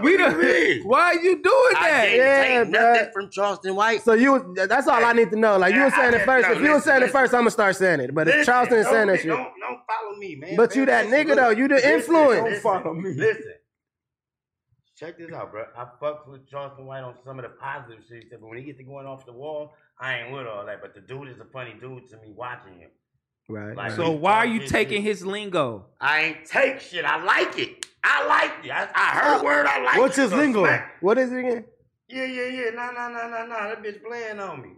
S1: we
S3: What do you
S1: done,
S3: mean?
S1: why you doing
S3: I
S1: that?
S3: didn't
S5: Yeah,
S3: take nothing
S5: bruh.
S3: from Charleston White.
S5: So you, was- that's all I need to know. Like you were saying it first. If you were saying it first, I'm gonna start saying it. But if
S3: Listen,
S5: Charleston is saying
S3: don't-
S5: that shit,
S3: Don't, don't follow me, man.
S5: But
S3: man,
S5: you that
S3: listen,
S5: nigga, though. You the
S3: listen,
S5: influence.
S3: listen,
S5: Don't follow me.
S3: Listen. Check this out, bro. I fucked with Charleston White on some of the positive shit, he said, but when he gets to going off the wall, I ain't with all that. But the dude is a funny dude to me watching him.
S5: right?
S3: Like,
S1: So
S3: we
S1: why are
S3: talk
S1: you
S3: this
S1: taking
S3: shit.
S1: his lingo?
S3: I ain't take shit. I like it. I like it. I, I heard word. I like.
S2: What's
S3: it,
S2: his
S3: so
S2: lingo?
S3: smack.
S5: What is it again?
S3: Yeah, yeah, yeah. Nah, nah, nah, nah, nah. That bitch playing on me.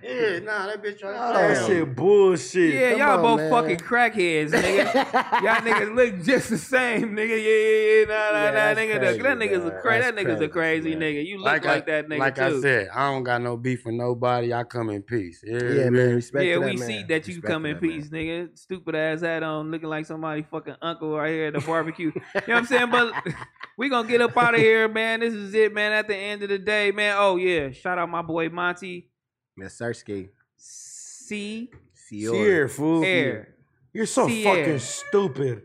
S3: Yeah, nah, that bitch trying to
S2: Oh,
S3: play
S2: that
S3: on me.
S2: shit bullshit.
S1: Yeah,
S5: Come
S1: y'all
S5: on,
S1: both
S5: man.
S1: fucking crackheads, nigga. y'all niggas look just the same, nigga. Yeah, yeah, yeah, nah, nah,
S5: Yeah,
S1: nah,
S5: that's
S1: nigga.
S5: crazy,
S1: that nigga's a
S3: man.
S1: crazy. That
S5: That's
S1: nigga's a crazy
S3: man.
S1: nigga. You look like,
S3: I-
S1: that nigga
S3: like
S1: too.
S3: I said, I don't got no beef with nobody. I come in peace. Yeah,
S5: Yeah, man. Respect.
S1: yeah,
S5: to
S1: we
S5: man.
S1: see that you
S5: Respect
S1: come
S5: to
S1: in
S5: that man.
S1: peace, nigga. Stupid ass hat on, looking like somebody fucking uncle right here at the barbecue. you know what I'm saying? But we gonna get up out of here, man. This is it, man. At the end of the day, man. Oh yeah, shout out my boy Monty
S5: Miss Sersky.
S1: C
S2: Here, fool.
S1: Air.
S2: You're so
S1: Sierra.
S2: Oh, fucking stupid.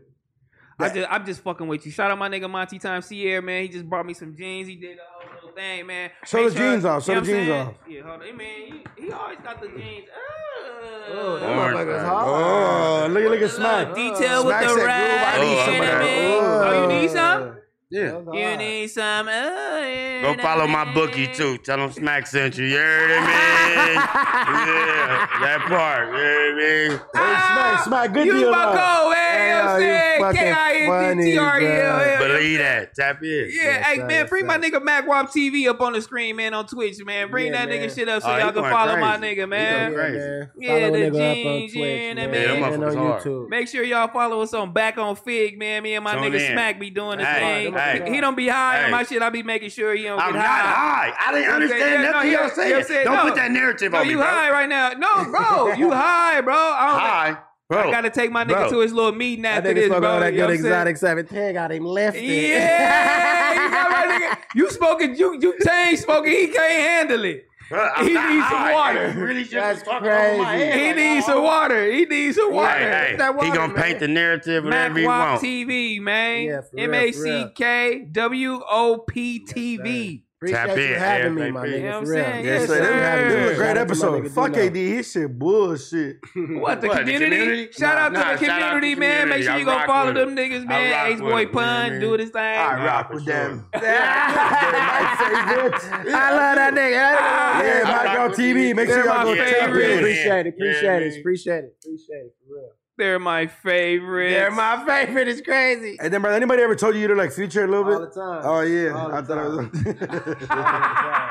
S1: I just, I'm just fucking with you. Shout out my nigga Monty Time Sierra, man. He just brought me some jeans. He did the whole little thing, man.
S2: Show the jeans off. Show
S1: you know
S2: the
S1: what I'm
S2: jeans
S1: saying?
S2: off.
S1: Yeah, hold on. Hey, man, he, he always got the jeans. Uh,
S5: Oh, that
S1: Oh,
S3: Orange
S5: motherfucker's
S3: man.
S5: hard.
S2: Oh, look at look at
S1: Look,
S2: Smack.
S1: detail with
S5: Smack
S1: the
S5: said,
S1: rap.
S5: "Groove, I
S3: need
S1: you
S3: some
S1: know what
S3: of
S1: I
S3: that."
S1: mean? Oh, you need some?
S3: Yeah.
S1: You need some. Oh, yeah,
S3: Go
S1: nah,
S3: follow my
S1: nah,
S3: bookie
S1: nah.
S3: too. Tell him Smack sent you. You heard me? yeah, that part. You heard me?
S2: Hey, Smack, Smack, good
S1: Use
S2: deal.
S1: Ah, my
S2: now.
S1: code, man. You know what I'm
S5: Yeah, you
S1: saying?
S5: fucking
S1: K-I-N-D-T-R-E-L-L.
S5: funny,
S3: Believe that. Tap in.
S1: Yeah,
S5: Yes,
S1: hey
S5: sir,
S1: man,
S5: yes,
S1: bring my
S5: sir.
S1: nigga Mac Wop TV up on the screen, man, on Twitch, man. Bring
S5: Yeah,
S1: that
S5: man.
S1: nigga shit up so
S3: Oh, he
S1: y'all can
S3: going
S1: follow my
S3: crazy. He
S1: nigga,
S3: going
S1: man.
S3: crazy.
S1: Yeah, the jeans, yeah, that
S3: man.
S5: and
S3: Motherfuckers
S5: on
S3: hard.
S5: YouTube.
S1: Make sure y'all follow us on Back on Fig, man. Me and my
S3: Tune
S1: nigga
S3: in.
S1: Smack be doing the
S3: Hey,
S1: thing.
S3: hey.
S1: He don't be high on
S3: Hey.
S1: my shit. I be making sure he don't
S3: I'm
S1: get
S3: not high. I didn't understand
S1: yeah, no, yeah,
S3: nothing y'all
S1: yeah, I'm
S3: saying.
S1: saying,
S3: Don't
S1: no.
S3: put that narrative
S1: No,
S3: on me,
S1: you
S3: bro.
S1: high right now. No, bro, you high, bro. I don't
S3: High, bro.
S1: I gotta take my nigga
S3: Bro.
S1: to his little meeting
S5: That
S1: after
S5: nigga
S1: this,
S5: spoke
S1: bro.
S5: all that
S1: You know
S5: good
S1: what I'm saying?
S5: exotic 710, got him left.
S1: Yeah, you got right, nigga. You smoking, you you change smoking. He can't handle it.
S3: Bro, I'm
S1: He
S3: not
S1: needs some
S3: high.
S1: water.
S3: It Really just
S5: That's
S3: was talking over my
S5: crazy.
S3: head.
S1: He
S3: Like,
S1: needs some water. He needs some water.
S3: Hey, hey,
S5: that
S3: he
S5: water,
S3: gonna paint
S5: man.
S3: the narrative whatever he
S1: MacWop
S3: wants.
S1: TV, man.
S5: Yeah, for real,
S1: M A C K W O P TV.
S5: Appreciate
S3: Tap
S5: you
S3: in,
S5: having me, my
S3: AFAP.
S5: nigga.
S1: You know
S5: for
S1: what I'm
S5: real.
S1: saying?
S2: Yes,
S1: Yes,
S2: sir. This
S1: sir.
S2: was a
S5: Shout out
S2: great
S5: to my
S2: episode.
S5: nigga
S2: Fuck
S5: Dino.
S2: AD. His shit bullshit.
S1: What the
S3: What, the
S1: community?
S3: community?
S1: Shout
S3: Nah,
S1: out to
S3: nah,
S1: the
S3: shout out to
S1: community, man. Make
S3: community.
S1: sure
S3: I
S1: you go
S3: rock
S1: follow
S3: with
S1: them
S3: it.
S1: niggas,
S3: I
S1: man.
S3: rock
S1: Ace Boy
S3: with it, man,
S1: Pun,
S3: man.
S1: do this thing.
S2: I
S3: Nah,
S2: rock
S3: for
S2: with
S3: sure.
S2: them.
S5: I love that nigga. That nigga-
S2: Yeah,
S3: I
S2: Mike
S3: rock
S2: on
S3: with
S2: TV.
S3: you.
S2: Make sure
S1: They're
S2: y'all
S1: my
S2: go tap
S1: favorite.
S2: in.
S5: Appreciate it.
S3: Yeah,
S5: Appreciate it.
S3: man.
S5: Appreciate it. Appreciate it. For real.
S1: They're my favorite.
S5: They're my favorite. It's crazy.
S2: And then, bro, anybody ever told you you look like Future a little bit?
S5: All the time.
S2: Oh yeah,
S5: All the
S2: I thought I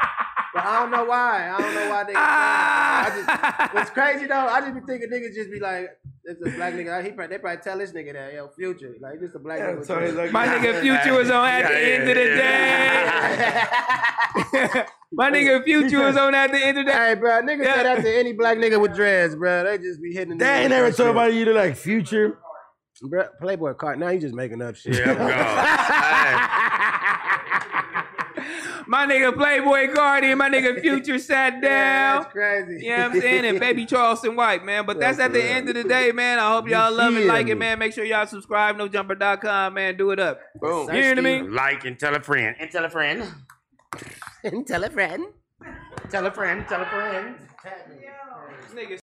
S2: was.
S5: But I don't know why. I don't know why
S1: Ah!
S5: niggas. I just, what's crazy though, I just be thinking niggas just be like, "It's a black nigga." He probably, they probably tell this nigga that, "Yo, future, like just a black nigga." with dreads."
S1: My nigga Future was on at the
S3: Yeah,
S1: end of the
S3: yeah,
S1: day. My nigga Future was on at the end of the day.
S5: hey, bro, niggas say that to any black nigga with dreads, bro. They just be hitting. the
S2: They ain't
S5: nigga
S2: ever
S5: with
S2: told
S5: that
S2: about you look like Future.
S5: shit. Bro, Playboy card. Now you just making up shit.
S3: Yeah, I'm gone.
S1: My nigga Playboy Cardi and my nigga Future sat down.
S5: Yeah, that's crazy.
S1: You know what I'm saying? And baby Charleston White, man. But that's at the end of the day, man. I hope
S3: You
S1: y'all love it,
S3: hear
S1: like
S3: me?
S1: it, man. Make sure y'all subscribe, nojumper.com, man. Do it up.
S3: Boom.
S1: You hear what I mean?
S3: Like and tell a friend. And tell a friend.
S1: Tell a friend.
S3: Tell a friend. Tell a friend.
S1: Nigga